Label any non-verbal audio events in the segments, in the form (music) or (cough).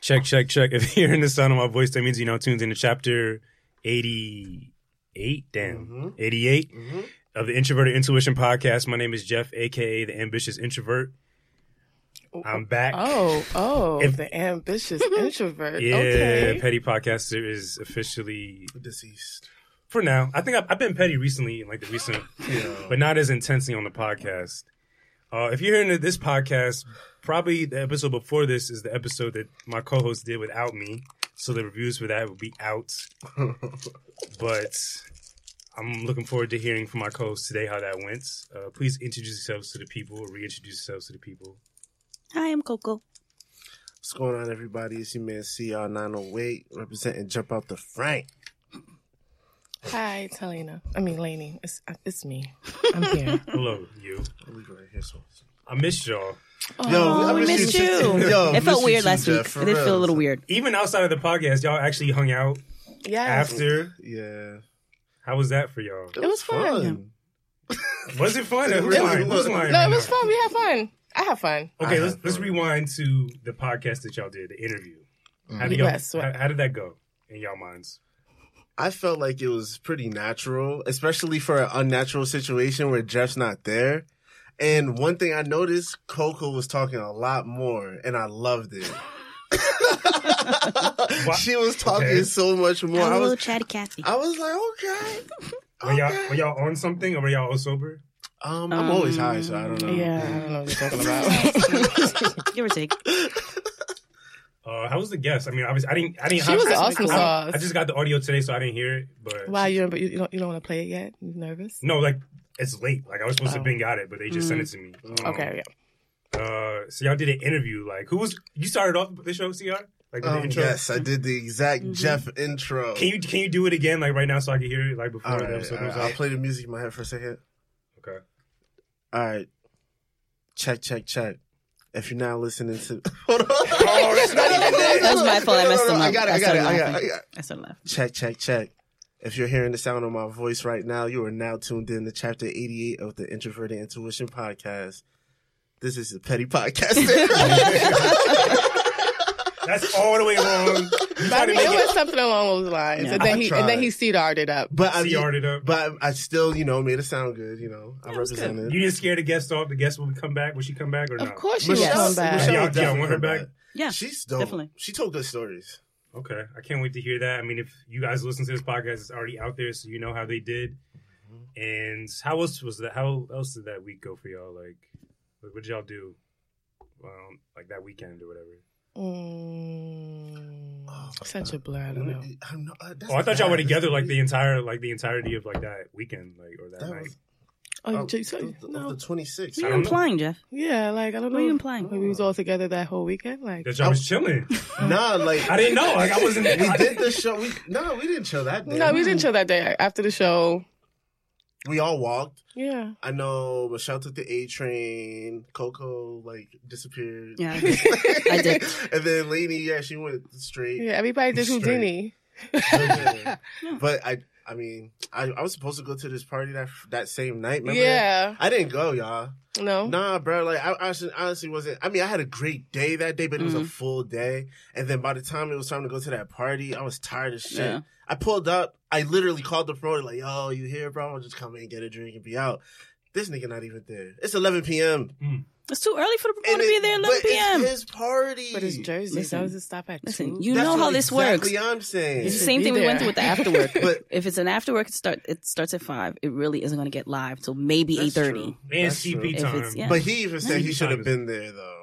Check, check, check. (laughs) If you're in the sound of my voice, that means you know tunes into chapter 88, damn, Mm-hmm. 88 Mm-hmm. of the Introverted Intuition Podcast. My name is Jeff, aka the Ambitious Introvert. I'm back. Oh, oh, If- the ambitious introvert. Yeah, okay. Petty Podcaster is officially Deceased. for now. I think I've, I've been petty recently, like the recent, but not as intensely on the podcast. Uh, if you're into this podcast, probably the episode before this is the episode that my co-host did without me, so the reviews for that will be (laughs) out. but I'm looking forward to hearing from my co-host today how that went. Uh, please introduce yourselves to the people, reintroduce yourselves to the people. Hi, I'm Coco. What's going on, everybody? It's your man CR908 representing Jump Out the Frank. Hi, Talina. I mean, Lainey. It's uh, it's me. I'm (laughs) here. Oh, Hello, you. Let me go right here. So. I missed y'all. Oh, we missed you. Yo, it felt missed you weird too, last Jeff, week. for It did feel a real. little weird. Even outside of the podcast, y'all actually hung out Yes. after. Yeah. How was that for y'all? It was fun. Was it fun? It Who's really lying? Who's was. lying No, right it was now? fun. We had fun. I had fun. Okay, I let's have let's fun. rewind to the podcast that y'all did, the interview. Mm. How did, y'all, Yes, what- how, how did that go in y'all minds? I felt like it was pretty natural, especially for an unnatural situation where Jeff's not there. And one thing I noticed, Coco was talking a lot more, and I loved it. she was talking Okay. so much more. I I'm a (laughs) little was, chatty Cathy. I was like, okay. Were y'all okay. were y'all on something or were y'all all sober? Um, I'm always Um, high, so I don't know. Yeah, I don't know what you're talking about. Give or take. Uh, how was the guest? I mean, obviously, I didn't. I didn't. She I- was I- awesome I- sauce. I just got the audio today, so I didn't hear it. But Why you? But you, you don't you don't want to play it yet? You nervous? no, like it's late. Like I was supposed Oh. Mm. to bing got it, but they just sent it to me. Mm. Um, Okay. Yeah. Uh, so y'all did an interview. Like who was you started off the show, Cr? Like with the Um, intro. yes, I did the exact Mm-hmm. Jeff intro. Can you can you do it again, like right now, so I can hear it, like before all the right, episode all right, comes I'll out? play the music in my head for a second. Okay. All right. Check, check, check. If you're now listening to. (laughs) Hold on. Oh, that's not even there. That was my fault. I messed them up. I got it. I got it. started I got it. laughing. I got it. I started laughing. Check, check, check. If you're hearing the sound of my voice right now, you are now tuned in to chapter 88 of the Introverted Intuition Podcast. This is the Petty (laughs) Podcast. That's all the way wrong. (laughs) You I tried to mean, make it it. was something along those lines, Yeah. and then I he tried. and then he cedar it up. but I, CR'd it up. but I still, you know, made it sound good. You know, I represented. You didn't scare the guest off. The guest will come back. Will she come back or not? Of course, she was Michelle- come back. Michelle- Yeah, would definitely yeah, want her come back. Yeah. She's dope. definitely. She told good stories. Okay, I can't wait to hear that. I mean, if you guys listen to this podcast, it's already out there, so you know how they did. Mm-hmm. And how else was that? How else did that week go for y'all? Like, what did y'all do? Um, like that weekend or whatever. Mm, such a blur. I don't know. I'm not- uh, that's Oh, I thought y'all bad. were That's together like the week. entire like the entirety of like that weekend, like or that, That night. was- Oh, of- you just- of the- of no. the 26th. What I are you don't know. implying, Jeff? Yeah, like I don't know. What are you implying? Like, we was all together that whole weekend. Like That y'all was chilling. Nah, like I didn't know. Like I wasn't. we I did the show. We no, we didn't chill that day. no, we didn't chill that day. After the show, We all walked. yeah, I know Michelle took the A train. Coco like disappeared. (laughs) Yeah. I did. I did. and then Lainey, yeah, she went straight. yeah. Everybody did Straight. Houdini. Yeah. Yeah. But I, I mean, I, I was supposed to go to this party that that same night. Remember that? Yeah, I didn't go, y'all. no, Nah, bro. Like I honestly, honestly wasn't. I mean, I had a great day that day, but it was a Mhm. full day. And then by the time it was time to go to that party, I was tired as shit. Yeah. I pulled up. I literally called the promoter like, "Yo, you here, bro? I'll just come in, get a drink, and be out." This nigga not even there. It's 11 p.m. It's too early for the And promoter to be it- there at but 11 it's p.m. his party. but it's Jersey. Listen. that was a stop at. Listen, two. you That's know what how this exactly works. I'm saying. It's the should same be thing we there. went through with the after work. (laughs) But- if it's an after work, it, start, it starts at 5. It really isn't going to get live till maybe That's 8.30. true. and That's true. CP If time. it's- yeah. But he even said he Nice. should have been there though.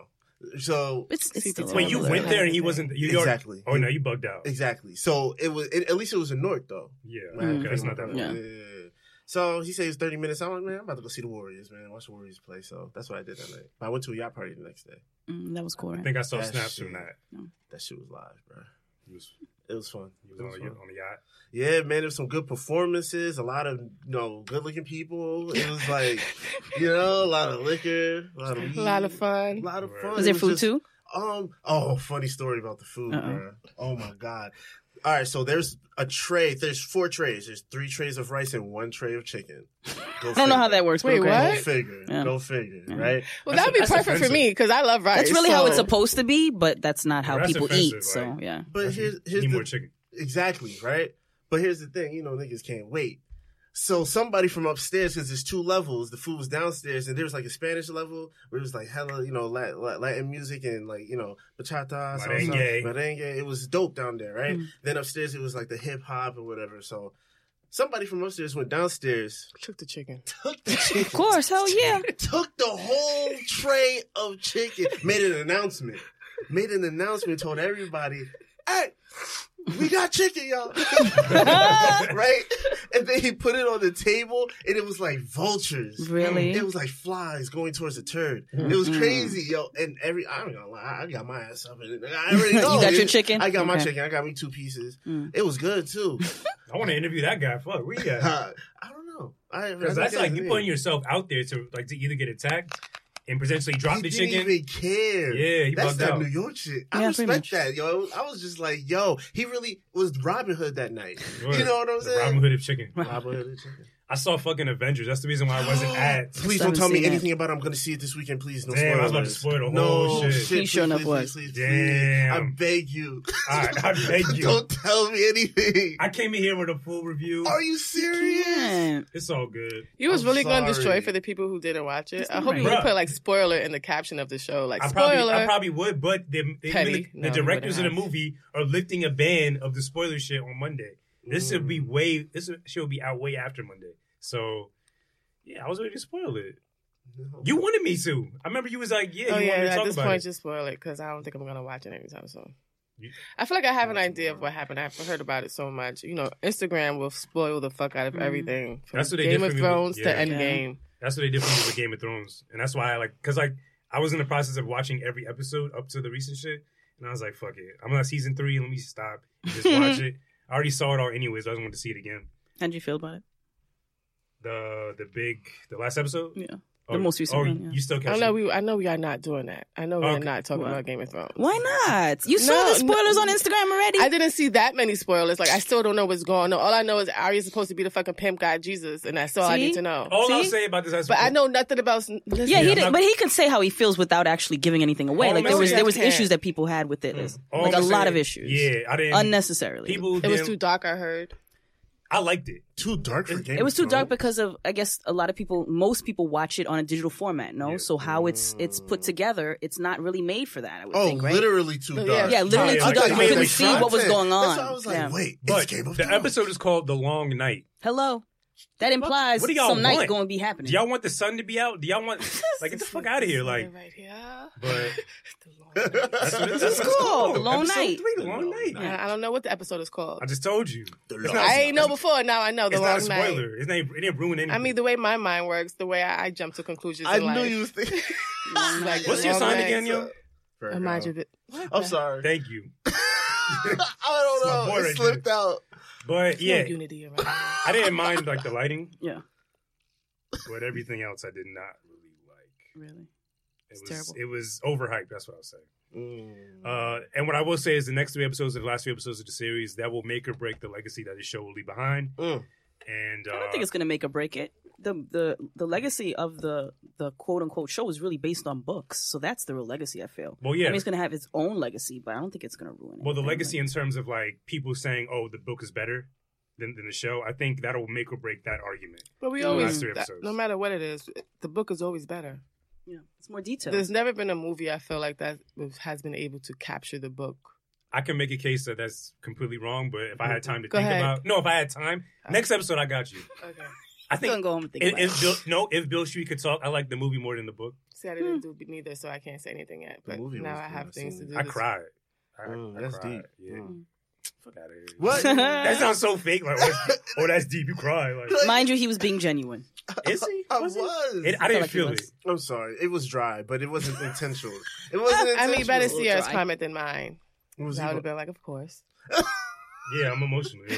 So It's, it's See, still the Wait, you Yeah. went there and he wasn't. You you already- Exactly. Oh no, you bugged out. exactly. So it was it, at least it was a North though. Yeah, Right? Mm-hmm. okay, that's not that. Yeah. bad. yeah. So he says thirty minutes. I'm like, man, I'm about to go see the Warriors, man. Watch the Warriors play. So that's what I did that night. But I went to a yacht party the next day. Mm, that was cool, I right? think I saw That snaps shit. from that. That shit was live, bro. He was, It was fun. he It was was on, the, fun. on the yacht. Yeah, man, there's some good performances, a lot of you know, good looking people. It was (laughs) like, you know, a lot of liquor, a lot of weed, a lot of a fun. lot of fun. Was there It food just- too? Um. Oh, funny story about the food, Uh-oh. bruh. Oh my god. (laughs) All right. So there's a tray. There's four trays. There's three trays of rice and one tray of chicken. Go I don't know how that works. but Wait, okay. Go What? figure. Yeah. Go figure. Right. Well, That's- that would be that's perfect for offensive. me because I love rice. That's really how so- it's supposed to be, but that's not how That's people offensive, eat. So like- yeah, But here's Need here's the more (laughs) chicken. Exactly, right? But here's the thing, you know, niggas can't wait. So somebody from upstairs, because there's two levels, the food was downstairs, and there was like a Spanish level where it was like hella, you know, Latin, Latin music and like, you know, bachata, salsa, Merengue. merengue. It was dope down there, right? Mm. Then upstairs, it was like the hip hop or whatever. So somebody from upstairs went downstairs, Cook the chicken. took the chicken, of course, hell yeah. took the whole tray of chicken, made an announcement, made an announcement, told everybody, hey, we got chicken, y'all. (laughs) right? And then he put it on the table and it was like vultures. Really? It was like flies going towards the turd. It was Mm-mm. crazy, yo. And every I'm not gonna lie, I got my ass up in it. I already (laughs) You know. got your it- chicken? I got my Okay. chicken. I got me two pieces. Mm. It was good too. (laughs) I want to interview that guy. Fuck, where you at? Uh, I don't know. I Because that's like you putting yourself out there to like to either get attacked and potentially drop he the didn't chicken. even care. Yeah, he That's bugged that out. New York shit. I Yeah, pretty respect that, yo. I was just like, yo, he really was Robin Hood that night. You know what I'm The saying? Robin Hood of chicken. Robin Hood and chicken. I saw fucking Avengers. That's the reason why I wasn't (gasps) at. Please I don't haven't tell me seen it. anything about it. I'm going to see it this weekend. Please, no Damn, spoilers. I was about to spoil the no whole shit. He please, sure enough please, was. please, please, Damn. I beg you. All right, (laughs) I beg you. don't tell me anything. I came in here with a full review. Are you serious? Yeah. It's all good. You was I'm really going to sorry. destroy for the people who didn't watch it. It's I hope you alright. would put like spoiler in the caption of the show, like I spoiler. probably, I probably would, but they, they Petty. really- No, the you directors of the wouldn't have. movie are lifting a ban of the spoiler shit on Monday. This will Hmm. be way. This shit will be out way after Monday. So, yeah, I was ready to spoil it. No. You wanted me to. I remember you was like, "Yeah, (laughs) oh you yeah, wanted to at talk this about point, it." just spoil it because I don't think I'm gonna watch it anytime soon. You- I feel like I have an idea of what happened. I've heard about it so much. You know, Instagram will spoil the fuck out of Mhm. everything. From That's what they did Game for of me with- Thrones yeah. to Yeah. Endgame. That's what they did for me with Game of Thrones, and that's why I like because like I was in the process of watching every episode up to the recent shit, and I was like, "Fuck it, I'm on season three. Let me stop and just watch it." I already saw it all anyways. I just wanted to see it again. How'd you feel about it? The the big the last episode. Yeah. Oh, The most recent oh, one, yeah. You still I catch know it? we. I know we are not doing that. I know we are Okay. not talking What? about Game of Thrones. Why not? You saw No, the spoilers no. on Instagram already. I didn't see that many spoilers. Like I still don't know what's going on. All I know is Arya's supposed to be the fucking pimp guy Jesus, and that's all I See? need to know. All I'll See? say about this episode, But I know nothing about. Listen, Yeah, yeah, he I'm did, not- but he could say how he feels without actually giving anything away. All like I'm there was saying- there was Yeah. issues that people had with it, It's, all like a I'm lot saying- of issues, Mm. Oh, Yeah, I didn't. unnecessarily. people, it was didn't- too dark. I heard. I liked it. Too dark for Game it was of too dark Thrones. because of I guess a lot of people, most people watch it on a digital format. No, Yeah. so how it's it's put together, it's not really made for that. I would Oh, think, right? literally too Yeah, dark. Yeah, literally Yeah, too like, dark. I You mean, couldn't like, see what was going on. That's why I was like, Yeah. wait, it's But Game of the Thrones. episode is called "The Long Night." Hello, that implies What do some y'all want? night going to be happening. Do y'all want the sun to be out? Do y'all (laughs) want like get the fuck out of here? Like, right here. but The long night. (laughs) that's what it- that's It's what it's called, called. The Long Episode Night. Three, the long night. I I don't know what the episode is called. I just told you. The It's Long not- Night. I ain't know before. Now I know the It's long not a night. spoiler. It's not, it didn't ruin anything. I mean, the way my mind works, the way I, I jump to conclusions. I in knew life. you was thinking. (laughs) Long night. (laughs) Like, what's your Long sign Night, again, yo? Oh, mind you, but- what I'm the- (laughs) sorry. Thank you. (laughs) I It's my don't know. boy It right slipped out. But There's no yeah, unity around. here. I didn't mind like the lighting, (laughs) Yeah, but everything else I did not really like. really. It It's was terrible. it was overhyped. That's what I was saying. Uh, and what I will say is the next three episodes and the last three episodes of the series that will make or break the legacy that the show will leave behind. Mm. And uh, I don't think it's going to make or break it. The the the legacy of the the quote unquote show is really based on books, so that's the real legacy. I feel. well, yeah. I mean, it's going to have its own legacy, but I don't think it's going to ruin it. well, the legacy in terms of like people saying, "Oh, the book is better than, than the show." I think that'll make or break that argument. But we The last always, three that- episodes. no matter what it is, the book is always better. yeah, it's more detailed. There's never been a movie I feel like that was- has been able to capture the book. I can make a case that that's completely wrong, but if I had time to Go think ahead. about no, if I had time, Uh, next episode I got you. Okay. I I'm Uh-huh. gonna think go home and think if, about it. if Bill, no, if Bill Street could talk, I like the movie more than the book. See, I didn't do neither, so I can't say anything yet. Hmm. The But movie now was I good. have I've things to seen it. do. I this- cried. I, Mm, I that's cried. deep. (laughs) Yeah, Mm. fuck out of here. What? That sounds so fake. Like, oh, that's deep. Oh, that's deep. You cry. (laughs) Like, Mind you, he was being genuine. is he? I Was was. he? It, I didn't like he feel was. it. I'm sorry. It was dry, but it (laughs) wasn't intentional. It wasn't intentional. I mean, better Sierra's dry. comment than mine. It was I would even- have been like, of course. Yeah, I'm emotional. (laughs) yeah.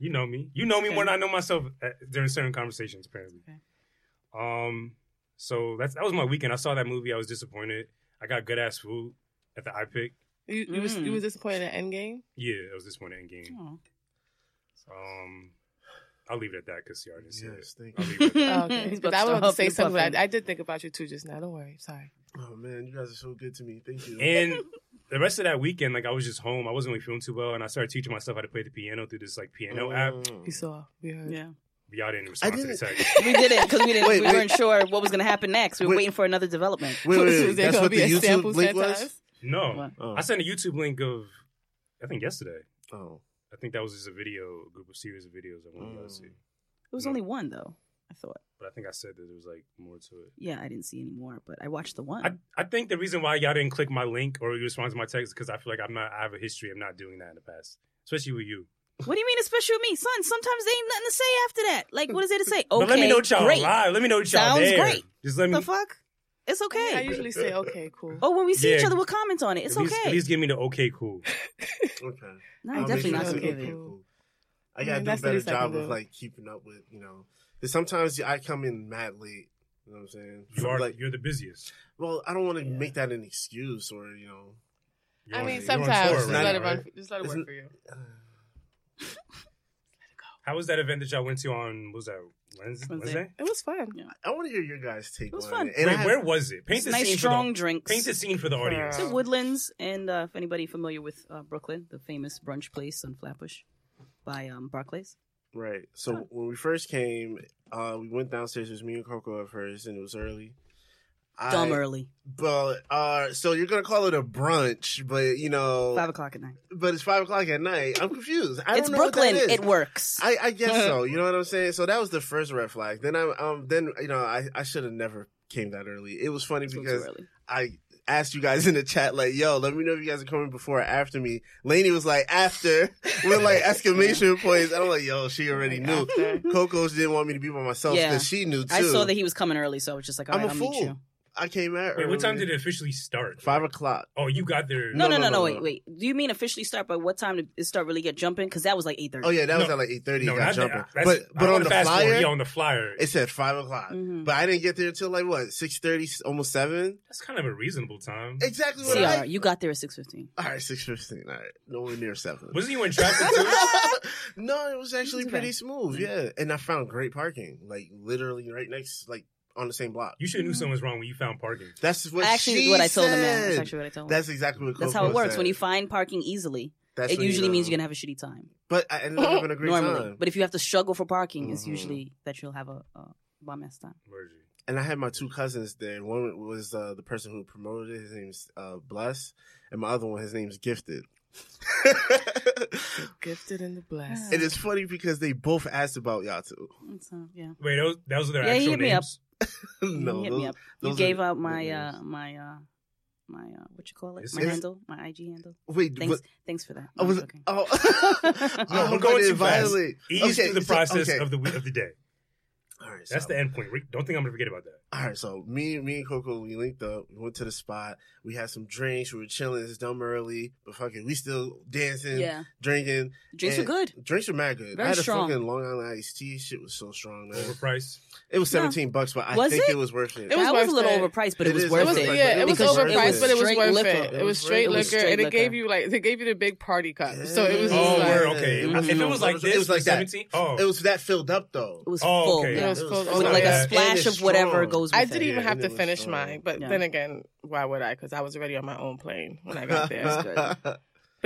You know me. You know me Okay. when I know myself uh, during certain conversations. Apparently. Okay. Um. So that's that was my weekend. I saw that movie. I was disappointed. I got good ass food at the iPick. You, you was you Mm. was disappointed at Endgame. Yeah, it was disappointed in game. Oh. Um. I'll leave it at that because you already said it. Yes, thank I'll you. leave it at that. Oh, okay. (laughs) He's But about I to wanted to huff say and something. puff But and- I, I did think about you too just now. Don't worry. Sorry. Oh man, you guys are so good to me. Thank you. (laughs) And the rest of that weekend, like I was just home. I wasn't really feeling too well, and I started teaching myself how to play the piano through this like piano app. Mm. We saw. We heard. Yeah, Y'all didn't respond to the Oh. didn't- text. (laughs) we did it because we didn't. Wait, we wait. weren't sure what was going to happen next. We were Wait. waiting for another development. Wait, wait, (laughs) Is wait. there That's gonna what be the a YouTube sample link sent to was. us? No, What? Oh. I sent a YouTube link of, I think yesterday. oh. I think that was just a video, a group of series of videos I wanted y'all to see. Mm. It was only one though. I thought. But I think I said that there was like more to it. Yeah, I didn't see any more, but I watched the one. I, I think the reason why y'all didn't click my link or respond to my text is because I feel like I'm not. I have a history of not doing that in the past, especially with you. What do you mean, especially with me, son? Sometimes they ain't nothing to say after that. Like, what is there to say? (laughs) Okay, but let me know what y'all great. live. Let me know what y'all Sounds there. great. Just let me. The fuck? It's I okay. usually say, okay, cool. Oh, when we see Yeah. each other, we'll comment on it. It's at least, okay. At least give me the okay, cool. Okay. I'll no, I'm make definitely sure not it's gonna okay. give okay, it. cool. I I gotta mean, do a that's the better least I can job of do. like keeping up with you know. 'cause Sometimes I come in mad late. You know what I'm saying? You are. like, you're the busiest. well, I don't want to make that an excuse or you know. (sighs) You're I on- mean, you're on sometimes tour just right let now, it run. right? Just let it Isn't- work for you. uh, How was that event that y'all went to on? What was that Wednesday? Wednesday. Wednesday? It was fun. I want to hear your guys' take It was on fun. it. And Wait, I have- where was it? Paint the nice scene for strong the drinks. paint the scene for the audience. Girl. The Woodlands, and uh, if anybody familiar with uh, Brooklyn, the famous brunch place on Flatbush by um, Barclays. Right. So Huh. when we first came, uh, we went downstairs. It was me and Coco at first, and it was early. I- Dumb early, But uh, so you're gonna call it a brunch, but you know, five o'clock at night. but it's five o'clock at night. I'm confused. I It's don't know what that Brooklyn. is. It works. I, I guess (laughs) so. You know what I'm saying? So that was the first red flag. Then I um then you know I, I should have never came that early. It was funny It's a little because too early. I asked you guys in the chat like, "Yo, let me know if you guys are coming before or after me." Laney was like, "After," (laughs) with (laughs) like exclamation points. And I'm like, "Yo, she already Like, knew." after. Coco's didn't want me to be by myself Oh Yeah. because she knew too. I saw that he was coming early, so I was just like, all I'm right, a I'll fool. meet you. I came out. Wait, what time early. did it officially start? Five o'clock. Oh, you got there. No, No, no, no, no, no, no, no. Wait, wait. Do you mean officially start? By what time did it start really get jumping? Because that was like eight thirty. Oh yeah, that was No. at like eight thirty. no, got not jumping. That. But That's- I but on wanna the fast forward. flyer, yeah, on the flyer, it said five o'clock. Mhm. But I didn't get there until like what six thirty, almost seven. that's kind of a reasonable time. Exactly what I. CR, you got there at six fifteen. All right, six fifteen. All right, nowhere near seven. (laughs) Wasn't you in traffic too? no, it was actually It's pretty okay. smooth. Yeah, and I found great parking, like literally right next, like on the same block. You should have knew something was wrong when you found parking. That's what Actually, she what I told him. Man, that's said. actually what I told him. That's exactly what. That's Coco how it works. said. When you find parking easily, That's it when you usually means know. you're gonna have a shitty time But I ended up having a great normally. time. But if you have to struggle for parking, it's Mhm. usually that you'll have a, a bomb ass time. Merging. and I had my two cousins there. One was uh, the person who promoted it. His name's uh, Bless, and my other one, his name's (laughs) Gifted. Gifted and the blessed. and it's funny because they both asked about Yatu. (laughs) And Mm, So yeah. Wait, those those are their Yeah, he actual hit me up. names. no, you hit those- me up. You those gave are out my nicknames. uh, my uh, my uh, what you call it? It's- My it's- handle, my IG handle. Wait, Thanks, what? thanks for that. I No, was joking. (laughs) oh. No, we're I'm going gonna too fast. violate- Ease Okay, through the so- process okay. of the week of the (laughs) day. All right, That's so- the end point. We- Don't think I'm gonna forget about that. All right, so me, me and Coco, we linked up. We went to the spot. We had some drinks. We were chilling. It's dumb early, but fucking, we still dancing, yeah, drinking. drinks were and- good. Drinks were mad good. Very I had strong. a fucking Long Island iced tea. Shit was so strong, man. Overpriced. It was No. seventeen bucks, but I Was think it? it? was worth it. It was that was worth a little it. overpriced, but It it, was is It worth was it. overpriced. yeah, it was Because overpriced, it was but it was straight worth liquor. it. It was It straight was liquor, straight and it gave liquor. you like they gave you the big party cup, so it was just Oh, like word. Okay. Mhm. If it was like this, It was like that. seventeen. Oh, It was that filled up though. It was Oh, full. okay. yeah. It was full- With like Yeah. a splash of whatever goes with I it. didn't even Yeah, have and to it was finish strong. mine, but Yeah. then again, why would I? Because I was already on my own plane when I got there. but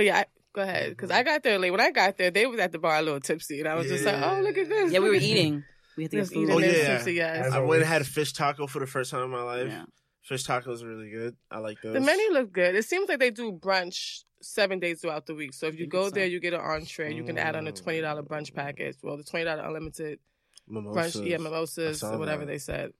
yeah, I, go ahead. Because I got there late. When I got there, they was at the bar a little tipsy, and I was just like, Yeah. oh, look at this. Yeah, we were (laughs) Look at eating. We had to get This food. eating Oh, this yeah. tipsy, yes. As (laughs) I went always. and had a fish taco for the first time in my life. Yeah. Fish tacos are really good. I like those. The menu looked good. It seems like they do brunch seven days throughout the week. So if you think go so? there, you get an entree. You can add on a Mm. twenty dollar brunch package. Well, the twenty dollar unlimited mimosas. brunch, yeah, mimosas I saw or whatever that. they said.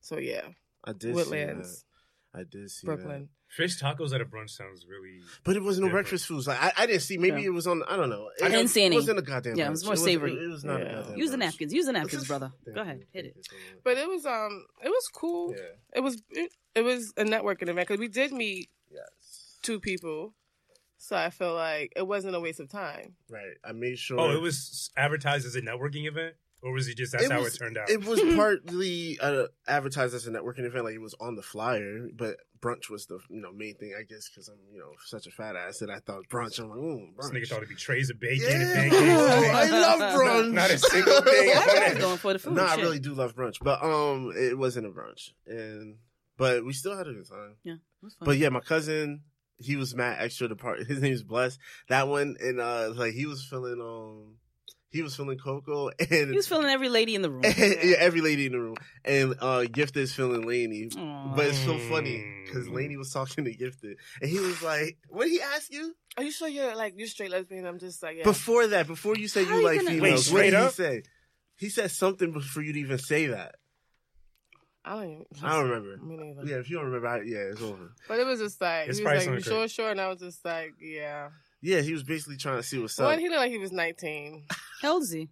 So yeah, I did See Woodlands, that. I did see Brooklyn. fish tacos at a brunch sounds really. that. But it was no Different. breakfast foods. Like I, I didn't see. Maybe Yeah. it was on. I don't know. It, I didn't see any. It wasn't a goddamn. Yeah, it was brunch. more savory. It was, it was not Yeah. a goddamn. Use the brunch. napkins. Use the (laughs) napkins, brother. Thank Go you. ahead. Hit Thank it. you so much. But it was um, it was cool. oh, yeah. It was it, it was a networking event because we did meet Yes. two people. So I feel like it wasn't a waste of time. Right. I made sure. Oh, it was advertised as a networking event. or was it just that's It how was- it turned out? It was partly uh, advertised as a networking event, like it was on the flyer. But brunch was the you know main thing, I guess, because I'm you know such a fat ass that I thought brunch. I'm like, ooh, this brunch. nigga thought it'd be trays of bacon and yeah, oh, pancakes. (laughs) I love brunch. Not a single (laughs) thing. Everybody's going for the food. no, I shit. really do love brunch, but um, it wasn't a brunch, and but we still had a good time. It was fun. But yeah, my cousin, he was mad extra the part. (laughs) His name's Bless. That one, and uh, like he was feeling um, he was feeling cocoa, (laughs) and he was feeling every lady in the room. (laughs) yeah, every lady in the room, and uh, Gifted is feeling Laney. Aw. But it's so Mm. funny because Laney was talking to Gifted, and he was like, "What did he ask you Are you sure you're like you're straight lesbian? I'm just like yeah. before that? Before you said How you you like gonna- Wait, females, what straight did he up? say?" He said something before you'd even say that. I don't. Even, I (laughs) don't remember. Me neither. Yeah, if you don't remember, I, yeah, it's over. But it was just like It's he probably was like, "You something sure, great. sure?" And I was just like, "Yeah." Yeah, he was basically trying to see what's One, up. he looked like he was 19. How old is he?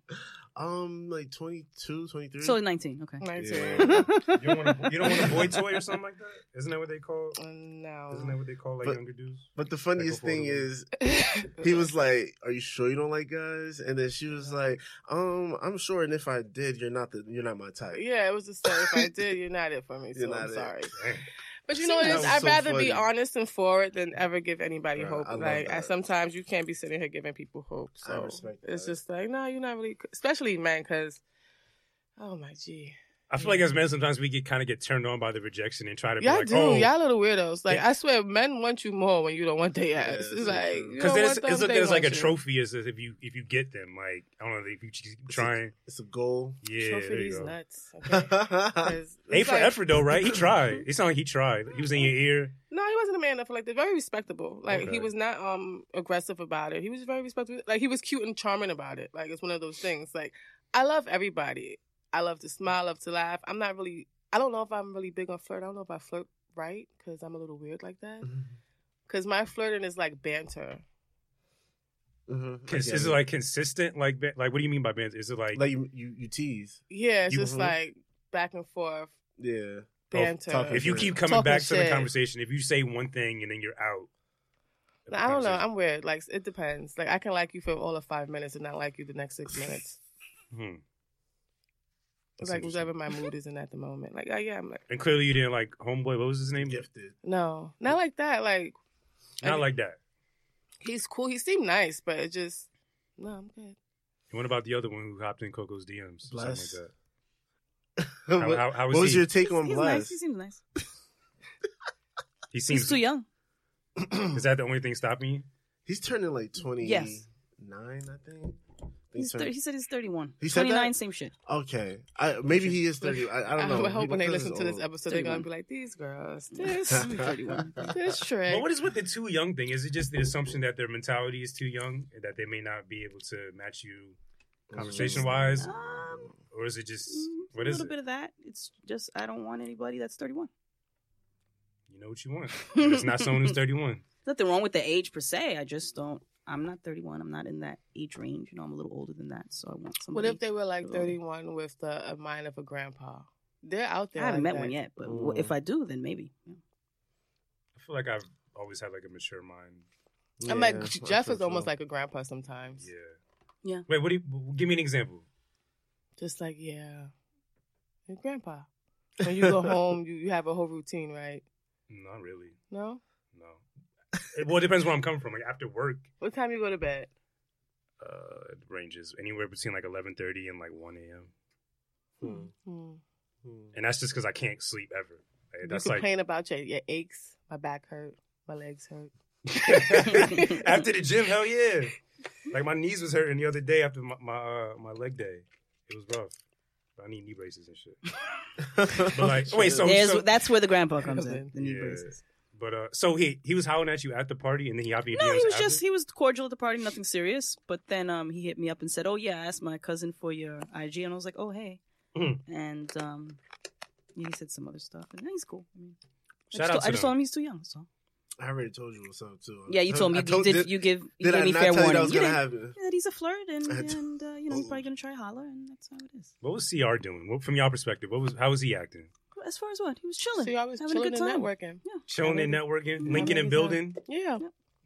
Um, like 22, 23. So 19. (laughs) Okay. (laughs) 19. Yeah. You don't, want a, you don't want a boy (laughs) toy or something like that? Isn't that what they call? Isn't that no. what they call like But- younger dudes? but the funniest Like, thing before the- is, (laughs) he was like, "Are you sure you don't like guys?" And then she was like, "Um, I'm sure, and if I did, you're not the you're not my type." Yeah, it was just like, if I did, you're not it for me, so You're not I'm it. (laughs) sorry. Dang. But you know what? That it is? was I'd so rather funny. be honest and forward than ever give anybody Bruh, hope. I love like, that. I, sometimes you can't be sitting here giving people hope. I So respect it's that. just like, no, you're not really, especially men, because, oh my G. I feel like as men, sometimes we get kind of get turned on by the rejection and try to be Y'all like, do. oh, Y'all little weirdos. Like, Yeah. I swear, men want you more when you don't want their ass. that's it's so like, true. you because don't then it's, want them, it's looked they at as like a want you. trophy as if you if you get them. Like I don't know if you keep trying. It's a (laughs) goal. Yeah, Trophy there you these go. (laughs) nuts. Okay? 'Cause yeah, it's A for like- effort though, right? (laughs) He tried. It sounded like he tried. He was in your ear. No, he wasn't a man enough. Like they're very respectable. Like Okay. he was not um aggressive about it. He was very respectful. Like he was cute and charming about it. Like it's one of those things. Like I love everybody. I love to smile. I love to laugh. I'm not really. I don't know if I'm really big on flirt. I don't know if I flirt right because I'm a little weird like that. Mm-hmm. Mm-hmm. Because my flirting is like banter. Cons- Is it like consistent? Like ba- like what do you mean by banter? Is it like, like you, you, you tease? Yeah, it's You- Oh, just like back and forth Yeah. banter. talking if you keep coming Talking back to the shit. conversation, if you say one thing and then you're out. of the I don't know. conversation. I'm weird. Like it depends. Like I can like you for all of five minutes and not like you the next six minutes. Hmm. It's That's like interesting. whatever my mood is in at the moment. Like, oh, yeah, I'm like, And clearly you didn't like homeboy. What was his name? Gifted. (laughs) no, not like that. Like, Not I- like that. he's cool. He seemed nice, but it just, no, I'm good. And what about the other one who hopped in Coco's DMs? Something like Bless. that. How, what how, how was, what was he? your take on He's nice. Bless? He seems nice. He seems. He's too young. Is that the only thing stopping you? He's turning like 29, Yes. I think. He's turning- thir- he said he's 31. He said that? 29, same shit. okay. I, maybe he (laughs) is 30. I, I don't know. I hope when they listen to this episode. episode, they're going to 31. be like, these girls, He's this, 31. this trick. Well, what is with the too young thing? Is it just the assumption that their mentality is too young, and that they may not be able to match you conversation wise, Um, or is it just Mm, what a is little it? bit of that. It's just I don't want anybody that's 31. You know what you want. And it's not (laughs) someone who's thirty-one. Nothing wrong with the age per se. I just don't. I'm not 31. I'm not in that age range. You know, I'm a little older than that, so I want What somebody. if they were like Somebody- 31 with the a mind of a grandpa? They're out there. I haven't like met that. one yet, but Ooh. wh- if I do, then maybe. I feel like I've always had like a mature mind. I'm like, Jeff is almost like a grandpa sometimes. Yeah. Yeah. Wait, what do you? Give me an example. Just like, yeah, your grandpa. When you go home, you, you have a whole routine, right? Not really. No? No. It, well, it depends where I'm coming from. Like after work, What time you go to bed? uh, it ranges anywhere between like eleven thirty and like one a.m. Hmm. Hmm. And that's just because I can't sleep ever. Like, that's you like (laughs) complain about your, your aches. My back hurt. My legs (laughs) hurt. after the gym, hell yeah. Like my knees was hurting the other day after my my, uh, my leg day. It was rough. But I need knee braces and shit. But (laughs) like, wait, so- There's, that's where (laughs) the grandpa comes Yeah. in. The knee Yeah. braces. But uh, so he he was howling at you at the party, and then he hopped in your No, DMs he was after? just he was cordial at the party, nothing serious. But then um, he hit me up and said, "Oh yeah, I asked my cousin for your IG," and I was like, "Oh hey," Mm. Mhm. and um, yeah, he said some other stuff, and he's cool. I mean, Shout I out just, to I just them. told him he's too young. So I already told you what's up too. yeah, you I told me I you, did, did- you give did you gave I me not fair tell you warning. that was You gonna didn't- happen? that he's a flirt and, I d- and uh, you know he's Oh. probably gonna try holler and that's how it is. What was CR doing? What, from y'all perspective, what was how was he acting? As far as what he was So chilling, you always having chilling a good time. and networking. Chilling and networking, Yeah, linking I and think so. building. Yeah.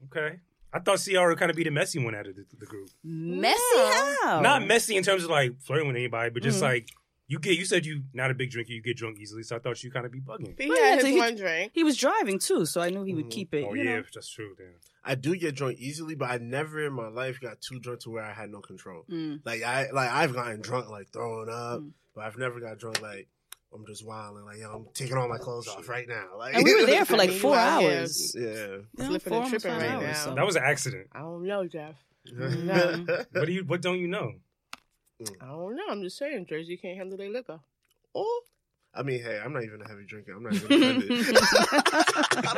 Okay, I thought Ciara kind of be the messy one out of the, the group. Messy No. how? Not messy in terms of like flirting with anybody, but just Mhm. like you get. You said you not a big drinker. You get drunk easily, so I thought you kind of be bugging. But he Well, yeah, had so his he- one drink. He was driving too, so I knew he would Mhm. keep it. oh you yeah, know. if that's true. Then I do get drunk easily, but I never in my life got too drunk to where I had no control. Mm. Like I like I've gotten drunk like throwing up, Mm. but I've never got drunk like I'm just wilding like yo, I'm taking all my clothes off right now. Like And we were there for (laughs) like I mean, four you out here. hours. (laughs) yeah. Yeah, Slipping four and almost tripping five right hours, now. Um, so- (laughs) that was an accident. I don't know, Jeff. (laughs) Mhm. What do you? What don't you know? I don't know. I'm just saying, Jersey can't handle (laughs) their liquor. Oh, I mean, hey, I'm not even a heavy drinker. I'm not (laughs) even offended.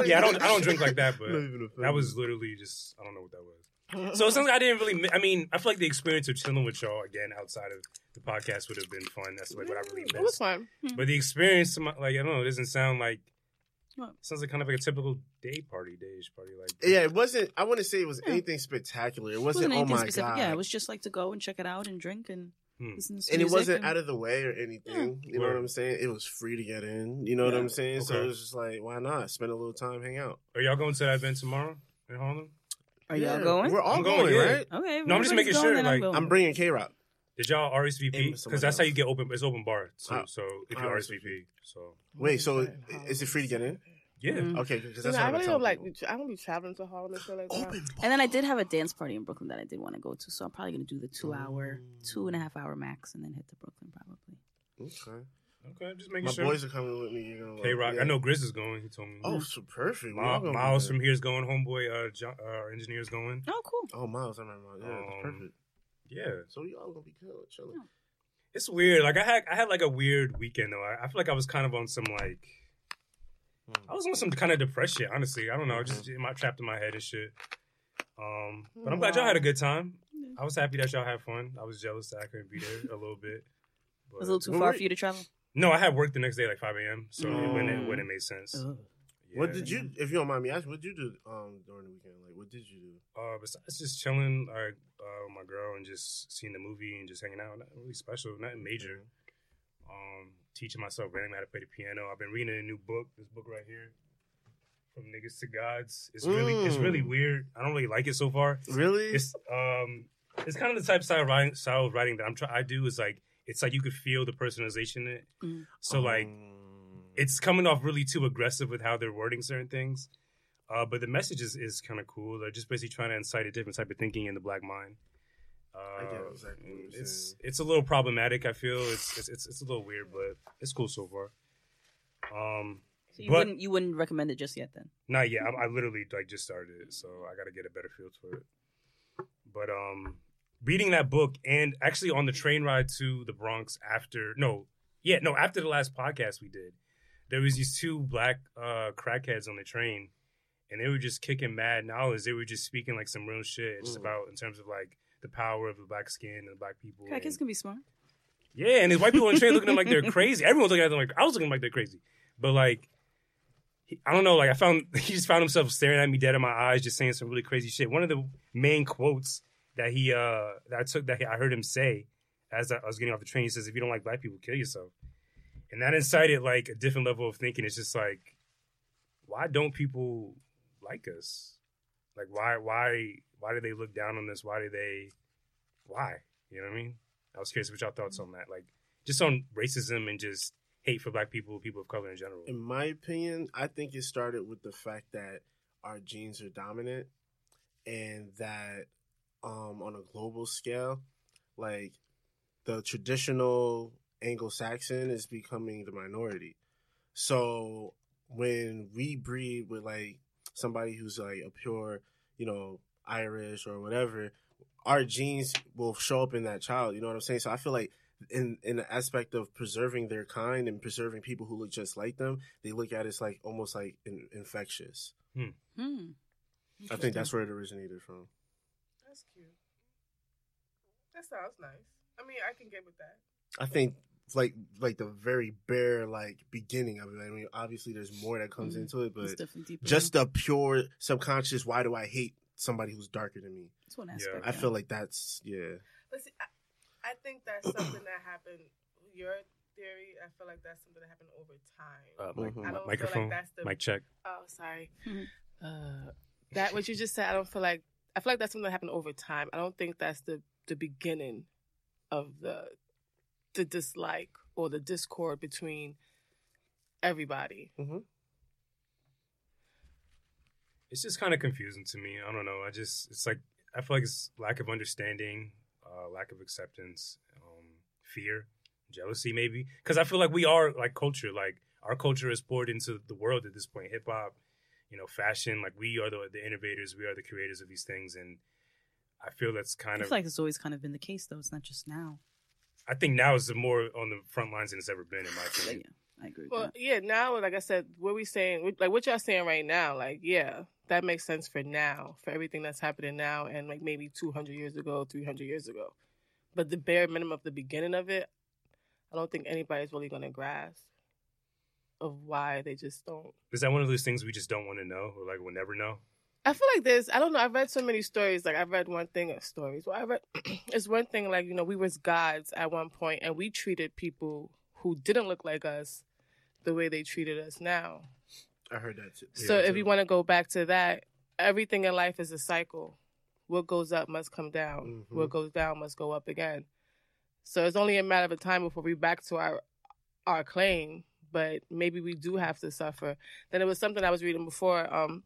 Yeah, I don't. even- I don't drink like that, but I'm (laughs) not even offended. that was literally just. I don't know what that was. (laughs) So something I didn't really. mi- I mean, I feel like the experience of chilling with y'all again outside of the podcast would have been fun. That's like what I really It was missed. fun. But the experience, like I don't know, it doesn't sound like. What? Sounds like kind of like a typical day party, dayish party. Like Yeah, it wasn't. I wouldn't say it was Yeah. anything spectacular. It wasn't. wasn't oh anything my specific. god. Yeah, it was just like to go and check it out and drink and Hmm. listen to and it music wasn't and- out of the way or anything. You know Word. what I'm saying? It was free to get in. You know what Yeah. I'm saying? So Okay. it was just like, why not spend a little time, hang out? Are y'all going to that event tomorrow in Harlem? Are Yeah, y'all going? We're all I'm going, going, yeah. right? Okay. if No, I'm just everybody's making going, sure, then I'm like, going. I'm bringing K Oh Rock. Did y'all And RSVP? with Because someone that's how else. you get open. It's open bar too. Oh. so if you Oh, RSVP, so Wait, so is it free to get in? yeah. Mm. Okay, because You that's know, what I I've been really don't like. telling I don't be traveling to Harlem and shit like people. that. Open bar. And then I did have a dance party in Brooklyn that I did want to go to, so I'm probably gonna do the two hour, Mm. two and a half hour max, and then hit to Brooklyn probably. Okay. Okay, just making My sure. boys are coming with me. You know, like, K Rock. yeah. I know Grizz is going. He told me. Oh, so perfect. We all Miles, gonna be Miles there. from here is going. Homeboy, uh, John, uh, our engineer's going. Oh, cool. Oh, Miles, I remember. Miles. Yeah, that's Um, perfect. Yeah, So we all gonna be cool, chilling. it's weird. Like I had, I had like a weird weekend though. I, I feel like I was kind of on some like, Hmm. I was on some kind of depression. Honestly, I don't know. Just Mm-hmm. in my trapped in my head and shit. Um, but I'm glad y'all had a good time. I was happy that y'all had fun. I was jealous that I couldn't be there a little bit. (laughs) It was a little too Where far were for you to travel. No, I had work the next day, like 5 a.m. So it wouldn't it Mm. wouldn't make sense. What Yeah. did you, if you don't mind me asking, what did you do um, during the weekend? Like, what did you do? Uh, besides just chilling, like uh, with my girl, and just seeing the movie and just hanging out. Nothing really special, nothing major. Um, teaching myself randomly how to play the piano. I've been reading a new book. This book right here, from niggas to gods. It's really it's Mm. really weird. I don't really like it so far. Really? It's um, it's kind of the type of style of writing, style of writing that I'm try I do is like it's like you could feel the personalization in it. Mm. So like Um, it's coming off really too aggressive with how they're wording certain things. Uh, but the message is, is kind of cool. They're just basically trying to incite a different type of thinking in the black mind. Uh, get exactly what you're it's saying. it's a little problematic. I feel it's it's, it's it's a little weird, but it's cool so far. Um, So you But- wouldn't you wouldn't recommend it just yet then? not yet. I, I literally like just started it, so I got to get a better feel for it. But um, reading that book and actually on the train ride to the Bronx after no, yeah, no, after the last podcast we did, there was these two black uh crackheads on the train, and they were just kicking mad knowledge. They were just speaking like some real shit, just Mm. about in terms of like the power of the black skin and the black people. Crack and- kids can be smart. yeah, and these white people on the train looking at them like they're crazy. Everyone's looking at them like I was looking like they're crazy, but like he- I don't know. Like I found (laughs) he just found himself staring at me dead in my eyes, just saying some really crazy shit. One of the main quotes that he uh that I took that he, I heard him say as I, I was getting off the train, he says, "If you don't like black people, kill yourself," and that incited like a different level of thinking. It's just like, why don't people like us? Like why why why do they look down on us? Why do they why? You know what I mean? I was curious what y'all thoughts on that, like just on racism and just hate for black people, people of color in general. in my opinion, I think it started with the fact that our genes are dominant and that um, on a global scale, like the traditional Anglo Saxon is becoming the minority. So when we breed with like somebody who's like a pure, you know, Irish or whatever, our genes will show up in that child. You know what I'm saying? So I feel like in in the aspect of preserving their kind and preserving people who look just like them, they look at it as like almost like in, infectious. Hmm. I think that's where it originated from. That's cute. That sounds nice. I mean, I can get with that. I think like like the very bare like beginning of it. I mean, obviously there's more that comes Mm-hmm. Mhm. into it, It's but definitely deeper. just the pure subconscious. Why do I hate somebody who's darker than me? That's one Yeah. aspect. I feel like that's yeah. But see, I, I think that's something that happened. Your theory, I feel like that's something that happened over time. Uh, mic- Mhm. mi- I don't feel microphone, like that's the mic check. Oh, sorry. Mhm. Uh, that what you just said, I don't feel like I feel like that's something that happened over time. I don't think that's the the beginning of the the dislike or the discord between everybody. It's just kind of confusing to me. I don't know. I just it's like I feel like it's lack of understanding, uh, lack of acceptance, um, fear, jealousy, maybe. Because I feel like we are like culture. Like our culture is poured into the world at this point. Hip hop, you know, fashion. Like we are the the innovators. We are the creators of these things, and I feel that's I kind feel of. like it's always kind of been the case, though. It's not just now. I think now is the more on the front lines than it's ever been, in my But opinion. yeah, I agree. With Well, that. yeah. Now, like I said, what we saying, like what y'all saying right now, like yeah, that makes sense for now, for everything that's happening now, and like maybe two hundred years ago, three hundred years ago. But the bare minimum of the beginning of it, I don't think anybody's really gonna grasp of why they just don't. Is that one of those things we just don't want to know, or like we'll never know? I feel like there's I don't know, I've read so many stories. Like I've read one thing of stories. Well I read (clears throat) it's one thing like, you know, we was gods at one point and we treated people who didn't look like us the way they treated us now. I heard that too. so Yeah, if too. you wanna go back to that, everything in life is a cycle. What goes up must come down. Mhm. What goes down must go up again. So it's only a matter of time before we back to our our claim, but maybe we do have to suffer. Then it was something I was reading before, um,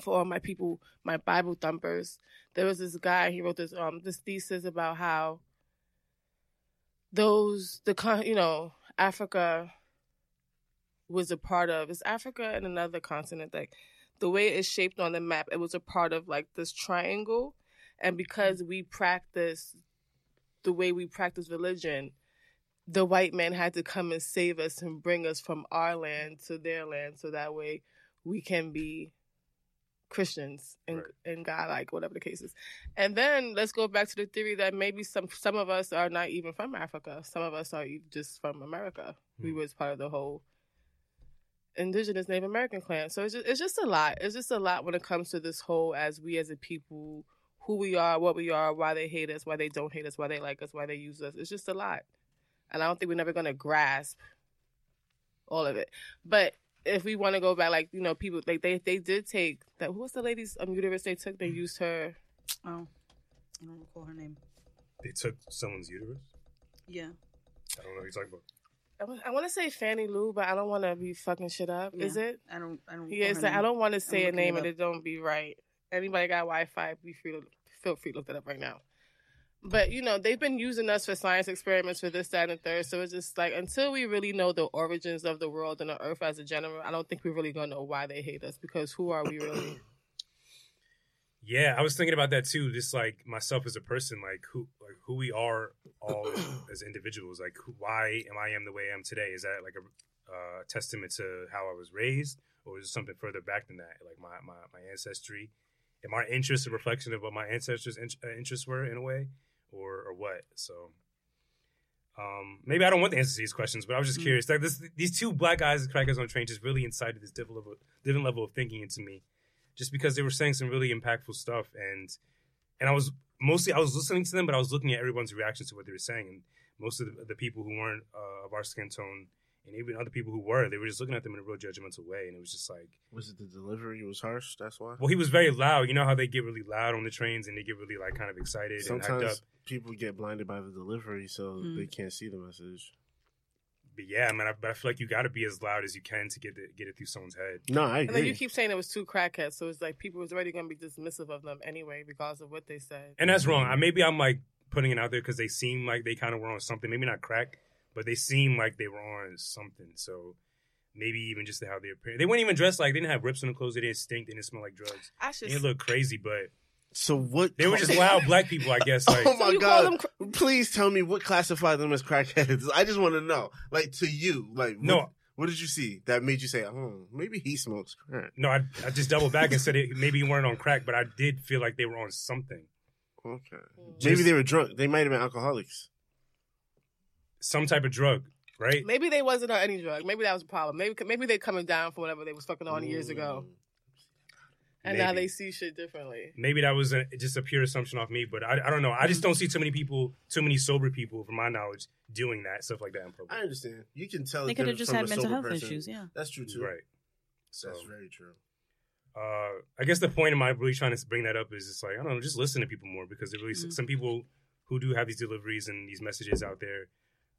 for all my people, my Bible thumpers. There was this guy, he wrote this um this thesis about how those the con you know, Africa was a part of it's Africa and another continent, like the way it's shaped on the map, it was a part of like this triangle. And because we practice the way we practice religion, the white man had to come and save us and bring us from our land to their land so that way we can be Christians and Right. and God like whatever the case is. And then let's go back to the theory that maybe some some of us are not even from Africa. Some of us are e- just from America. We Hmm. was part of the whole indigenous Native American clan. So it's just, it's just a lot. It's just a lot when it comes to this whole as we as a people who we are, what we are, why they hate us, why they don't hate us, why they like us, why they use us. It's just a lot. And I don't think we're never going to grasp all of it. But if we want to go back, like, you know, people, like, they, they did take that. Who was the lady's um, uterus they took? They used her. oh, I don't recall her name. They took someone's uterus. Yeah, I don't know what you're talking about. I wa- I want to say Fannie Lou, but I don't want to be fucking shit up. Is Yeah. it? I don't. I don't. Yeah, recall it's her like, I name. don't want to say a looking name it and up. it don't be right. Anybody got Wi Fi? Be free to feel free to look that up right now. But you know, they've been using us for science experiments for this, that, and third. So it's just like until we really know the origins of the world and the earth as a general, I don't think we're really gonna know why they hate us because who are we really? Yeah, I was thinking about that too. Just like myself as a person, like who, like who we are all as individuals. Like, who, why am I am the way I am today? Is that like a uh, testament to how I was raised, or is it something further back than that? Like my my, my ancestry, am my interests a reflection of what my ancestors' in- uh, interests were in a way, or or what? So. Um, maybe I don't want the answers to these questions, but I was just Mm. curious. Like this, these two black guys and crackers on train just really incited this different level, different level of thinking into me just because they were saying some really impactful stuff and and I was mostly I was listening to them but I was looking at everyone's reactions to what they were saying and most of the, the people who weren't uh, of our skin tone and even other people who were they were just looking at them in a real judgmental way and it was just like Was it the delivery was harsh? That's why. well he was very loud you know how they get really loud on the trains and they get really like kind of excited and act up Sometimes people get blinded by the delivery, so Mm. they can't see the message. but yeah man I, but I feel like you got to be as loud as you can to get the, get it through someone's head No, I and then you agree. keep saying it was two crackheads, so it's like people was already gonna be dismissive of them anyway, regardless of what they said. and that's wrong I, maybe I'm like putting it out there because they seem like they kind of were on something maybe not crack but they seem like they were on something so maybe even just how they appear they weren't even dressed like they didn't have rips on their clothes they didn't stink they didn't smell like drugs I they should. didn't look crazy but So what? they were just loud black people I guess like oh So my you call god! them cr- (laughs) Please tell me what classified them as crackheads. I just want to know, like to you, like what, No. What did you see that made you say, "Oh, maybe he smokes crack"? no I, I just doubled back and said it, maybe you weren't on crack but I did feel like they were on something Okay, Mm. maybe they were drunk. They might have been alcoholics. some type of drug right Maybe they wasn't on any drug. Maybe that was a problem. Maybe maybe they coming down from whatever they was fucking on years Mm. ago, and now Maybe. they see shit differently. maybe that was a, just a pure assumption off me but I, I don't know I just don't see too many people too many sober people from my knowledge doing that stuff like that in I public understand. You can tell They the could difference have just from had a mental sober health person. issues. Yeah. That's true too. right so That's very true. uh, I guess the point of my really trying to bring that up is just like I don't know, just listen to people more because they really Mm-hmm. Mhm. some people who do have these deliveries and these messages out there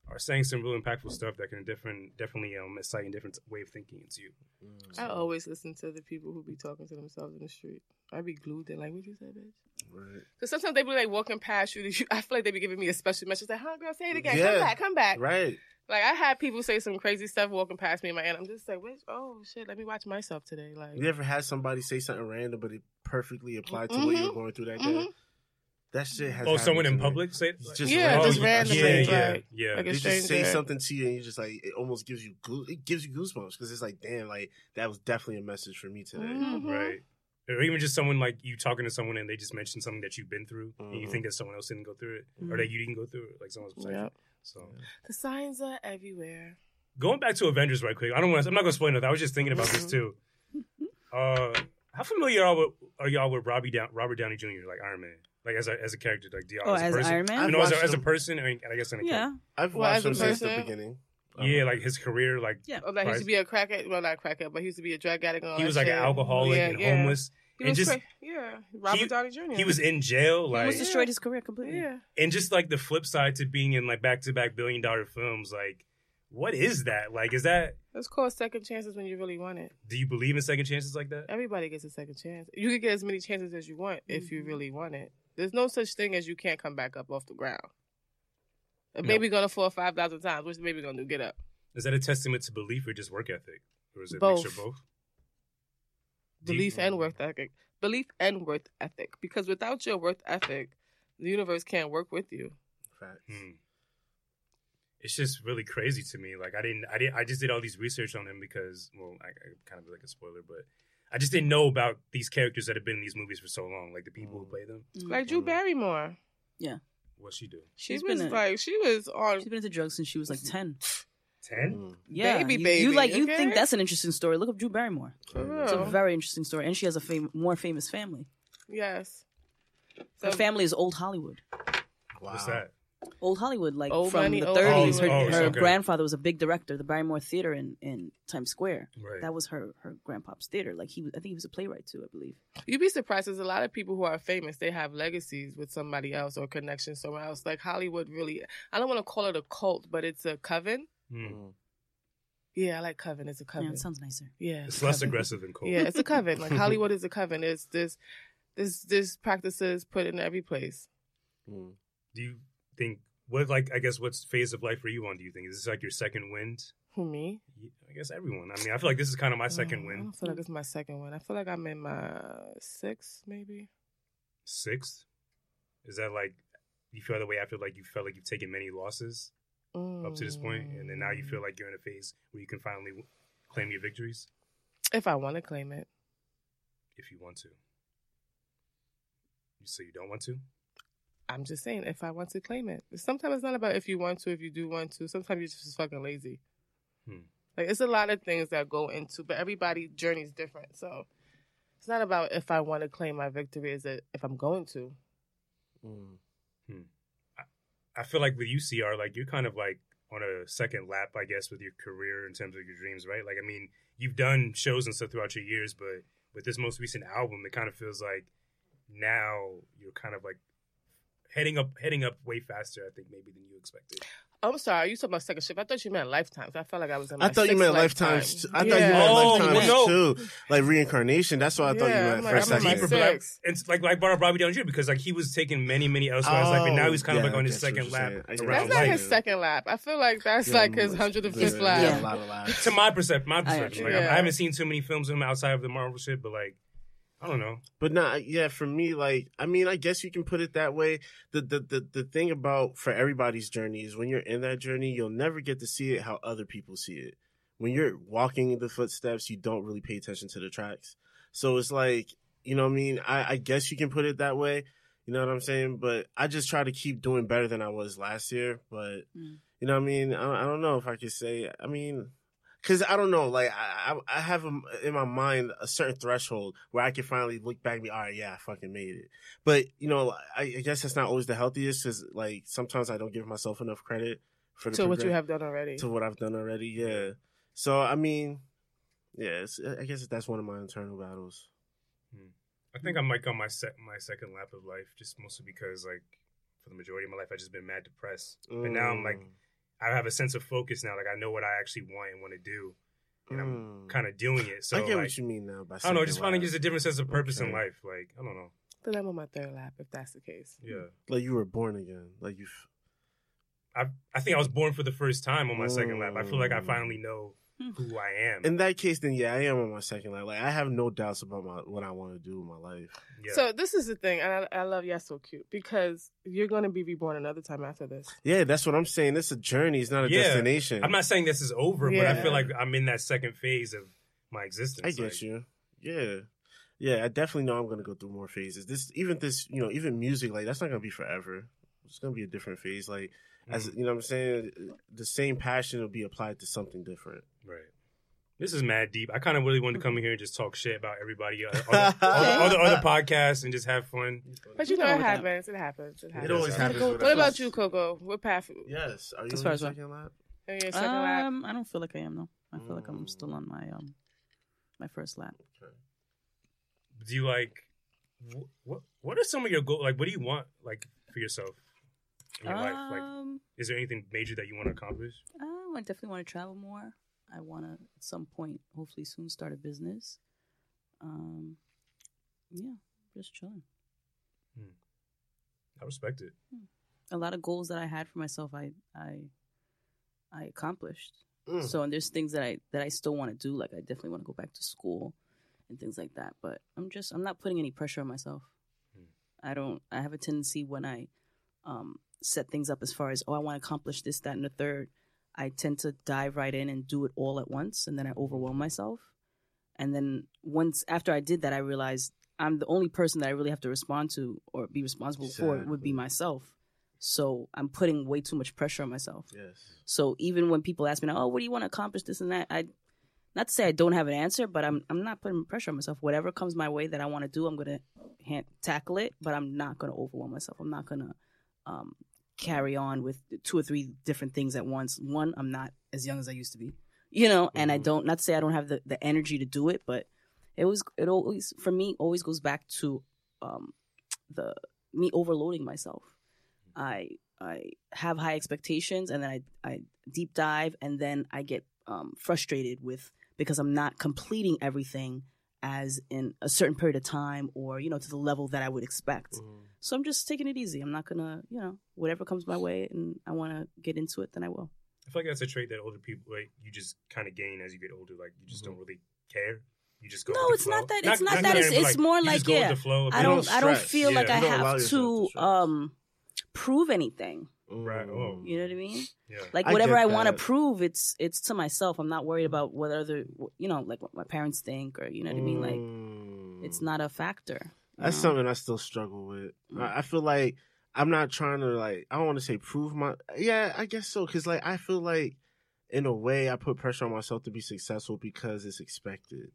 are saying some real impactful stuff that can different definitely um incite a different way of thinking into you. Mm. I always listen to the people who be talking to themselves in the street. I be glued there, like, what you say, bitch? Because sometimes they be like walking past you. (laughs) you- I feel like they be giving me a special message, like, huh, girl, say it again. Yeah. Come back, come back. Right. Like, I had people say some crazy stuff walking past me in my end. I'm just like, wait, oh, shit, let me watch myself today. Like, You ever had somebody say something random, but it perfectly applied to what you Mhm. were going through that day? mhm. That shit has. Oh, happened someone to in me. public say Just Yeah, random. just Oh, randomly. yeah, shit. yeah, like, yeah. like They a just say stranger. something to you, and you just like it almost gives you goose, it gives you goosebumps because it's like, damn, like that was definitely a message for me today. Mhm. right? Or even just someone like you talking to someone and they just mentioned something that you've been through and you Mhm. think that someone else didn't go through it or Mhm. that you didn't go through it, like someone's saying. Yep. So The signs are everywhere. going back to Avengers right quick, I don't want. to I'm not going to spoil nothing. I was just thinking about this Mm-hmm. too. Uh, how familiar are, with, are y'all with Robbie Down, Robert Downey Jr. like Iron Man, like as a as a character, like do y'all Oh, as a as person? Iron you Man. know, as a, Watched as a him. person, I mean, I guess in a Yeah. I've Well, watched as a him since the person- beginning. Uh-huh. Um, character. yeah, like his career, like Yeah. Oh, like he Right. used to be a crackhead. Well, not crackhead, but he used to be a drug addict. And all he Oh, that was like shit. an alcoholic Yeah, and yeah. homeless. He and was just- cra- yeah, Robert he- Downey Jr. He was in jail, like Almost destroyed his career completely. yeah. and just like the flip side to being in like back to back billion dollar films, like what is that? Like, is that It's called second chances when you really want it. do you believe in second chances like that? Everybody gets a second chance. You can get as many chances as you want if you Mhm. really want it. There's no such thing as you can't come back up off the ground. A No. baby gonna fall five thousand times. What's the baby gonna do? Get up. Is that a testament to belief or just work ethic, or is it a Both. mixture of both? Do you- Belief and worth ethic. Belief and worth ethic. Because without your worth ethic, the universe can't work with you. Facts. Hmm. It's just really crazy to me. Like I didn't, I didn't, I just did all these research on him because, well, I, I kind of like a spoiler, but I just didn't know about these characters that have been in these movies for so long, like the people who play them. Like Drew Mhm. Barrymore. What she do? She Mm-hmm. She's was been a- like she was on She's been into drugs since she was like ten. Ten? Mhm. Yeah, Baby, you, baby, You like you okay? Oh. think that's an interesting story? Look up Drew Barrymore. for It's a real. very interesting story, and she has a fam- more famous family. Yes. Her family is old Hollywood. Wow. What's that? Old Hollywood, like Old from money, the old 30s. Hollywood. Oh, her okay. grandfather was a big director, the Barrymore Theater in, in Times Square. Right. That was her her grandpa's theater. Like he, was, I think he was a playwright too, I believe. You'd be surprised. There's a lot of people who are famous. They have legacies with somebody else or connections somewhere else. Like Hollywood, really. I don't want to call it a cult, but it's a coven. Hmm. Mhm. Yeah, I like coven. It's a Yeah, coven. it sounds nicer. Yeah, It's less coven. aggressive than cold. Yeah, it's a (laughs) coven. Like Hollywood is a coven. It's this, this, this practices put in every place. Mhm. do you think what like i guess what's phase of life are you on do you think is this like your second wind Who me? Y- i guess everyone i mean i feel like this is kind of my second Oh, I wind don't feel like it's my second one. I feel like I'm in my sixth, maybe. sixth is that like you feel the way after like you felt like you've taken many losses up to this point and then now Mm. you feel like you're in a phase where you can finally w- claim your victories if I want to claim it, if you want to you say you don't want to I'm just saying if I want to claim it. Sometimes it's not about if you want to, if you do want to. Sometimes you're just fucking lazy. Hmm. Like it's a lot of things that go into, but everybody's journey is different. So it's not about if I want to claim my victory. Is it if I'm going to? Mhm. i feel like with ucr like you're kind of like on a second lap i guess with your career in terms of your dreams right like i mean you've done shows and stuff throughout your years but with this most recent album it kind of feels like now you're kind of like heading up heading up way faster i think maybe than you expected I'm sorry, you talking about second shift. I thought you meant lifetimes. I felt like I was in. My I thought you sixth meant lifetime. lifetimes. t- I thought you Yeah. meant Oh, lifetimes well, no. too, like reincarnation. That's what I thought Yeah, you meant I'm like, for a I'm in my second. deeper, but I- six. it's like like Bob Robbie Down Jr. because like he was taking many many elsewhere in his life, and now Oh, he's kind yeah, of like on I his guess what second you're lap saying. I get what around That's you're not life. his Yeah. second lap. I feel like that's Yeah, like his yeah, hundred and yeah, fifth yeah, lap. a lot of laughs. To my perception, my I perception, like agree. I haven't seen too many films of him outside of the Marvel shit, but like I don't know. But not yeah, for me, like I mean, I guess you can put it that way. The, the the the thing about for everybody's journey is when you're in that journey, you'll never get to see it how other people see it. When you're walking in the footsteps, you don't really pay attention to the tracks. So it's like, you know what I mean? I, I guess you can put it that way. You know what I'm saying? But I just try to keep doing better than I was last year. But Mm. you know what I mean? I, I don't know if I could say. I mean, because I don't know. Like I, I I have um, in my mind a certain threshold where I can finally look back and be, all right, yeah, I fucking made it. But you know, I, I guess that's not always the healthiest because like sometimes I don't give myself enough credit for the To what you progress- have done already. to what I've done already. Yeah. So I mean, yeah, it's, I guess that's one of my internal battles. I think I'm like on my sec- my second lap of life, just mostly because like for the majority of my life I've just been mad depressed. But now I'm Mm. like I have a sense of focus now. Like I know what I actually want and want to do, and I'm kind of doing it. So Mm. I get like, what you mean now. By I don't know. second Just finding life. just a different sense of purpose in Okay. life. Like I don't know. Then I'm on my third lap, if that's the case. Yeah, like you were born again. Like you. f- I I think I was born for the first time on my second lap. I feel like I Mm. finally know Hmm. who I am. In that case, then yeah, I am on my second life. Like I have no doubts about my what I want to do with my life. yeah. So this is the thing, and I, I love you so cute because you're gonna be reborn another time after this. Yeah, that's what I'm saying. It's a journey. It's not a Yeah. destination. I'm not saying this is over, but I Yeah. feel like I'm in that second phase of my existence. I get Like, you. Yeah. Yeah, I definitely know I'm gonna go through more phases. This even this, you know, even music, like that's not gonna be forever. It's gonna be a different phase. Like mm, as you know what I'm saying, the same passion will be applied to something different. Right. This is mad deep. I kind of really wanted to come in here and just talk shit about everybody, (laughs) uh, other, other, other, other podcasts, and just have fun. But you know, it Nothing wrong with happens. It happens. It happens. always happens with What us. about you, Coco? What path? Yes. Are you As on far your as what? second lap? Are you in second lap? Um, I don't feel like I am though. I feel like I'm Mm. still on my um my first lap. Do you like wh- what? What are some of your goals? Like, what do you want like for yourself in your life? Uh, Like, Um, is there anything major that you want to accomplish? Um, I definitely want to travel more. I want to at some point, hopefully soon, start a business. Um, yeah, just chilling. I respect it. A lot of goals that I had for myself, I I I accomplished. Mm. So and there's things that I that I still want to do. Like I definitely want to go back to school and things like that. But I'm just I'm not putting any pressure on myself. Mm. I don't. I have a tendency when I um, set things up as far as oh I want to accomplish this that and the third. I tend to dive right in and do it all at once, and then I overwhelm myself. And then once after I did that, I realized I'm the only person that I really have to respond to or be responsible for would Exactly. be myself. So I'm putting way too much pressure on myself. Yes. So even when people ask me, now, "Oh, what do you want to accomplish this and that?" I not to say I don't have an answer, but I'm I'm not putting pressure on myself. Whatever comes my way that I want to do, I'm gonna hand, tackle it. But I'm not gonna overwhelm myself. I'm not gonna um, carry on with two or three different things at once. One, I'm not as young as I used to be, you know. And I Mhm. don't not to say I don't have the, the energy to do it, but it was it always for me always goes back to um, the me overloading myself. I I have high expectations and then I, I deep dive and then I get um, frustrated with because I'm not completing everything as in a certain period of time or you know to the level that I would expect. Mm. So I'm just taking it easy. I'm not gonna you know whatever comes my way and I want to get into it, then I will. I feel like that's a trait that older people like you just kind of gain as you get older. Like you just don't really care. You just go. No, with the it's not flow. that- it's not that, it's- caring, but, it's more you just like, go with yeah, the flow of I it. You don't don't I don't stress. feel like Yeah. I You don't allow have yourself to to stress. um prove anything. Mm. Right, oh. You know what I mean? Yeah. like I whatever get I want to that. prove, it's it's to myself. I'm not worried about what other you know, like what my parents think or you know what I mean. Like mean? it's not a factor. you Mm. That's know? something I still struggle with. Mm. I, I feel like I'm not trying to like I don't want to say prove my yeah I guess so because like I feel like in a way I put pressure on myself to be successful because it's expected.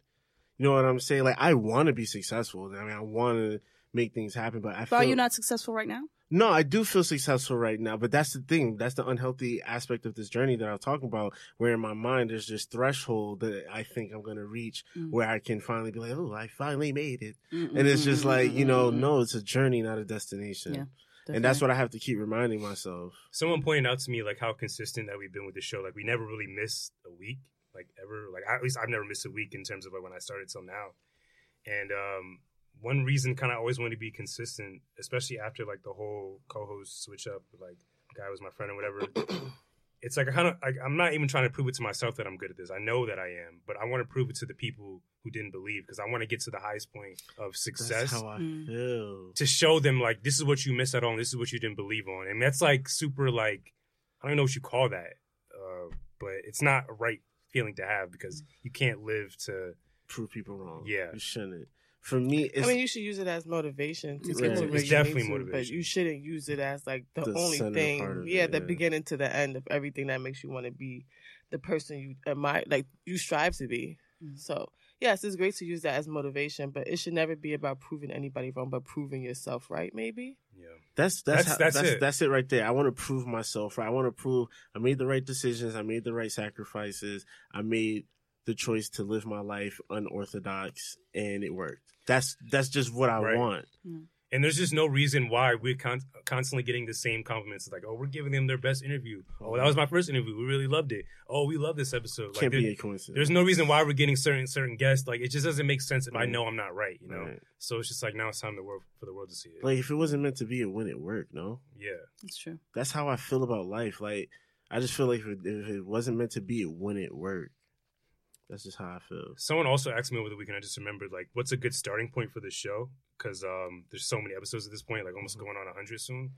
You know what I'm saying? Like I want to be successful. I mean I want to make things happen, but I So are feel you not successful right now? no, I do feel successful right now, but that's the thing. That's the unhealthy aspect of this journey that I was talking about, where in my mind there's this threshold that I think I'm going to reach Mm. where I can finally be like, oh, I finally made it. And it's mm, just like, you know, no, it's a journey, not a destination. Yeah, and that's what I have to keep reminding myself. Someone pointed out to me like how consistent that we've been with the show. Like we never really missed a week, like ever. Like I, at least I've never missed a week in terms of like when I started till now. And um, one reason, kind of, always wanted to be consistent, especially after like the whole co-host switch up. Like guy was my friend or (clears throat) whatever. it's like I kind of like I'm not even trying to prove it to myself that I'm good at this. I know that I am, but I want to prove it to the people who didn't believe because I want to get to the highest point of That's success how I Mm. feel. to show them like this is what you missed out on, this is what you didn't believe on, and that's like super like I don't know what you call that, uh, but it's not a right feeling to have because you can't live to Prove people wrong. Yeah. You shouldn't. For me, it's I mean, you should use it as motivation to It's get Right. to where It's you definitely need to, but motivation. you shouldn't use it as like the, The only center thing. part of it, yeah, the yeah. beginning to the end of everything that makes you want to be the person you admire, like you strive to be. Mm. So yes, it's great to use that as motivation, but it should never be about proving anybody wrong, but proving yourself right. Maybe. yeah. That's that's That's- how- that's that's, that's it. it. right there. I want to prove myself. Right? I want to prove I made the right decisions. I made the right sacrifices. I made the choice to live my life unorthodox, and it worked. That's that's just what I Right. want. And there's just no reason why we're con- constantly getting the same compliments. It's like, oh, we're giving them their best interview. Oh, that was my first interview. We really loved it. Oh, we love this episode. Like, Can't be there- a coincidence. there's no reason why we're getting certain certain guests. Like, it just doesn't make sense if I Right. know I'm not right. You know. Mm. Right. So it's just like now it's time to work for the world to see it. Like if it wasn't meant to be, it wouldn't work. No, yeah. That's true. that's how I feel about life. Like I just feel like if it, if it wasn't meant to be, it wouldn't work. That's just how I feel. Someone also asked me over the weekend. I just remembered, like, what's a good starting point for this show? Because um, there's so many episodes at this point, like Mm-hmm. almost going on 100 soon.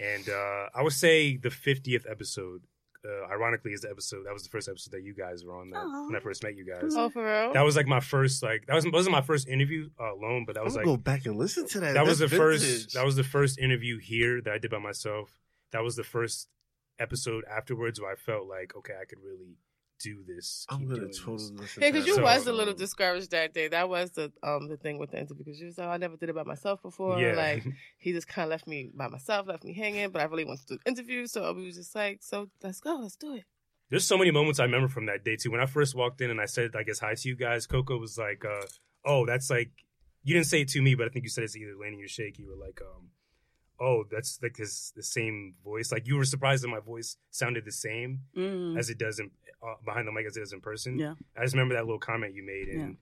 And uh, I would say the 50th episode, uh, ironically, is the episode that was the first episode that you guys were on that, Aw. when I first met you guys. Oh, for real? That was like my first, like that was wasn't my first interview uh, alone, but that I'm was gonna like go back and listen to that. that was the That's first vintage. that was the first interview here that I did by myself. That was the first episode afterwards where I felt like, okay, I could really do this. I'm keep gonna doing this. totally listen. Yeah, to because that you So- was a episode. little discouraged that day. That was the um the thing with the interview because you was like, "Oh, I never did it by myself before. Yeah. (laughs) Like he just kind of left me by myself, left me hanging. But I really wanted to do the interview, so we was just like, so let's go, let's do it. There's so many moments I remember from that day too. When I first walked in and I said, I guess hi to you guys, Coco was like, uh, "Oh, that's like," you didn't say it to me, but I think you said it's either Laney or Shake. You were like, um, "Oh, that's like his the same voice." Like you were surprised that my voice sounded the same Mm. as it does in uh, behind the mic as it does in person. Yeah. I just remember that little comment you made, and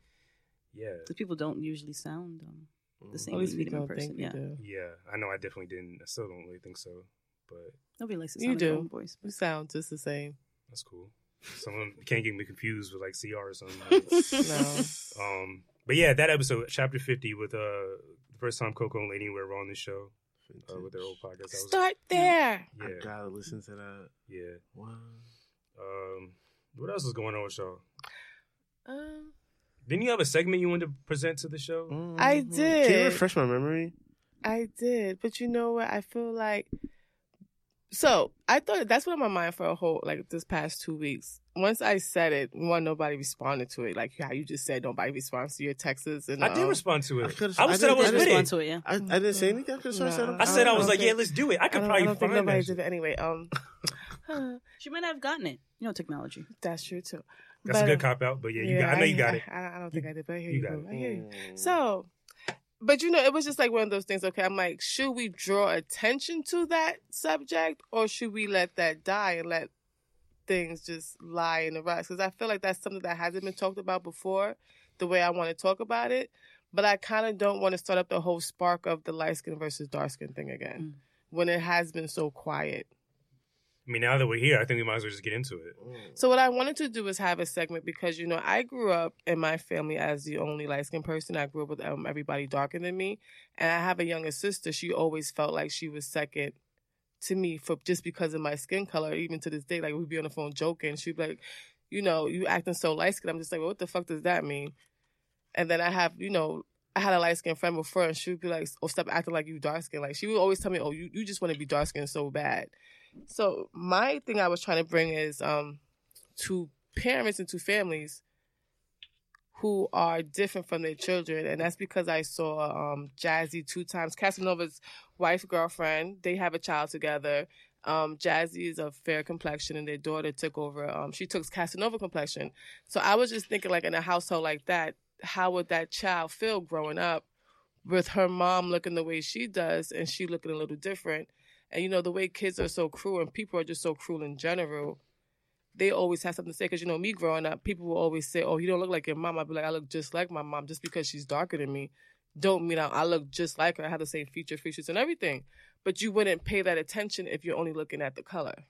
yeah, Because people don't usually sound um, the same At when least you we meet them in don't person. think we Yeah. do. yeah, I know I definitely didn't. I still don't really think so, but Nobody likes to You sound their do. own voice. We sound just the same. that's cool. Someone can't get me confused with like CR or something. (laughs) (laughs) No. Um, but yeah, that episode, chapter fifty, with uh, the first time Coco and Lady were on the show uh, with their old podcast. That was, Start there. yeah, Oh, I gotta listen to that. yeah. Wow. Um, what else is going on with y'all? Um, Didn't you have a segment you wanted to present to the show? I Can you did. refresh my memory? I did, but you know what? I feel like so I thought that's been on my mind for a whole like this past two weeks. Once I said it, one nobody responded to it. Like how you just said, nobody responds to your texts. And I did um, respond to I it. could've- I, was I said I didn't- was with I didn't- it. Respond to it, yeah. I, I didn't say anything. I could have sworn I said No. I said I was I like, don't yeah, let's do it. I I could don't, probably I don't think find nobody that. did it shit. anyway. Um, huh, She might have gotten it. You know, technology. (laughs) that's true too. That's a But, good uh, cop out, but yeah, you got, I know you got it. I, I don't think I did, but I hear You you. got boo. I hear you. Mm. So, but you know, it was just like one of those things. Okay, I'm like, should we draw attention to that subject, or should we let that die and let things just lie in the rest? Because I feel like that's something that hasn't been talked about before, the way I want to talk about it. But I kind of don't want to start up the whole spark of the light skin versus dark skin thing again, Mm. when it has been so quiet. I mean, now that we're here, I think we might as well just get into it. Mm. So what I wanted to do was have a segment because you know I grew up in my family as the only light skinned person. I grew up with um, everybody darker than me, and I have a younger sister. She always felt like she was second to me for just because of my skin color. Even to this day, like we'd be on the phone joking, she'd be like, "You know, you acting so light skinned." I'm just like, well, "What the fuck does that mean?" And then I have, you know, I had a light skinned friend before, and she would be like, "Oh, stop acting like you dark skinned." Like she would always tell me, "Oh, you you just want to be dark skinned so bad." So my thing I was trying to bring is um to parents and to families who are different from their children, and that's because I saw um, Jazzy two times. Casanova's wife, girlfriend, they have a child together. Um, Jazzy is of fair complexion, and their daughter took over. Um, she took Casanova complexion. So I was just thinking, like in a household like that, how would that child feel growing up with her mom looking the way she does, and she looking a little different? And you know the way kids are so cruel, and people are just so cruel in general they always have something to say. Because you know, me growing up, people will always say, "Oh, you don't look like your mom." I'd be like, "I look just like my mom," just because she's darker than me, don't mean I, I look just like her. I have the same feature features and everything. But you wouldn't pay that attention if you're only looking at the color.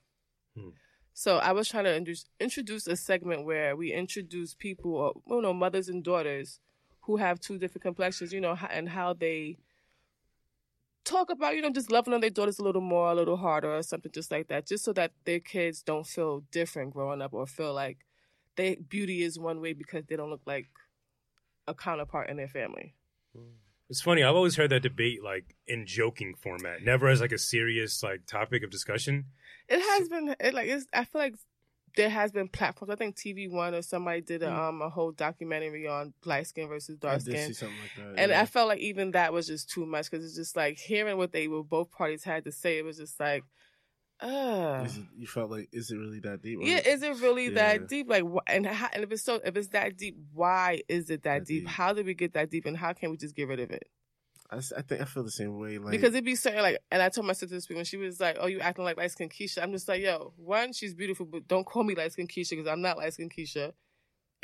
Hmm. So I was trying to introduce, introduce a segment where we introduce people, or, you know, mothers and daughters who have two different complexions, you know, ho- and how they talk about, you know, just loving on their daughters a little more, a little harder, or something just like that, just so that their kids don't feel different growing up or feel like they beauty is one way because they don't look like a counterpart in their family. It's funny. I've always heard that debate like in joking format, never as like a serious like topic of discussion. It has been it like it's, I feel like there has been platforms. I think TV One or somebody did a, Mm. um a whole documentary on light skin versus I dark did skin. see something like that. And oh, yeah. I felt like even that was just too much because it's just like hearing what they were both parties had to say. It was just like Ugh. Is it, you felt like, is it really that deep? Or- Yeah, is it really Yeah. that deep? Like, wh- and, how, and if it's so, if it's that deep, why is it that That deep? deep. How did we get that deep, and how can we just get rid of it? I, s- I think I feel the same way. Like because it'd be certain like, and I told my sister this week when she was like, "Oh, you acting like light skin Keisha." I'm just like, "Yo, one, she's beautiful, but don't call me light skin Keisha because I'm not light skin Keisha."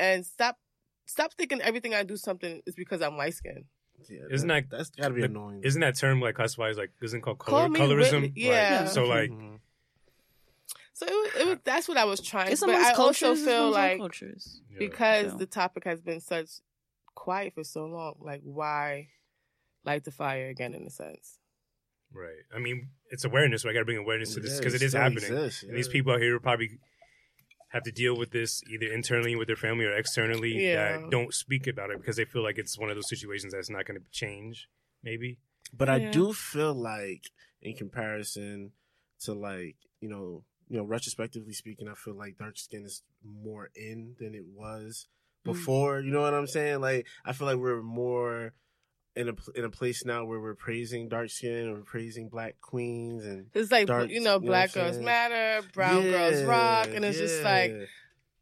And stop, stop thinking everything I do something is because I'm light skin. yeah, Isn't that- that's gotta be the- annoying? Isn't that term like classified as like isn't it called Call color, me colorism? Whitney. Yeah. Right. So like Mm-hmm. Mhm. So it was, it was, that's what I was trying. It's but amongst I cultures. also it's feel amongst all like cultures. yeah. because Yeah. the topic has been such quiet for so long, like why light the fire again in a sense? right. I mean, it's awareness. Right? I got to bring awareness to this Yeah, because it is still happening. exists, And these yeah. people out here probably have to deal with this either internally with their family or externally Yeah. that don't speak about it because they feel like it's one of those situations that's not going to change. Maybe But Yeah. I do feel like, in comparison to like you know, you know, retrospectively speaking, I feel like dark skin is more in than it was Mm. before. You know what I'm saying? Like I feel like we're more in a pl- in a place now where we're praising dark skin or praising black queens and It's like Dark- you know, you know black what I'm girls saying? matter, brown girls Yeah, rock, and it's just like. yeah.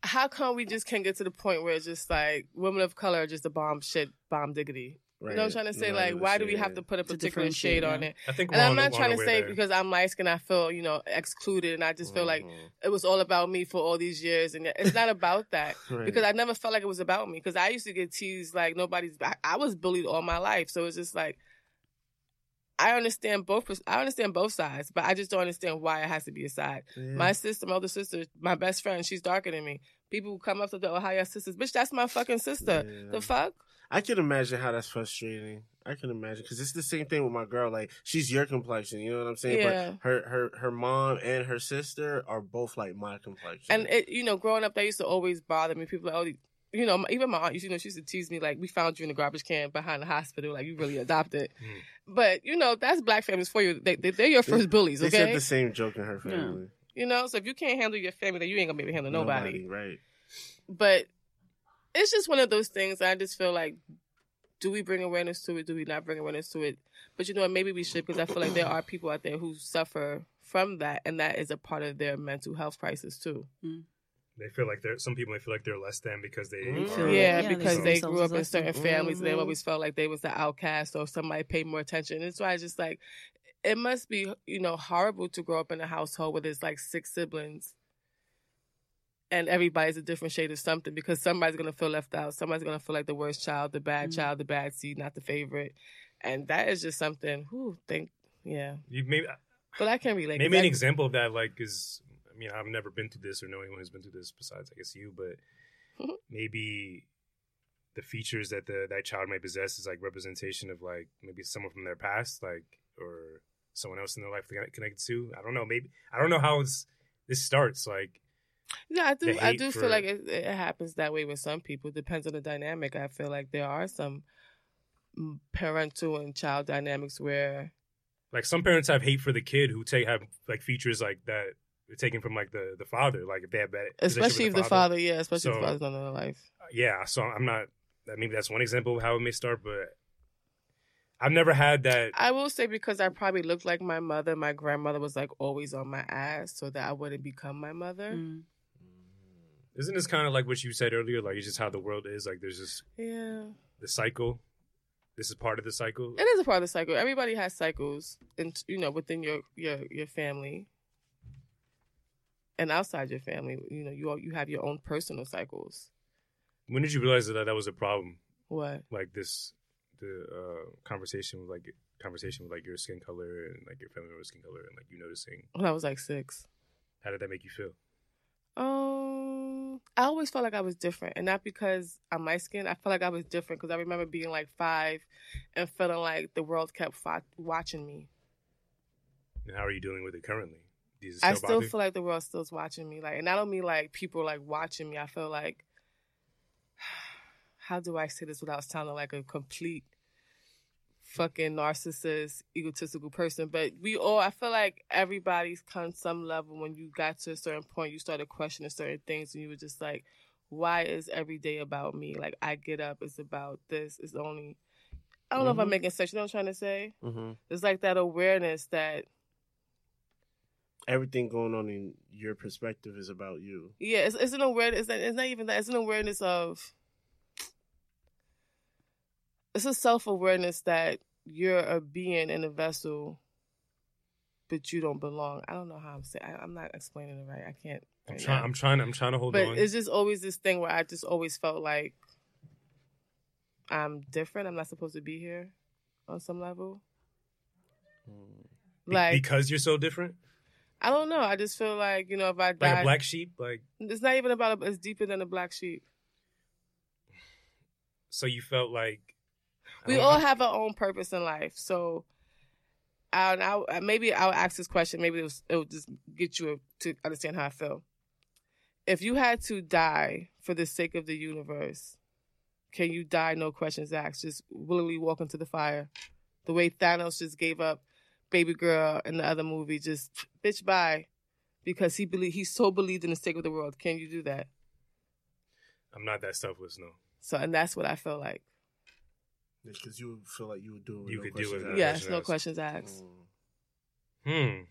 how come we just can't get to the point where it's just like women of color are just a bomb shit, bomb diggity? right. You know what I'm trying to say? Right, like, why do we yeah. have to put a To particular differentiate, shade on yeah. it? I think. And we're I'm on the- not on trying our to way say there. because I'm light skinned, I feel, you know, excluded and I just feel like Mhm. it was all about me for all these years. And it's not about that Right. because I never felt like it was about me. Because I used to get teased like nobody's. I, I was bullied all my life, so it's just like I understand both. pers- I understand both sides, but I just don't understand why it has to be a side. Yeah. My sister, my older sister, my best friend, she's darker than me. People who come up to the Ohio sisters, bitch, that's my fucking sister. Yeah. The fuck? I can imagine how that's frustrating. I can imagine because it's the same thing with my girl. Like she's your complexion, you know what I'm saying? Yeah. But her her her mom and her sister are both like my complexion. And it, you know, growing up, that used to always bother me. People, like, oh, you know, my- even my aunt, used to- you know, she used to tease me like, "We found you in the garbage can behind the hospital. Like, you really adopted." Mm. But you know, that's black families for you. They, they, they're your first bullies, they said okay? the same joke in her family. You know, so if you can't handle your family, then you ain't gonna be able to handle nobody. right? But it's just one of those things. I just feel like, do we bring awareness to it? Do we not bring awareness to it? But you know what? Maybe we should because I feel like there are people out there who suffer from that, and that is a part of their mental health crisis too. they feel like they're some people may feel like they're less than because they Mhm. are- Feel it. Yeah, Yeah, they because see they themselves grew up as in less certain than- families, mm-hmm. and they Mhm. always felt like they was the outcast or somebody paid more attention. That's why I just like it must be you know horrible to grow up in a household where there's like six siblings, and everybody's a different shade of something because somebody's gonna feel left out, somebody's gonna feel like the worst child, the bad Mhm. child, the bad seed, not the favorite, and that is just something. Who think? Yeah, You maybe but I can relate. 'cause Maybe an I- example of that, like, is I mean, I've never been through this or know anyone who's been through this besides, I guess, you. (laughs) But Mhm. maybe the features that the that child may possess is like representation of like maybe someone from their past, like, or someone else in their life they got connected to. I don't know. Maybe I don't know how it's this starts. Like, No, I do. the I hate do for- feel like it, it happens that way with some people. Depends on the dynamic. I feel like there are some mm, parental and child dynamics where like some parents have hate for the kid who take have like features like that are taken from like the the father. Like if they have bad, possession with especially if the father, yeah, especially if So- the father's not in their life. yeah, so I'm not. that- Maybe that's one example of how it may start, but I've never had that. I will say because I probably looked like my mother. My grandmother was like always on my ass, so that I wouldn't become my mother. Mm. Isn't this kind of like what you said earlier? Like it's just how the world is. Like there's just Yeah, the cycle. This is part of the cycle. it is a part of the cycle. Everybody has cycles, and you know, within your your your family. And outside your family, you know, you all, you have your own personal cycles. When did you realize that that was a problem? What? Like this, the uh, conversation with like conversation with like your skin color and like your family member's skin color and like you noticing. When I was like six. How did that make you feel? Um, I always felt like I was different, and not because I'm light skinned. I felt like I was different because I remember being like five and feeling like the world kept fo- watching me. And how are you dealing with it currently? Does it I still still bother? you? feel like the world still's watching me. Like, and I don't mean like people like watching me. I feel like, (sighs) how do I say this without sounding like a complete fucking narcissist, egotistical person? But we all, I feel like everybody's come some level when you got to a certain point, you started questioning certain things, and you were just like, why is every day about me? Like, I get up, it's about this. It's only, I don't know if I'm Mhm. making sense. You know what I'm trying to say? Mm-hmm. It's like that awareness that everything going on in your perspective is about you. Yeah, it's, it's an awareness. It's not, it's not even that. It's an awareness of. It's a self awareness that you're a being in a vessel, but you don't belong. I don't know how I'm saying. I, I'm not explaining it right. I can't. I'm right trying. now. I'm trying. I'm trying to hold but on. it's just always this thing where I just always felt like I'm different. I'm not supposed to be here on some level. Hmm. Be- Like because you're so different, I don't know. I just feel like you know if I like die, a black sheep. Like it's not even about a, it's deeper than a black sheep. so, you felt like I we don't- all have our own purpose in life. So, I, I maybe I'll ask this question. Maybe it'll, it'll just get you to understand how I feel. If you had to die for the sake of the universe, can you die? No questions asked. Just willingly walk into the fire, the way Thanos just gave up baby girl in the other movie. Just bitch bye, because he believe he so believed in the sake of the world. Can you do that? I'm not that selfless. No, So, and that's what I feel like. Because you feel like you would do it. With You no could do it questions with asked. Yeah, yes, question no asked. questions asked. Mm. hmm.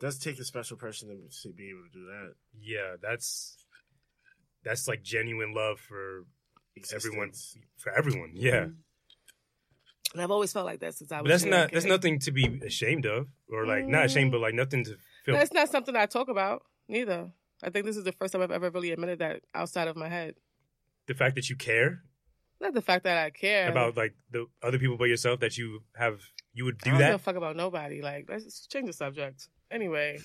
Does take a special person to be able to do that. Yeah, that's that's like genuine love for everyone. Existence. For everyone, yeah. Mm-hmm. And I've always felt like that since I was. But that's a not kid. that's nothing to be ashamed of, or like not ashamed, but like nothing to feel. That's not something I talk about neither. I think this is the first time I've ever really admitted that outside of my head. the fact that you care Not the fact that I care about like the other people but yourself that you have you would I do don't give a that. fuck about nobody. Like, let's just change the subject. (laughs) Anyway,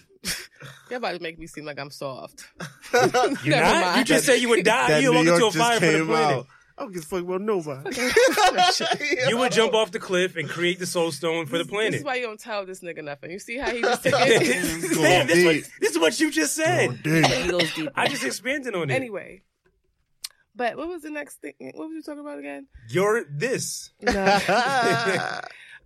you're about to make me seem like I'm soft. You're Never not. You mind. just said you would die. (laughs) That You New walk into a York fire just for the came planet. out. I don't give a fuck about nobody. You (laughs) would jump off the cliff and create the soul stone for the This- planet. This is why you don't tell this nigga nothing. You see how he (laughs) just took it. Damn, this, is what, this is what you just said. He goes deep. I just expanded on it. anyway. But what was the next thing? What was you talking about again? You're this. No. (laughs)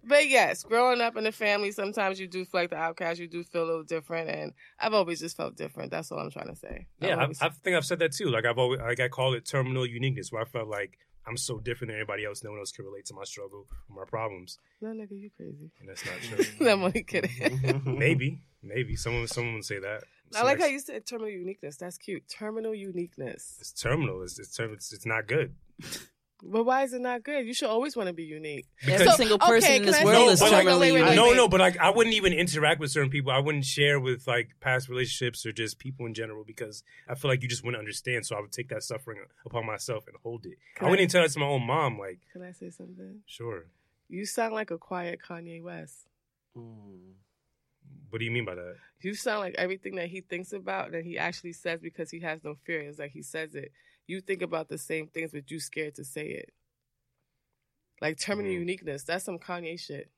But yes, growing up in a family, sometimes you do feel like the outcast. You do feel a little different, and I've always just felt different. That's all I'm trying to say. I've Yeah, always- I, I think I've said that too. Like I've always, like I call it terminal uniqueness, where I felt like I'm so different than everybody else. No one else can relate to my struggle or my problems, no nigga, you crazy. (laughs) and that's not true. No, I'm only Mm-hmm. (laughs) kidding. maybe, maybe someone, someone would say that. I like Next- how you said terminal uniqueness. That's cute. Terminal uniqueness. it's terminal. It's it's, term, it's it's not good. But why is it not good? You should always want to be unique. Every So, single person okay, in this can I world say- is No, but like- terminally Wait, wait, no, unique. wait. no, but like I wouldn't even interact with certain people. I wouldn't share with like past relationships or just people in general because I feel like you just wouldn't understand. So I would take that suffering upon myself and hold it. I wouldn't even tell that to my own mom. Like, Can I say something? sure. You sound like a quiet Kanye West. What do you mean by that? You sound like everything that he thinks about that he actually says because he has no fear. It's like he says it. You think about the same things, but you scared to say it. Like terminal Mhm. uniqueness. That's some Kanye shit.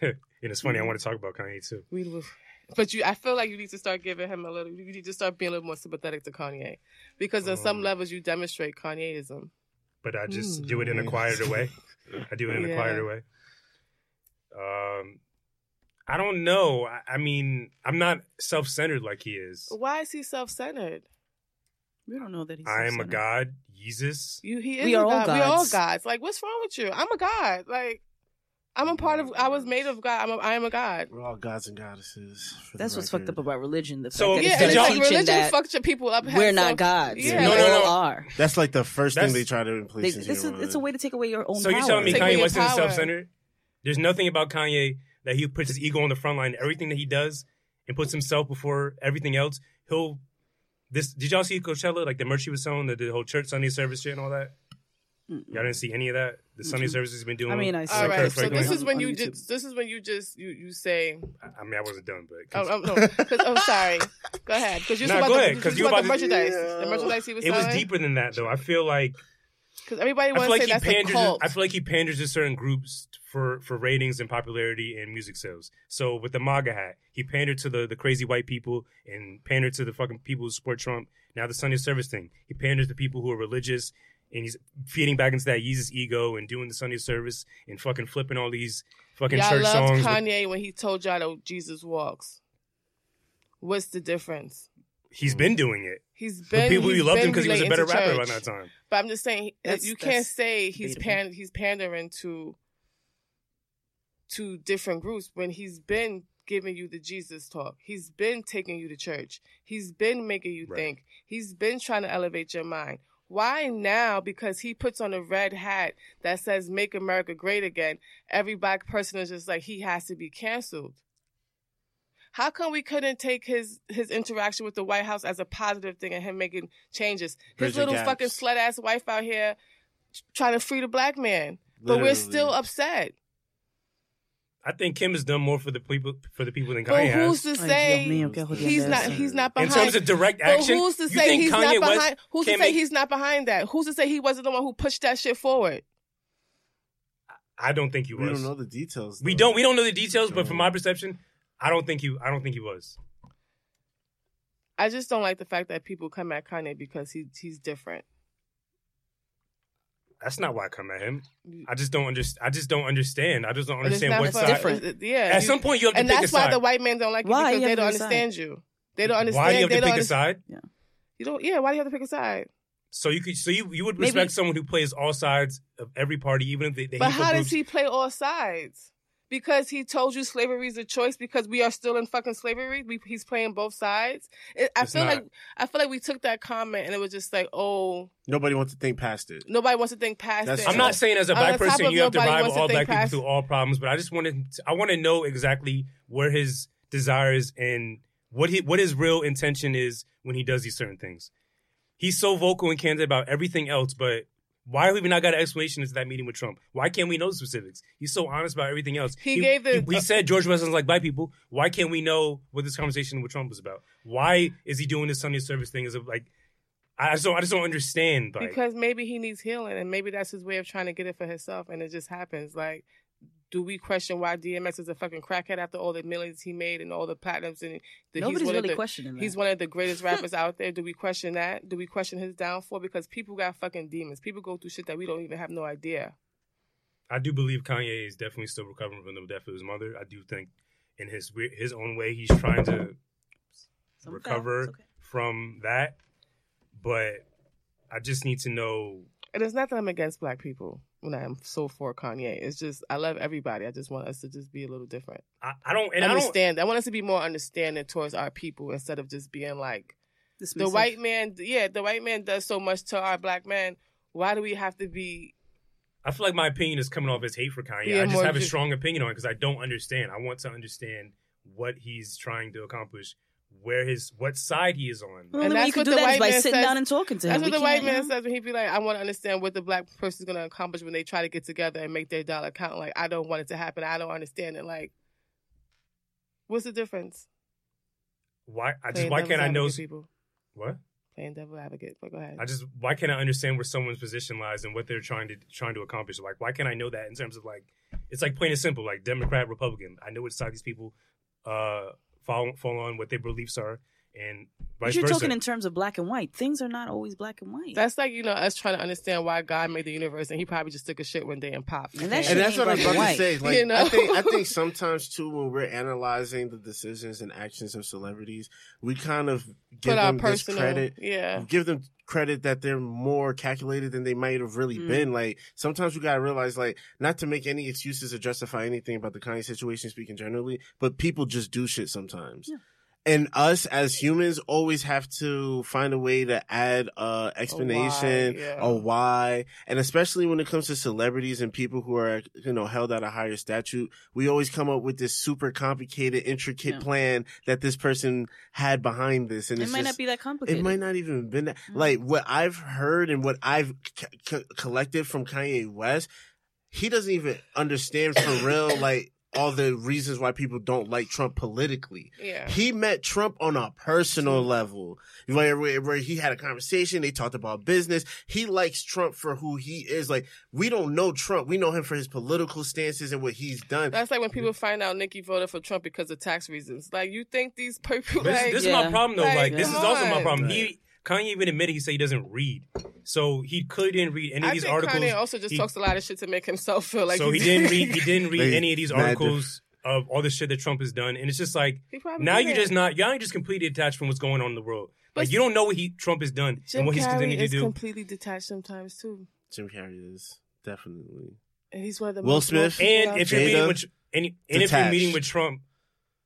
and it's Mm-hmm. funny. I want to talk about Kanye too. We will. But you, I feel like you need to start giving him a little. You need to start being a little more sympathetic to Kanye, because on some Um, levels you demonstrate Kanyeism. But I just do it in a Hmm. quieter way. I do it in a Yeah. quieter way. Um, I don't know. I, I mean, I'm not self-centered like he is. Why is he self-centered? We don't know that he's. I am a self-centered. god, Jesus. You, he is We a are all god. We're all gods. gods. Like, what's wrong with you? I'm a god. Like, I'm a part of. I was made of God. I'm. A, I am a god. We're all gods and goddesses. for the That's what's fucked record. up about religion. The fact So- that Yeah, it's Yeah, kind it's y'all- of like teaching religion that fucked your people up. we're not so- gods. Yeah. We No, no, all no. are. That's like the first That's- thing they try to replace. They, in this is you. it's a way to take away your own. So power. you're telling me Take away Kanye your West isn't power. self-centered? There's nothing about Kanye that he puts his ego on the front line. Everything that he does and puts himself before everything else. He'll this. Did y'all see Coachella? Like the merch he was selling, the, the whole church Sunday service shit and all that. Y'all didn't see any of that. The Sunday service he's been doing. Mm-hmm. I mean, I Like, saw All right. Kirk So Franklin. this is when On you YouTube. just. This is when you just. You you say. I mean, I wasn't done, but Oh, oh, no, 'Cause- oh, sorry. Go ahead. Because you're Nah, about go the, ahead, you 'cause was you about about the to- merchandise. Yeah. The merchandise he was it was selling. deeper than that, though. I feel like Because everybody I wants feel like to say he that's a panders. cult. I feel like he panders to certain groups for for ratings and popularity and music sales. So with the MAGA hat, he pandered to the the crazy white people and pandered to the fucking people who support Trump. Now the Sunday service thing, he panders to people who are religious. And he's feeding back into that Yeezus ego and doing the Sunday service and fucking flipping all these fucking y'all church loved songs. with- Kanye when he told y'all that Jesus walks. What's the difference? He's been doing it. He's But been people he's who loved been him because he was a better relating to rapper church. around that time. But I'm just saying that That's- you can't that's say he's debatable. pan, he's pandering to to different groups when he's been giving you the Jesus talk. He's been taking you to church. He's been making you Right. think. He's been trying to elevate your mind. Why now? Because he puts on a red hat that says "Make America Great Again." Every black person is just like he has to be canceled. How come we couldn't take his his interaction with the White House as a positive thing and him making changes? His Bridge the little gaps. fucking slut ass wife out here t- trying to free the black man, but we're Literally. still upset. I think Kim has done more for the people for the people than But Kanye who's has. to Ay, say Dios mío, qué jodida he's es not esa. he's not In behind? terms of direct action, but who's to you say think he's Kanye not behind? West who's to say can't make- he's not behind that? Who's to say he wasn't the one who pushed that shit forward? I don't think he We was. don't know the Mm. details. We though. don't. We don't know the details, but from Don't. my perception, I don't think he. I don't think he was. I just don't like the fact that people come at Kanye because he he's different. That's not why I come at him. I just don't understand. I just don't understand. I just don't And it's understand not what for- side. different. it's- Yeah. At you- some point, you have to and pick that's a why side. the white men don't like you Why because you they have don't to decide? understand you. They don't understand. why do you have they to don't pick a under- side? You don't. Yeah. Why do you have to pick a side? So you could. So you, you would Maybe- respect someone who plays all sides of every party, even if they. they But hate the how groups. does he play all sides? Because he told you slavery is a choice. Because we are still in fucking slavery. We, he's playing both sides. It, I It's feel not. like I feel like we took that comment and it was just like, oh, Nobody wants to think past it. nobody wants to think past That's it. true. I'm not saying as a On black the top person of you have to nobody vibe wants to all think black people past- through all problems, but I just wanted I want to know exactly where his desires and what he what his real intention is when he does these certain things. He's so vocal and candid about everything else, but why have we not got an explanation into that meeting with Trump? Why can't we know the specifics? He's so honest about everything else. He gave the- he, he said George Weston's like black people. Why can't we know what this conversation with Trump was about? Why is he doing this Sunday service thing? Is it like I just don't I just don't understand. Like, because maybe he needs healing and maybe that's his way of trying to get it for himself and it just happens like do we question why DMX is a fucking crackhead after all the millions he made and all the platinums and the, Nobody's he's one really of the, questioning that. he's one of the (laughs) greatest rappers out there. Do we question that? Do we question his downfall? Because people got fucking demons. People go through shit that we don't even have no idea. I do believe Kanye is definitely still recovering from the death of his mother. I do think, in his weir- his own way, he's trying to Some facts, recover okay. from that. But I just need to know. And it's not that I'm against black people when I am so for Kanye. It's just I love everybody. I just want us to just be a little different. I, I don't and understand. I, want us to be more understanding towards our people instead of just being like the Dismissive. white man yeah the white man does so much to our black man why do we have to be I don't. I feel like my opinion is coming off as hate for Kanye. Yeah, I just more have a just- strong opinion on it because I don't understand. I want to understand what he's trying to accomplish, where his what side he is on. The only And way that's you can what do the that is white by man sitting says- down and talking to him. that's what We the white can't, man yeah. says when he be like i want to understand what the black person is going to accomplish when they try to get together and make their dollar count like i don't want it to happen i don't understand it like what's the difference Why I just Playing why can't devil's I know advocate, people what playing devil advocate but go ahead I just why can't I understand where someone's position lies and what they're trying to trying to accomplish? Like why can't I know that in terms of like it's like plain and simple, like Democrat, Republican. I know which side these people uh follow follow on what their beliefs are and But vice you're versa. talking in terms of black and white. Things are not always black and white. that's like you know us trying to understand why god made the universe and he probably just took a shit one day and popped And that and shit that's ain't what I'm black about and to say. white. Like, You know? I think I (laughs) think sometimes too when we're analyzing the decisions and actions of celebrities, we kind of give put our them this personal credit yeah Oh, give them credit that they're more calculated than they might have really Mm. been. Like sometimes we gotta realize, like, not to make any excuses or justify anything about the Kanye situation, speaking generally, but people just do shit sometimes. Yeah. And us as humans always have to find a way to add uh explanation, a why, oh, yeah. and especially when it comes to celebrities and people who are you know held at a higher statute, we always come up with this super complicated, intricate Yeah. plan that this person had behind this, and It it's might just, not be that complicated. it might not even have been that. Mm. Like what I've heard and what I've c- c- collected from Kanye West, he doesn't even understand for real like all the reasons why people don't like Trump politically. yeah He met Trump on a personal level, where, where where he had a conversation. They talked about business. He likes Trump for who he is. Like we don't know Trump, we know him for his political stances and what he's done. That's like when people find out Nikki voted for Trump because of tax reasons. Like you think these people This, like this Yeah. is my problem though. Like, Like, this is come also my on. problem. He Kanye even admitted he said he doesn't read, so he couldn't read any of I these think articles. Kanye also just He- talks a lot of shit to make himself feel like so he he's- (laughs) didn't read. He (laughs) didn't read They- any of these mad articles of all the shit that Trump has done, and it's just like He probably now didn't. you're just not y'all ain't just completely detached from what's going on in the world. But Like you don't know what he Trump has done Jim and what he's Carrey continuing to is do. completely detached sometimes too, Jim Carrey is definitely. and he's one of the Will most Smith. woke people and out if you're there. meeting Jada, with and, and if you're meeting detached. with Trump,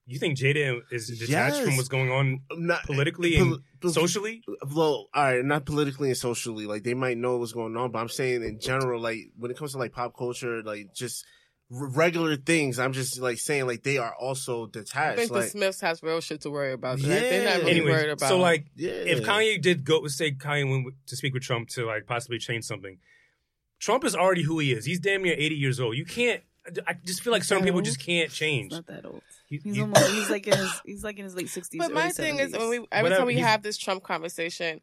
You think Jada is detached Yes. from what's going on Not politically pol- and pol- socially? well, all right, not politically and socially. Like they might know what's going on, but I'm saying in general, like when it comes to like pop culture, like just r- regular things. I'm just like saying like they are also I detached. think the Like Smiths has real shit to worry about. Like, they're not Yeah. really Anyway, worried about. so like yeah, if Kanye did go say Kanye went with- to speak with Trump to like possibly change something, Trump is already who he is. He's damn near eighty years old. You can't. I just feel like certain people just can't He's change. not that old. You- He's you- almost. He's like in his. He's like in his late sixties. But my thing is, when we every Whatever, time we he's- have this Trump conversation,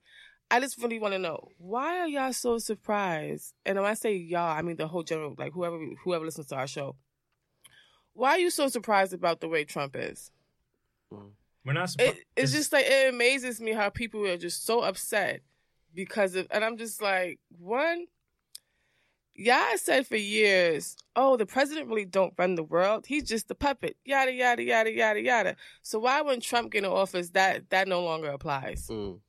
I just really want to know why are y'all so surprised? And when I say y'all, I mean the whole general, like whoever whoever listens to our show. Why are you so surprised about the way Trump is? We're not. surpri- It, it's just like it amazes me how people are just so upset because of, and I'm just like one. Yeah, I said for years, oh, the president really don't run the world. He's just the puppet. Yada yada yada yada yada. So why when Trump get in office, that that no longer applies. Mm.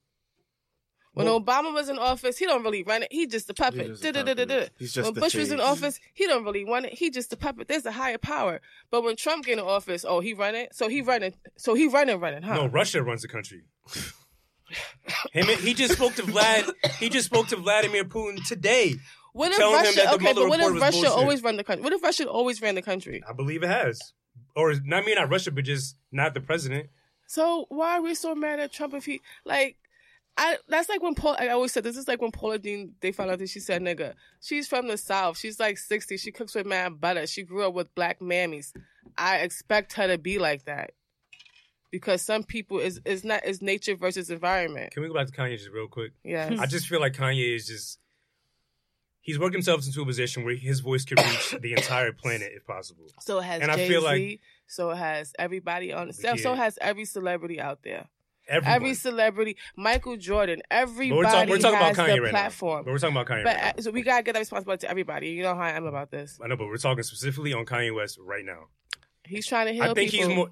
When Well- Obama was in office, he don't really run it. He just a He's puppet. just a Da-da-da-da-da. puppet. He's just When the Bush was in face. office, he don't really run it. He just a puppet. There's a higher power. But when Trump get in office, oh, he run it. So he running. So he running, running, huh? No, Russia runs the country. Him, he just spoke to Vlad. He just spoke to Vladimir Putin today. what if telling him that Russia? the Okay, Mueller but what report if was Russia bullshit. always run the country? What if Russia always ran the country? I believe it has, or not. I mean, not Russia, but just not the president. So why are we so mad at Trump if he like? I that's like when Paul. I always said this is like when Paula Dean. They found out that she said nigga. She's from the South. She's like sixty. She cooks with mad butter. She grew up with black mammies. I expect her to be like that because some people is is not is nature versus environment. Can we go back to Kanye just real quick? Yes. I just feel like Kanye is just. He's worked himself into a position where his voice could (coughs) reach the entire planet if possible. So it has And Jay I Z. feel so it has everybody on. So, so Yeah. it has every celebrity out there. Everyone. Every celebrity, Michael Jordan. But Everybody we're, talk- we're talking about has Kanye the right now. platform. But we're talking about Kanye But right now. uh, so we gotta get that responsibility to everybody. You know how I am about this. I know, but we're talking specifically on Kanye West right now. He's trying to heal I think people. he's more,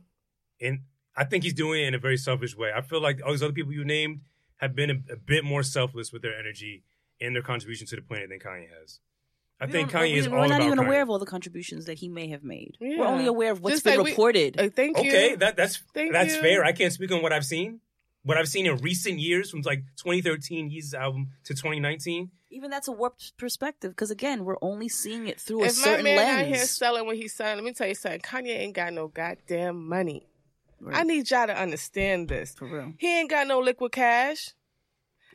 and I think he's doing it in a very selfish way. I feel like all these other people you named have been a, a bit more selfless with their energy and their contribution to the planet than Kanye has. I think Kanye we, is We're all not about even Kanye. aware of all the contributions that he may have made. We're Yeah. only aware of what's Just been like we- reported. Uh, thank you. okay, that that's Thank that's you. fair. I can't speak on what I've seen. What I've seen in recent years, from like 2013 Yeezus album to 2019, even that's a warped perspective because again, we're only seeing it through a if my certain man out here lens. selling what he's selling, let me tell you something. Kanye ain't got no goddamn money. I need y'all to understand this. for real. He ain't got no liquid cash.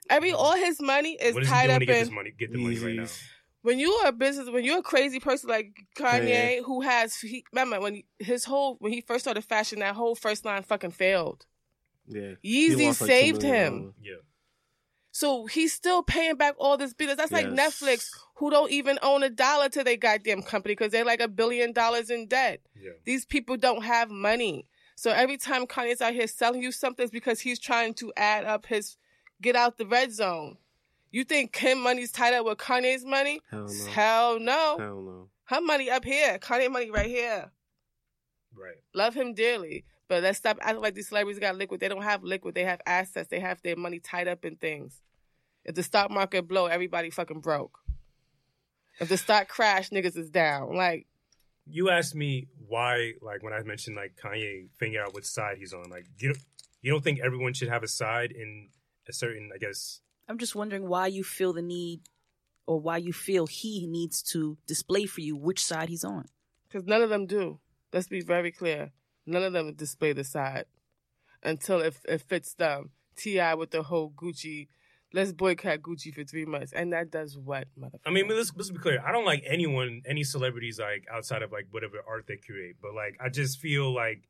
Every all his money is what is he tied doing up to in get this money? Get the money right now. Yeezys. when you are a business when you're a crazy person like Kanye Yeah. who has he, remember when his whole when he first started fashion that whole first line fucking failed. Yeah. He Yeezy lost, like, two saved million him. dollars. Yeah. So he's still paying back all this business. That's like Yes. Netflix, who don't even own a dollar to their goddamn company because they're like a billion dollars in debt. Yeah. These people don't have money. So every time Kanye's out here selling you something, it's because he's trying to add up his get out the red zone. You think Kim money's tied up with Kanye's money? Hell no. Hell no. I don't know. Her money up here. Kanye money right here. Right. Love him dearly. But let's stop acting like these celebrities got liquid. They don't have liquid. They have assets. They have their money tied up in things. If the stock market blow, everybody fucking broke. If the stock crash, niggas is down. Like, you asked me why, like when I mentioned like Kanye, figure out what side he's on. Like you, don't, you don't think everyone should have a side in a certain, I guess. I'm just wondering why you feel the need or why you feel he needs to display for you which side he's on. because none of them do. Let's be very clear. None of them display the side until it, it fits them. T.I. um, with the whole Gucci, let's boycott Gucci for three months. And that does what, motherfucker? I mean, let's let's be clear. I don't like anyone, any celebrities, like outside of like whatever art they create. But like, I just feel like,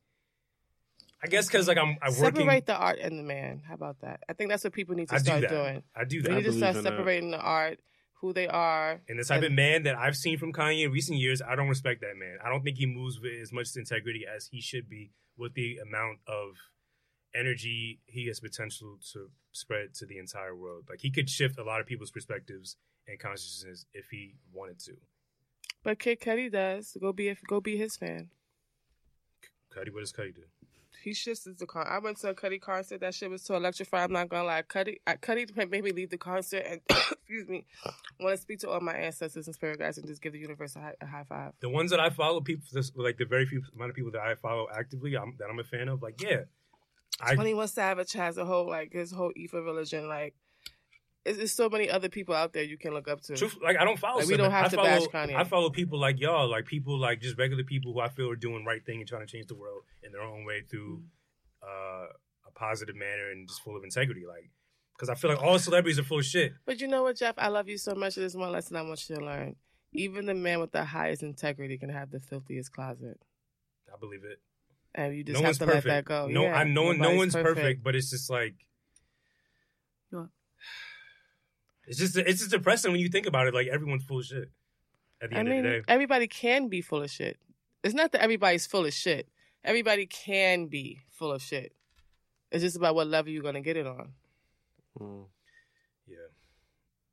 I guess because like I'm, I'm Separate working. the art and the man. How about that? I think that's what people need to I do start that. doing. I do We that. need to believe start in that. separating the art, who they are. And the type of man that I've seen from Kanye in recent years, I don't respect that man. I don't think he moves with as much integrity as he should be with the amount of energy he has potential to spread to the entire world. Like he could shift a lot of people's perspectives and consciousness if he wanted to. But Kid Cudi does. Go be a, go be his fan. Cuddy, what does Cuddy do? He shifts the car. I went to a Cudi concert. That shit was so electrifying. I'm not gonna lie. Cudi, I, Cudi made me leave the concert and (coughs) excuse me, want to speak to all my ancestors and spirit guides and just give the universe a high, a high five. The ones that I follow, people this- like the very few amount of people that I follow actively, I'm, that I'm a fan of. Like, yeah, I Twenty One Savage has a whole like his whole Ifa religion. Like, it's, there's so many other people out there you can look up to. Truth, like I don't follow. Like, we don't Sandman. have to I follow, bash Kanye. I follow people like y'all, like people like just regular people who I feel are doing right thing and trying to change the world in their own way through uh, a positive manner and just full of integrity. Like, because I feel like all celebrities are full of shit. But you know what, Jeff? I love you so much. There's one lesson I want you to learn. Even the man with the highest integrity can have the filthiest closet, I believe it. and you just no have one's to perfect. let that go. No, Yeah, I know no nobody's one's perfect. but it's just like. You want- It's just it's just depressing when you think about it. Like everyone's full of shit. At the I end of the mean, day, everybody can be full of shit. It's not that everybody's full of shit. Everybody can be full of shit. It's just about what level you're gonna get it on. Mm. yeah.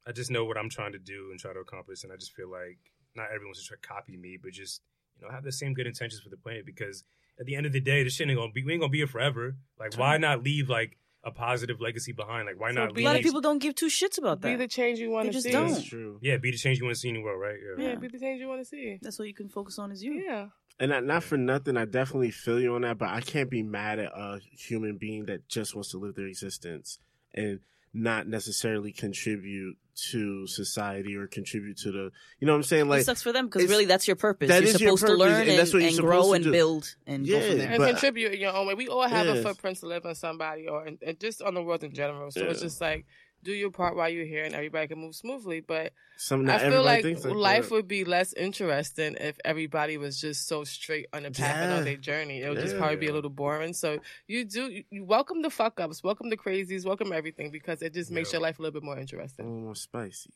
I just know what I'm trying to do and try to accomplish, and I just feel like not everyone should try to copy me, but just you know have the same good intentions for the planet. Because at the end of the day, this shit ain't gonna be we ain't gonna be here forever. Like, why not leave like a positive legacy behind? Like, why So not be- A leave? lot of people don't give two shits about Be the that. change you want They to just see. don't. That's true. yeah, be the change you want to see in the world, right? Yeah. Yeah, Yeah. be the change you want to see. That's all you can focus on is you. Yeah. And not, not for nothing, I definitely feel you on that, but I can't be mad at a human being that just wants to live their existence and not necessarily contribute to society or contribute to the, you know what I'm saying? it Like, sucks for them because it's- really that's your purpose. that you're is your supposed to purpose, learn and and, that's what you're and supposed grow to and do. build and go Yeah, (laughs) from there. and but- contribute in your own way. We all have a Yes. footprint to live on somebody, or and, and just on the world in general. So it's Yeah. just like do your part while you're here, and everybody can move smoothly. But something that I feel everybody like, thinks like life that. would be less interesting if everybody was just so straight on the path and Yeah. on their journey. It would just Yeah. probably be a little boring. So you do you, you welcome the fuck ups, welcome the crazies, welcome everything because it just makes Yeah. your life a little bit more a interesting. little more spicy.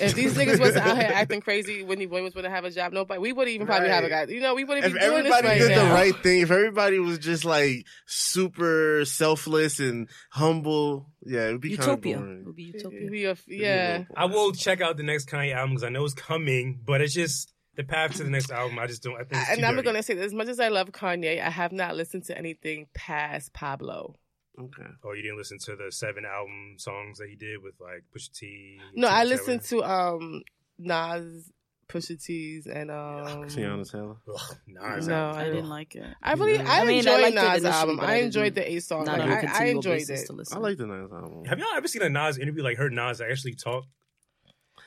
If these niggas wasn't out (laughs) here acting crazy, Wendy Williams wouldn't have a job. Nobody, we wouldn't even probably have a guy. Right. You know, we wouldn't If be doing this everybody right did now. the right thing, if everybody was just like super selfless and humble, yeah, it would be kind of Utopia. It boring. would be It'd utopia. be a- It'd be a yeah. little I boring. will check out the next Kanye album because I know it's coming, but it's just the path to the next album. I just don't. I think. It's and too I'm dirty. gonna say that as much as I love Kanye, I have not listened to anything past Pablo. Okay. Oh, you didn't listen to the seven album songs that he did with like Pusha T. No, T. I Trevor? listened to um Nas, Pusha T's, and um. Tiana Taylor. Ugh, Nas No, album. I I Ugh. didn't like it. I really, Yeah. I, I mean, I enjoyed liked it Nas' initially, album. but I I enjoyed didn't- the A song. Not Like, on a I, I continual enjoyed basis it. to listen. I like the Nas album. Have y'all ever seen a Nas interview? Like heard Nas actually talk?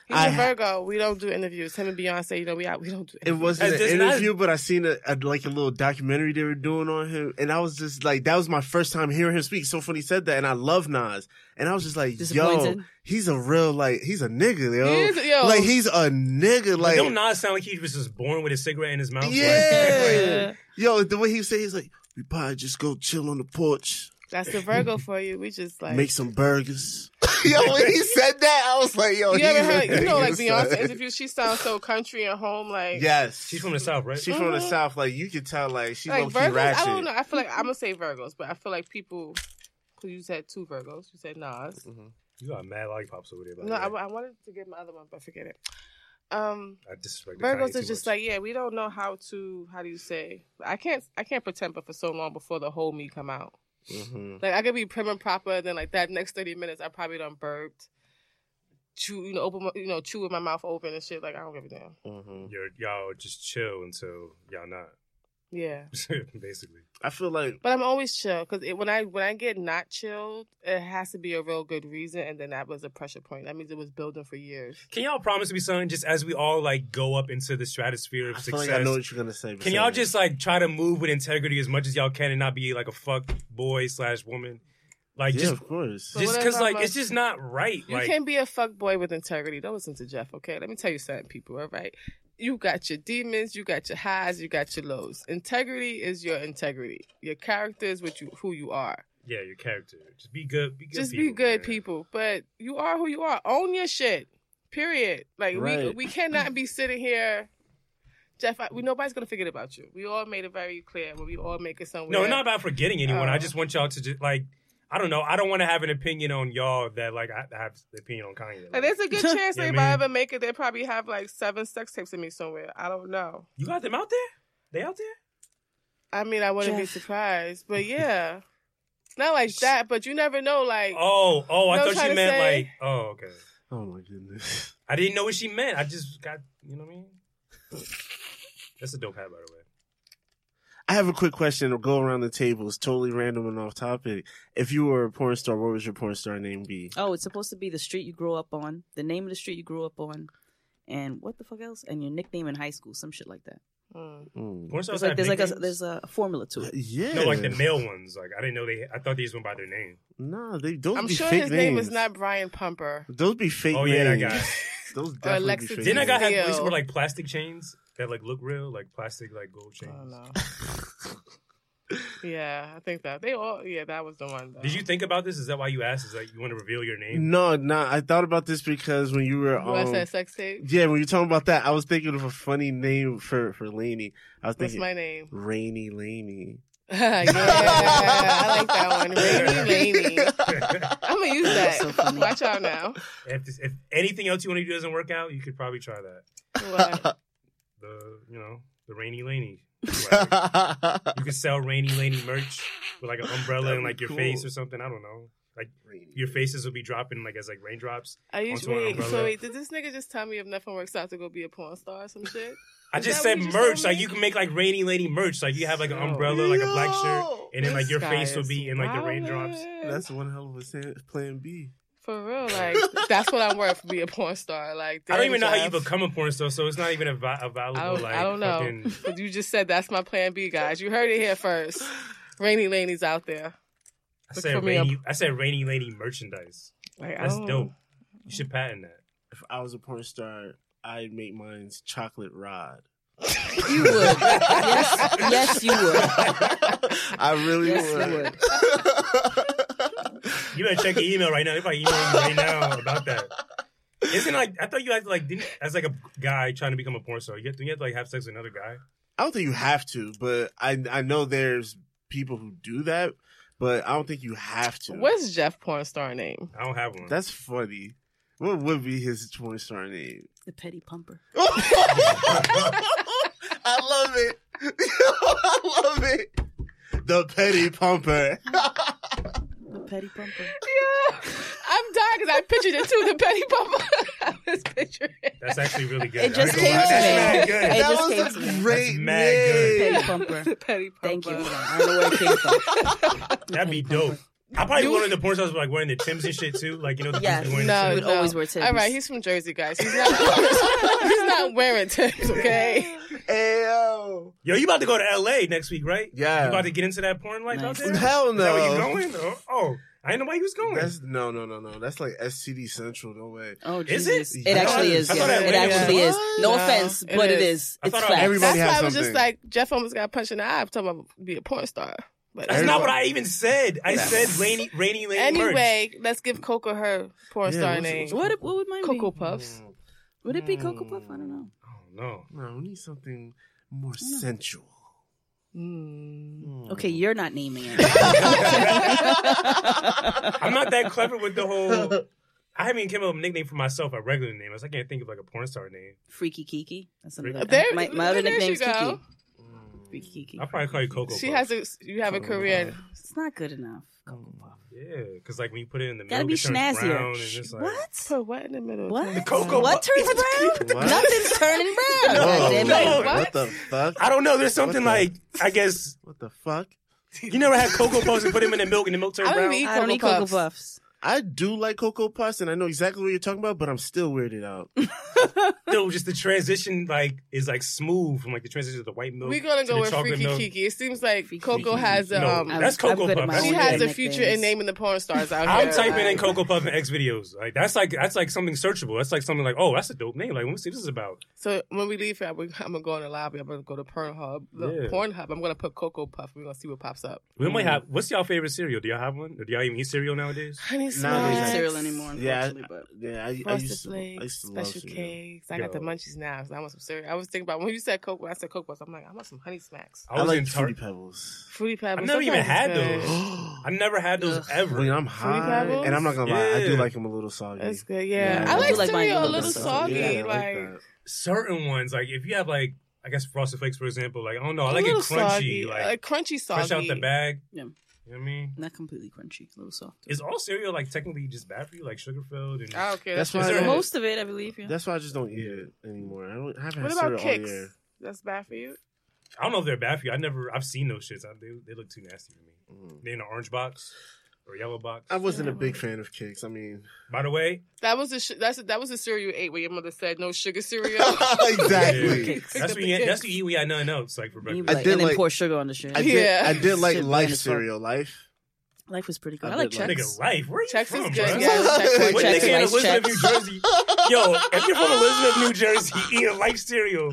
He's I a ha- Virgo. We don't do interviews. Him and Beyonce, you know, we out. We don't do. It Interviews. wasn't Has an this not- interview, but I seen a, a like a little documentary they were doing on him, and I was just like, that was my first time hearing him speak. So funny he said that, and I love Nas, and I was just like, yo, Disappointed. he's a real like, he's a nigga, yo, He is- yo. like he's a nigga, Like, like, don't Nas sound like he was just born with a cigarette in his mouth? Like, yeah, yo, the way he said, he's like, we probably just go chill on the porch, That's the Virgo for you. We just like. make some burgers. (laughs) yo, when he said that, I was like, yo, you ever he's a heard? You know, (laughs) like nigga, son. Beyonce interviews. She sounds so country and home. Like Yes, she's from the south, right? She from the Mhm. south, like you could tell, like she's like low Virgos, ratchet. I don't know. I feel like I'm gonna say Virgos, but I feel like people. Cause you said two Virgos. You said Nas. you got mad lollipops over there. By No, I, the way. I wanted to get my other one, but forget it. Um, I disrespect the Kanye Virgos too are just much. like, yeah, we don't know how to. How do you say? I can't. I can't pretend, but for so long before the whole me come out, Mm-hmm. Mhm. like I could be prim and proper. Then like that next thirty minutes, I probably done burped, chew, you know, open, my, you know, chew with my mouth open and shit. Like I don't give a damn. Mhm. You're, y'all just chill until y'all not, (laughs) Yeah. basically. I feel like But I'm always chill because when I when I get not chilled, it has to be a real good reason, and then that was a pressure point. That means it was building for years. Can y'all promise me something? Just as we all like go up into the stratosphere of I feel success, like I know what you're gonna say. but Can say y'all it. just like try to move with integrity as much as y'all can and not be like a fuck boy slash woman? Like Yeah, just of course. But just what because if like I'm a- it's just not right. You like can't be a fuck boy with integrity. Don't listen to Jeff, okay? Let me tell you something, people, all right? You got your demons, you got your highs, you got your lows. Integrity is your integrity. Your character is what you who you are. yeah, your character. Just be good. Be good. Just people, be good man. people. But you are who you are. Own your shit. Period. Like we Right. we cannot be sitting here Jeff, I, we nobody's gonna forget about you. We all made it very clear when we all make it somewhere. No, not about forgetting anyone. I Oh. just want y'all to just like I don't know. I don't want to have an opinion on y'all that like I I have the opinion on Kanye. like, Like, there's a good (laughs) chance Yeah, that if man. I ever make it, they probably have like seven sex tapes of me somewhere. I don't know. you got them out there? They out there? I mean, I wouldn't be Jeff. surprised, (laughs) but yeah, not like that. But you never know. Like, Oh, oh, I No, thought trying you to meant say- like oh, okay. (laughs) Oh my goodness. (laughs) I didn't know what she meant. I just got, you know what I mean? That's a dope hat, by the way. I have a quick question to go around the table. It's totally random and off topic. If you were a porn star, what would your porn star name be? Oh, it's supposed to be the street you grew up on, the name of the street you grew up on, and what the fuck else? And your nickname in high school, some shit like that. Mm. Mm. Porn There's stars like, there's have like a nicknames? there's a formula to it. Uh, Yeah. No, like the male ones. Like I didn't know they. I thought these went by their name. Nah, they those I'm be sure fake his names. name is not Brian Pumper. Those be fake Oh, names. yeah, that guy. (laughs) Those definitely Alexis be fake Didn't I got names. have at least Ew. wear like plastic chains that like look real, like plastic like gold I chains. don't know. (laughs) yeah, I think that they all. Yeah, that was the one. Though. Did you think about this? Is that why you asked? Is that you want to reveal your name? No, nah, I thought about this because when you were U.S. um, sex tape? yeah, when you were talking about that, I was thinking of a funny name for for Laney. I was What's thinking my name? (laughs) Rainy Laney. yeah, (laughs) I like that one. Rainy (laughs) Laney. I'm gonna use that. So funny. Watch out now. If, this- if anything else you want to do doesn't work out, you could probably try that. (laughs) What? The you know the rainy (laughs) laney. swag. you could sell rainy laney merch with like an umbrella That'd and be like your cool. face or something. I don't know. (laughs) Your faces will be dropping like as like raindrops. Are you Onto an wait, umbrella. so wait, did this nigga just tell me if nothing works out to go be a porn star or some shit? I Is just that said what you just merch. told Like me? you can make like rainy lady merch. Like you have like an Oh. umbrella, like a black shirt, Yo! and then like This your guy face will is be in like the wildin'. raindrops. That's one hell of a sa- plan B. for real. Like that's what I'm worth. Be a porn star. Like I don't even know how you Jeff. become a porn star, so it's not even a, vi- a valuable I don't, like. I don't know. Fucking, But you just said that's my plan B, guys. You heard it here first. Rainy Laney's out I there. Look said for me rainy. I said rainy lady merchandise. Like, I That's don't- dope. You should patent that. If I was a porn star, I'd make mine's chocolate rod. (laughs) You would. yes, yes, you would. I really Yes, you would. would. You better check your email right now. If I email you right now about that, isn't like I thought you had to, like didn't as like a guy trying to become a porn star. You have to, you have to like have sex with another guy. (laughs) I don't think you have to, but I I know there's people who do that, but I don't think you have to. What's Jeff porn star name? I don't have one. That's funny. What would be his porn star name? (laughs) The petty pumper. I love it. (laughs) I love it. The petty pumper. The petty (laughs) pumper. Yeah, I'm dying because I pictured it too. The Betty Bumper. (laughs) I was picturing. it. That's actually really good. It just I ain't gonna came to lie. me. That's mad good. that was It just came to a me. That's great mad good. name. Petty pumper. The Betty Bumper. Thank you. Hold on. I don't know where it came from. The (laughs) That'd be petty pumper. dope. I probably You- wanted the porn stars were, like wearing the Timbs and shit too. Like you know the Yes. dudes wearing No, He the would Timbs. no. always wear tips. All right, he's from Jersey, guys. He's not. (laughs) he's not wearing tips. Okay. Ayo. Yo, you about to go to L.A. next week, right? Yeah. You about to get into that porn life Nice. out there? Hell Is no. that where you going? Oh, oh, I didn't know where you was going. That's no, no, no, no. That's like STD Central. No way. Oh, Is Jesus. it? it? I actually thought- is. I Yes. thought I It read it. actually is. No What? offense, It but it is. is. I It's thought I- facts. Everybody- That's why has I was just something. like Jeff almost got punched in the eye. I'm talking about be a porn star. But That's not Everybody- what I even said. I said rainy, rainy, lady merch. anyway, let's give Coco her porn Yeah, star what's- name. What, what would mine Cocoa be? Puffs. Would it be Hmm. Cocoa Puff? I don't know. Oh no. No, we need something more don't know. sensual. Mm. Hmm. Okay, you're not naming it. (laughs) I'm not that clever with the (laughs) whole. I haven't even came up with a nickname for myself, a regular name. I was- I can't think of like a porn star name. Freaky Kiki. That's another. There, my, my other there nickname's she go. Kiki. Hmm. Freaky Kiki. I'll probably call you Coco. She Puff. has a. You have a career. It's not good enough. Cocoa Puff. Yeah, because like when you put it in the Gotta milk, be it turns Hmm. brown snazzier. and Sh- it's like, What? Put what in the middle? What? The Cocoa (laughs) what turns (laughs) brown? Hmm. What? Nothing's turning brown. Whoa, God damn it. No. what? What? the fuck? I don't know. There's something What the- like I guess What the fuck? you never had Cocoa Puffs and put them in the milk and the (laughs) milk turned I don't brown. even eat I don't Cocoa eat Cocoa Puffs. Puffs. I do like Cocoa Puffs, and I know exactly what you're talking about, but I'm still weirded out. No, just the transition like is like smooth from like the transition to the white milk. We're gonna to go the with chocolate Freaky milk. Kiki. It seems like Freaky Coco Kiki. has a. No, um, that's- Cocoa good at Puff. my She she own what has they a nicknames. future in naming the porn stars out here. I'm typing in like- Cocoa Puff and X videos. Like that's like that's like something searchable. That's like something like oh that's a dope name. Like let me see what this is about. So when we leave here, I'm gonna I'm gonna go in the lobby. I'm gonna go to Pornhub. Yeah. The Pornhub. I'm gonna put Cocoa Puff. We're gonna see what pops up. We Mm. might have. What's y'all favorite cereal? Do y'all have one? Or do y'all even eat cereal nowadays? Honey I Nice. don't eat smacks, cereal anymore, Yeah, unfortunately, but Yeah, I, I used frosted to. I flakes, used to love special cereal. cakes. I got the Yo. munchies now, so I want some cereal. I was thinking about when you said Cocoa, I said Cocoa Puffs. I'm like, I want some Honey Smacks, I, like Tar- Fruity Pebbles. Fruity Pebbles. I've never even sometimes had it's good. (gasps) those. (gasps) I never had those Ugh. ever. When I'm high, Pebbles? and I'm not gonna lie, I do Yeah. like them a little soggy. That's good. Yeah, Yeah. I I like do like mine cereal a a little little soggy. Yeah, I like, that. Certain ones, like if you have like Oh, I guess Frosted Flakes for example, like I don't know, I a like it little crunchy, soggy, like crunchy soggy. fresh out the bag. Yeah. You know what I mean? Not completely crunchy, a little soft. Is all cereal like technically just bad for you, like sugar filled? And I don't care. That's Ah, That's, why just I- most of it, I believe. Yeah. That's why I just don't eat it anymore. I don't I haven't What had cereal about all kicks? year. That's bad for you. I don't know if they're bad for you. I never, I've seen those shits. I, they, they look too nasty to me. Mm. They in an orange box or yellow box. I wasn't a big fan of cakes. I (laughs) mean, By the way, That was the sh- that's that was the cereal you ate where your mother said no (laughs) sugar cereal. exactly. Yeah. that's what you that's what you eat. We had nothing else like for You breakfast. be I like, did and then like- pour sugar on the shit. I did, Yeah. I did like Shit, life man, it's fun. cereal. Life. Life was pretty good. I I, like did like- checks. Nigga, life. Where are you Checks from, is bro? good. Yeah, checks, white What What Checks nigga checks. is in rice Elizabeth, checks. New Jersey? Yo, if you're from Elizabeth, New Jersey, (laughs) eating life cereal,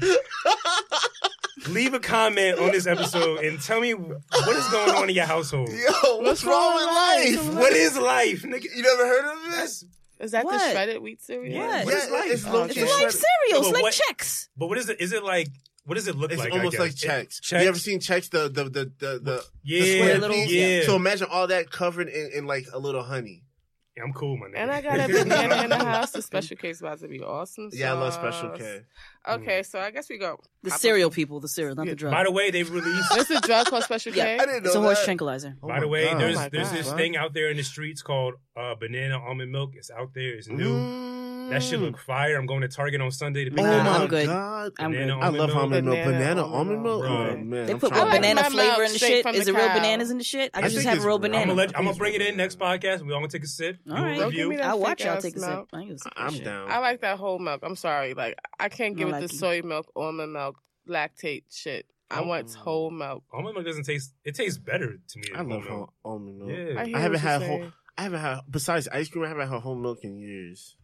leave a comment on this episode and tell me what is going on in your household. Yo, what's wrong with life? What is life, nigga? You never heard of this? That's- Is that the What? shredded wheat cereal? Yeah. Yeah, What is life? it's Oh, low it's It's key. Yes. like cereal. No, It's but like what- checks. but what is it? Is it like what does it look It's like? I almost guess? like It- checks. Chex? You ever seen checks? The the the the, the yeah, the square little- piece? yeah. So imagine all that covered in, in like a little honey. Yeah, I'm cool, my nigga. And I got (laughs) a banana in the house. The special K's about to be awesome. Yeah, I love sauce. Special K. Mm. Okay, so I guess we go. The Papa- cereal people, the cereal, not Yeah. the drug. By the way, they released. There's a drug (laughs) called Special Yeah. K. I didn't know it's a horse that. tranquilizer. Oh By my the way, God. there's Oh my there's God. this thing out there in the streets called uh, banana almond milk. It's out there. It's new. Mm. That shit look fire. I'm going to Target on Sunday to pick Oh that Nah, up. my I'm good. god! I'm Banana good. I love almond milk. Banana Banana almond almond milk. milk. Bro. Oh man, They I'm put trying real I like banana my flavor milk in the straight shit. from Is the it real cow. bananas in the shit? I, I just think have it's real real. I'm banana. gonna, let, I'm Banana. gonna bring it in next podcast. We all gonna take a sip. Do a All right. Don't give review. me that I'll watch fake y'all ass take a sip. milk. I ain't gonna sip that I'm shit. down. I like that whole milk. I'm sorry. Like I can't get I with like the it. soy milk, almond milk, lactate shit. I want Mm. whole milk. Almond milk doesn't taste. It tastes better to me. I than almond love milk. whole almond milk. Yeah. I, hear I haven't what you're had whole- saying. I haven't had besides ice cream. I haven't had whole milk in years.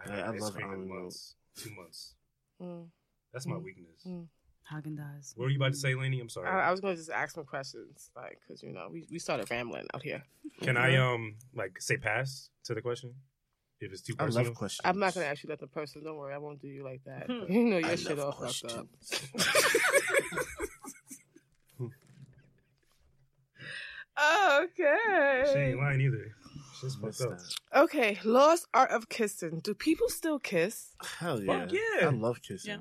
I, haven't I- I had ice love cream in almond milk. months. Two months. Mm. That's my Mm. weakness. Mm. Haagen-Dazs. What were you about to say, Laney? I'm sorry. I, I was gonna just ask some questions, like, cause you know we, we started rambling out here. Can I Mm-hmm. um like say pass to the question if it's too I personal? love questions. I'm not gonna ask you nothing personal. Don't worry, I won't do you like that. (laughs) you know your Hmm. I shit love all fucked questions. up. She (laughs) Okay. ain't lying either. She's fucked What's up. that? Okay. Lost art of kissing. Do people still kiss? Hell yeah. Fuck yeah. I love kissing. Yeah.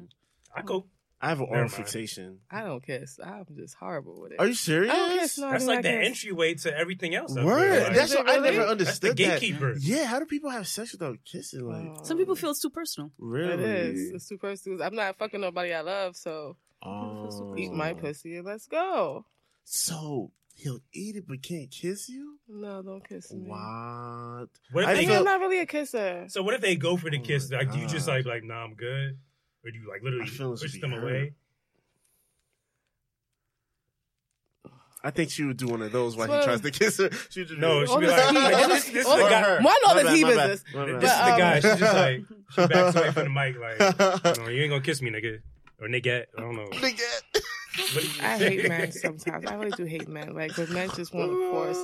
I go. I have an Never oral mind. fixation. I don't kiss. I'm just horrible with it. Are you serious? I don't kiss. No, I That's do like not the kiss. entryway to everything else. out there, Word. like- That's Is it what I really? never That's the understood. that. gatekeeper. Yeah, how do people have sex without kissing? Like, Oh. Some people feel it's too personal. really? It is. It's too personal. I'm not fucking nobody I love, so Oh. eat my pussy and let's go. So he'll eat it but can't kiss you? No, don't kiss me. What? What if I they I go- am not really a kisser. so what if they go for the Oh kiss? my Like, do you just God. like like nah, I'm good, or do you like literally I feel this would push be them hurt. away? I think she would do one of those while Well- he tries to kiss her. (laughs) She would just No, be she'd be like, like, (laughs) this, this is the Or guy. her. Well, I know My that bad, he my bad, business. my bad. This is the um, guy. She's just like (laughs) she backs away from the mic. Like, no, you ain't gonna kiss me, nigga, or nigga. I don't know. (laughs) What- I (laughs) hate men sometimes. I really do hate men. Like, but men just want to force.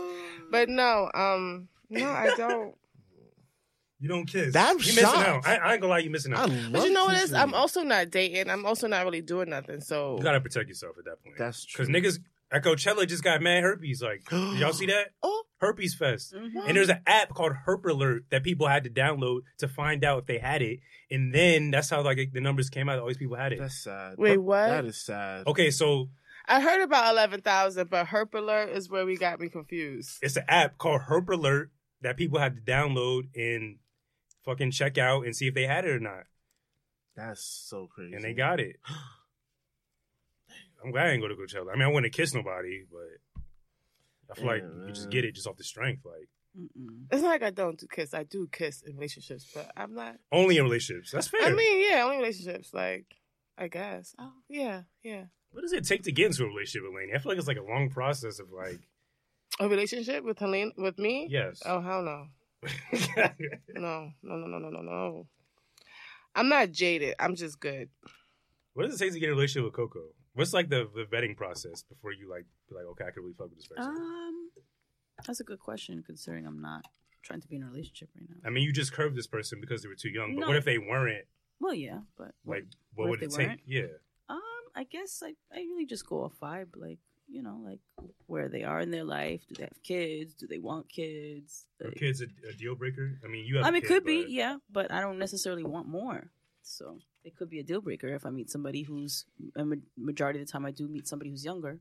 But no, um, no, I (laughs) don't. (laughs) You don't kiss. That I'm you missing out. shocked. I, I ain't gonna lie, you missing I out. love But you know what it is? kissing. I'm also not dating. I'm also not really doing nothing. So You gotta protect yourself at that point. That's true. Because niggas at Coachella just got mad herpes. Like, did y'all (gasps) see that? Oh. Herpes Fest. And there's an app called Herp Alert that people had to download to find out if they had it. And then that's how like the numbers came out. All these people had it. That's sad. Wait, what? That is sad. Okay, so I heard about eleven thousand, but Herp Alert is where we got me confused. it's an app called Herp Alert that people had to download and fucking check out and see if they had it or not. That's so crazy. And they got (gasps) it. I'm glad I didn't go to Coachella. I mean, I wouldn't kiss nobody, but I feel like Yeah, you could just man. get it just off the strength. Like Mm-mm. It's not like I don't do kiss. I do kiss in relationships, but I'm not. only in relationships. That's fair. I mean, yeah, only relationships. Like, I guess. Oh, yeah, yeah. what does it take to get into a relationship with Laney? I feel like it's like a long process of like, A relationship with Helene with me? yes. (laughs) Oh hell no. No. No no no no no no. I'm not jaded. I'm just good. what does it take to get a relationship with Coco? What's like the, the vetting process before you like be like, okay, I could really fuck with this person? Um, that's a good question considering I'm not trying to be in a relationship right now. I mean, you just curved this person because they were too young, but No. what if they weren't? Well, yeah, but Like, what, What would if it they take? weren't? Yeah. Um, I guess I, I really just go off vibe, like you know, like where they are in their life. Do they have kids? Do they want kids? Are Like- kids a, a deal breaker? I mean, you have. I a mean, kid, could be, but- yeah, but I don't necessarily want more. So it could be a deal breaker if I meet somebody who's a ma- majority of the time I do meet somebody who's younger.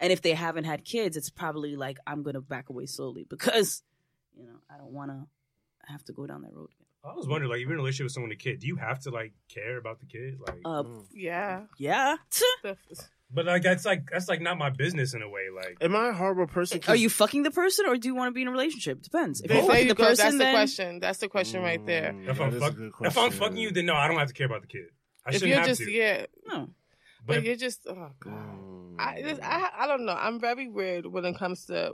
And if they haven't had kids, it's probably like I'm gonna back away slowly because, you know, I don't wanna have to go down that road. I always wonder, like, if you're in a relationship with someone with a kid, do you have to like care about the kid? Like, Uh, Mm. Yeah. yeah. The- but like that's like that's like not my business in a way. Like, Am I a horrible person? 'cause Are you fucking the person or do you want to be in a relationship? Depends. If There you're you There fucking you the go. person, That's the then question. That's the question right there. Mm, If that I'm is a fuck- good if I'm question. fucking you, then no, I don't have to care about the kid. I if shouldn't you're have just to. yeah, no. but but if- you're just oh god. Mm. I just, I I don't know. I'm very weird when it comes to.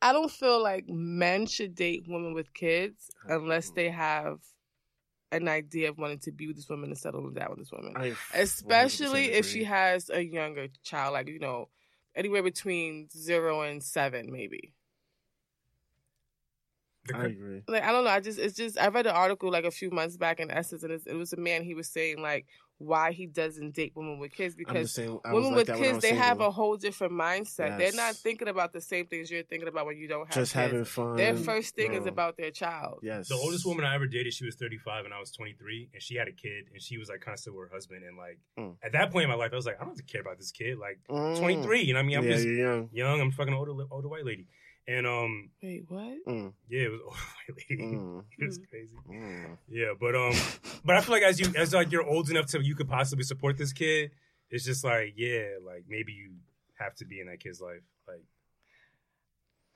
I don't feel like men should date women with kids unless they have an idea of wanting to be with this woman and settling down with this woman. I 100% especially if she agree. has a younger child, like you know, anywhere between zero and seven, maybe. the I agree. Like I don't know. I just it's just I read an article like a few months back in Essence, and it's, it was a man. He was saying like why he doesn't date women with kids I'm the because same. I was women like with that when I kids was they have a single. whole different mindset. They're not Yes. thinking about the same things you're thinking about when you don't have just kids. having fun. Their first thing is No. about their child. yes. The oldest woman I ever dated, she was 35 and I was 23, and she had a kid, and she was like constant with her husband. And like Mm. at that point in my life, I was like, I don't have to care about this kid. Like Mm. 23, you know what I mean? Yeah, I'm just you're young. young. I'm fucking an older older white lady, and um, Wait, what? Mm, yeah, it was (laughs) older white lady. mm, (laughs) It was crazy. mm. Yeah, but um, but I feel like as you as like you're old enough to you could possibly support this kid, it's just like yeah, like maybe you have to be in that kid's life. Like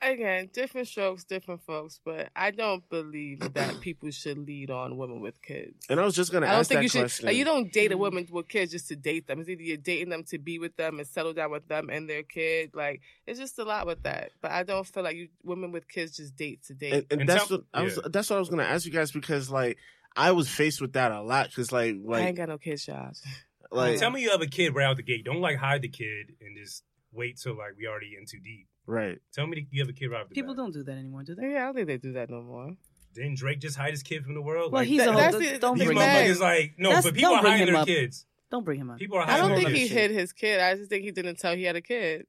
Again, different strokes, different folks, but I don't believe that people should lead on women with kids. And I was just gonna I don't ask think that you should. question. Like, you don't date a Mhm. woman with kids just to date them. It's either you're dating them to be with them and settle down with them and their kid. Like it's just a lot with that. But I don't feel like you women with kids just date to date. and, and And that's tell- what I was. yeah. That's what I was gonna ask you guys because like I was faced with that a lot because like I ain't like got no kids, y'all. (laughs) like tell me you have a kid right out the gate. Don't like hide the kid and just wait till like we already in too deep. right. Tell me that you have a kid right off the People bat. don't do that anymore, do they? Yeah, I don't think they do that no more. Didn't Drake just hide his kid from the world? Well, like, he's that- a whole. that's the- don't these bring big him up. man. motherfuckers like no, That's- but people don't are bring hiding him their up. kids. Don't bring him up. People are I hiding. don't their think he kids. hid his kid. I just think he didn't tell he had a kid.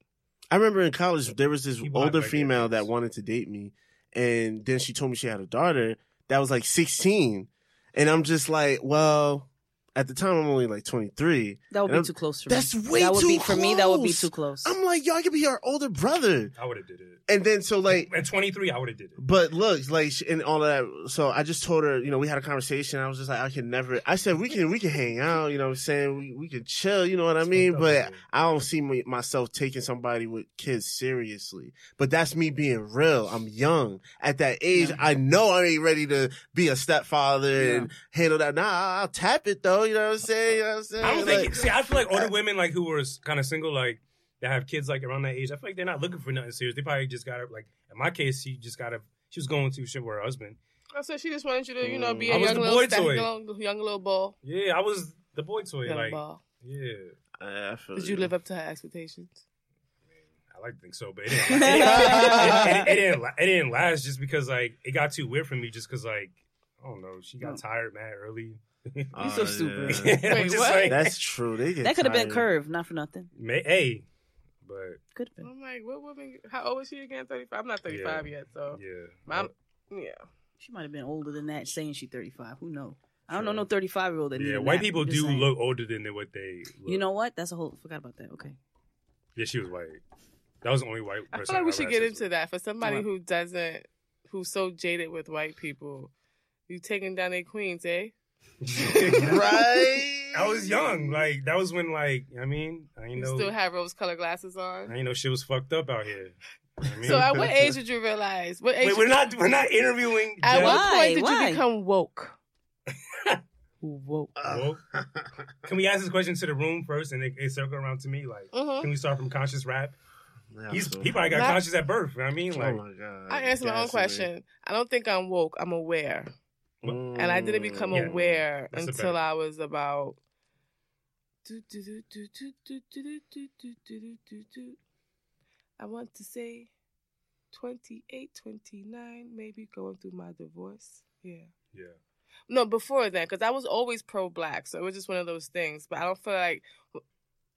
I remember in college there was this He wanted older my female goodness. that wanted to date me, and then she told me she had a daughter that was like 16, and I'm just like, well, at the time I'm only like 23. That would And be I'm- too close for That's me. way that would too be for me. That would be close. too close. I'm like, yo, I could be her older brother, I would have did it. and then so like. at 23, I would have did it. But look, like sh- and all that. So I just told her, you know, we had a conversation. I was just like, I can never. I said we can we can hang out. You know, what I'm saying we we can chill. You know what I It's mean. fucked But up, man. I don't see my, myself taking somebody with kids seriously. But that's me being real. I'm young at that age. Yeah. I know I ain't ready to be a stepfather and handle that. Nah, I'll tap it though. You know what I'm saying? You know what I'm saying? I don't Like, think. See, I feel like older women like who were kind of single, like that have kids like around that age. I feel like they're not looking for nothing serious. They probably just got to like. In my case, she just got to. She was going to shit with her husband. So she just wanted you to, you know, be Mm. I a was young the little, boy sta- toy. young, young little ball. Yeah, I was the boy toy. Young like, uh, ball. yeah, I- I feel Did you live up to her expectations? I like to think so, but it didn't. It, it, it, it didn't. la- It didn't last just because like it got too weird for me. Just because like I don't know, she got No. tired mad early. (laughs) You're so stupid. Oh, yeah. I'm Wait, what? like, That's true. They get that could have been tired. curved, not for nothing. ma- hey, but Could have been. I'm like, what woman? How old is she again? Thirty five. I'm not thirty five yet, so yeah, Mom- yeah. She might have been older than that, saying she 35. Who knows? I don't know True. no 35 year old that. yeah. needed White that. people I'm just do saying. look older than they, what they. Look. You know what? That's a whole. Forgot about that. Okay. Yeah, she was white. That was the only white I person. feel like we should get into that. that for somebody What? who doesn't, who's so jaded with white people. You taking down their queens, (laughs) eh? (laughs) right? I was young. Like that was when like I mean, I ain't You know still have rose colored glasses on. I ain't know shit was fucked up out here. I mean, (laughs) So (laughs) at what age did you realize? What age? Wait, we're not we're not interviewing at Jeff what Why? point did you Why? (laughs) become woke? woke. Uh, Wolf. Uh, Can we ask this question to the room first and it, it circle around to me? Like Mm-hmm. can we start from conscious rap? Yeah, He's so- he probably (laughs) got Not- conscious at birth. you know what I mean, Oh like my god! I answered my own Gaslight. question. I don't think I'm woke. I'm aware, and I didn't become Mm, Mm. Yeah. aware That's a until better- I was about. Do-do-do-do-do-do-do-do-do-do-do-do-do. I want to say 28, 29, maybe going through my divorce. Yeah. Yeah. No, before then, because I was always pro black, so it was just one of those things. But I don't feel like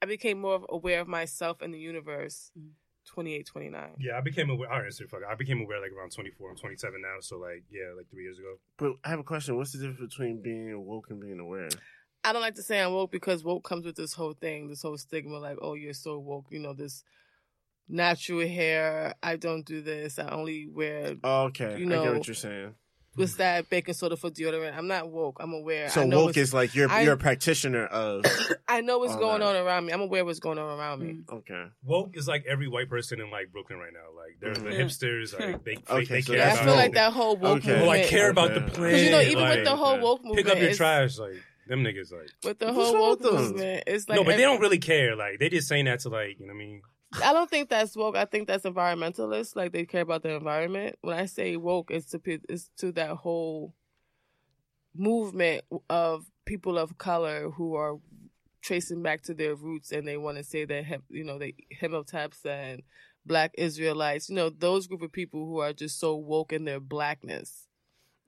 I became more aware of myself and the universe Mm. 28, 29. Yeah, I became aware I answered fuck. I became aware like around twenty four. I'm twenty seven now, so like yeah, like three years ago. But I have a question. What's the difference between being woke and being aware? I don't like to say I'm woke because woke comes with this whole thing, this whole stigma, like, oh, you're so woke, you know, this natural hair. I don't do this. I only wear Okay, You I know, get what you're saying. what's that baking soda for deodorant. I'm not woke. I'm aware. I mm. So know woke what's- is like you're I- you're a practitioner of. (laughs) (coughs) I know what's all going that. on around me. I'm aware what's going on around me. Mm. Okay, Woke is like every white person in like Brooklyn right now. Like they're the Mm-hmm. Mhm. hipsters. Like (laughs) they, they, Okay, they so care Yeah, that's about I feel woke. like that whole woke Okay. Oh, I movement. care about Okay. the 'Cause planet. Because you know, even like, with the whole okay. woke pick movement, up your it's- trash, like them niggas, like with the What's whole wrong woke with those? movement, it's like no, but they every- don't really care. Like they just saying that to like you know what I mean. I don't think that's woke. I think that's environmentalist. Like they care about the environment. When I say woke, it's to pe- it's to that whole movement of people of color who are tracing back to their roots, and they want to say that hip- you know they hemotapes and black Israelites. You know those group of people who are just so woke in their blackness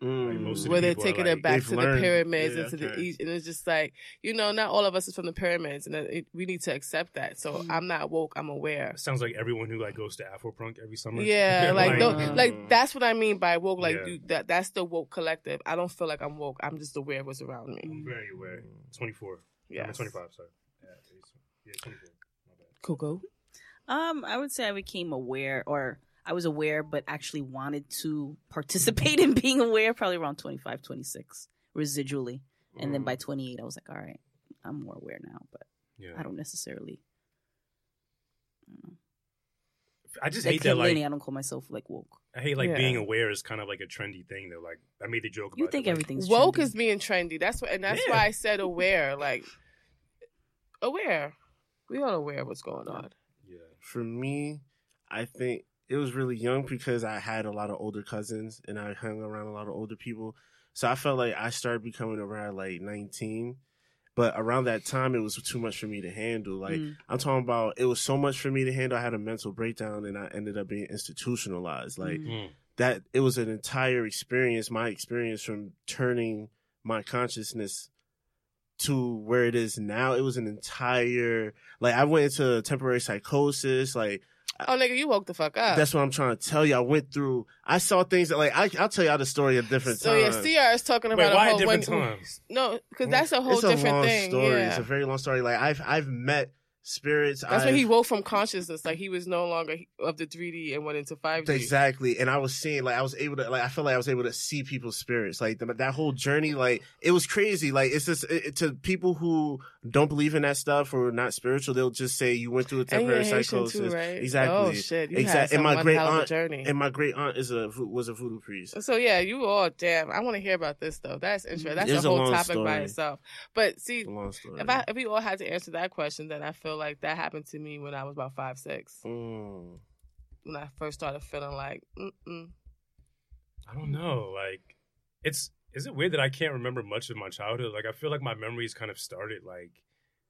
Mm. Like, most of the where they're people are taking like- it back They've to learned. the pyramids Yeah, and to okay. the Egypt, and it's just like you know, not all of us is from the pyramids, and that it, we need to accept that. So Mm. I'm not woke; I'm aware. Sounds like everyone who like goes to Afropunk every summer. (laughs) (laughs) "Mm, Yeah, like Like, tho- uh, like that's what I mean by woke. Like Yeah. dude, that that's the woke collective. I don't feel like I'm woke. I'm just aware of what's around me. I'm very aware. Twenty four. Yeah, Yeah, twenty five. Sorry. Yeah, it's- yeah, 24. My bad. Coco. Um, I would say I became aware, or I was aware, but actually wanted to participate (laughs) in being aware probably around 25, 26, residually. And then by Mm. 28, I was like, all right, I'm more aware now, but I Yeah, don't necessarily. I don't know. I just Like hate Kim that. Like Laney, I don't call myself like woke. I hate like Yeah. being aware is kind of like a trendy thing. Though, like I made the joke. About You it, think like, everything's Woke trendy. is being trendy. That's what, and that's Yeah. why I said aware. Like aware, we all aware of what's going on. Yeah. for me, I think it was really young because I had a lot of older cousins and I hung around a lot of older people. So I felt like I started becoming around like 19. But around that time, it was too much for me to handle. Like, Mm. I'm talking about, it was so much for me to handle. I had a mental breakdown and I ended up being institutionalized. Like, Mm. Mm. that it was an entire experience, my experience from turning my consciousness to where it is now. It was an entire like I went into temporary psychosis. Like Oh nigga, you woke the fuck up. that's what I'm trying to tell you. I went through. I saw things that like I, I'll tell y'all the story at different so yeah, times. CR is talking about Wait, a why whole at different when- times? No, because that's a whole it's a different long thing. story. Yeah. It's a very long story. Like I've I've met spirits. That's I've, when he woke from consciousness. Like he was no longer of the 3D and went into 5D. Exactly, and I was seeing like I was able to like I felt like I was able to see people's spirits. Like the, that whole journey, like it was crazy. Like it's just it, it- to people who don't believe in that stuff or not spiritual, they'll just say you went through a And you're temporary Haitian psychosis. too, right? Exactly. Oh shit! You had Exact- some and my one great hell of a aunt- journey. And my great aunt is a vo- was a voodoo priest. So yeah, you all damn. I want to hear about this though. That's interesting. That's Mm, It's a a whole long topic by story. itself. But see, It's a long story. if I if we all had to answer that question, then I feel like that happened to me when I was about five six Mm. when I first started feeling like mm-mm. I don't know. Like, it's is it weird that I can't remember much of my childhood? Like, I feel like my memories kind of started like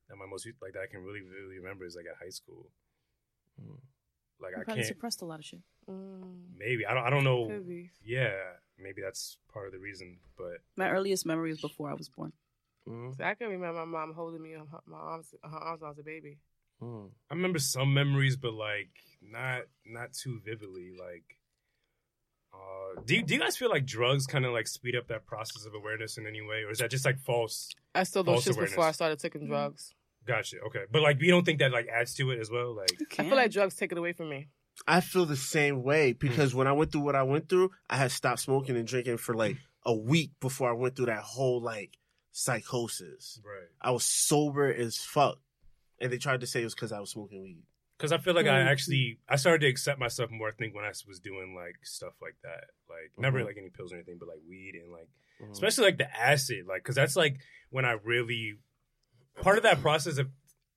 that. My most like that I can really really remember is like at high school. Like, You I probably can't. suppressed a lot of shit. Mm, Maybe I don't. I don't Oh. know. could be. Yeah, maybe that's part of the reason. But My earliest memory was before I was born. Mm. So I can remember my mom holding me on her, my arms, her arms when I was a baby. Mm. I remember some memories, but like not not too vividly. Like, uh, do you, do you guys feel like drugs kind of like speed up that process of awareness in any way, or is that just like false? I still don't False shit before awareness. I started taking Mm. drugs. Gotcha. Okay, but like you don't think that like adds to it as well? Like, I feel like drugs take it away from me. I feel the same way Mm. because when I went through what I went through, I had stopped smoking and drinking for like a week before I went through that whole like psychosis. right? I was sober as fuck. And they tried to say it was because I was smoking weed. Because I feel like I Mhm. actually I started to accept myself more. I think when I was doing like stuff like that, like never Mhm. like any pills or anything, but like weed and like Mm-hmm. especially like the acid, like because that's like when I really part of that process of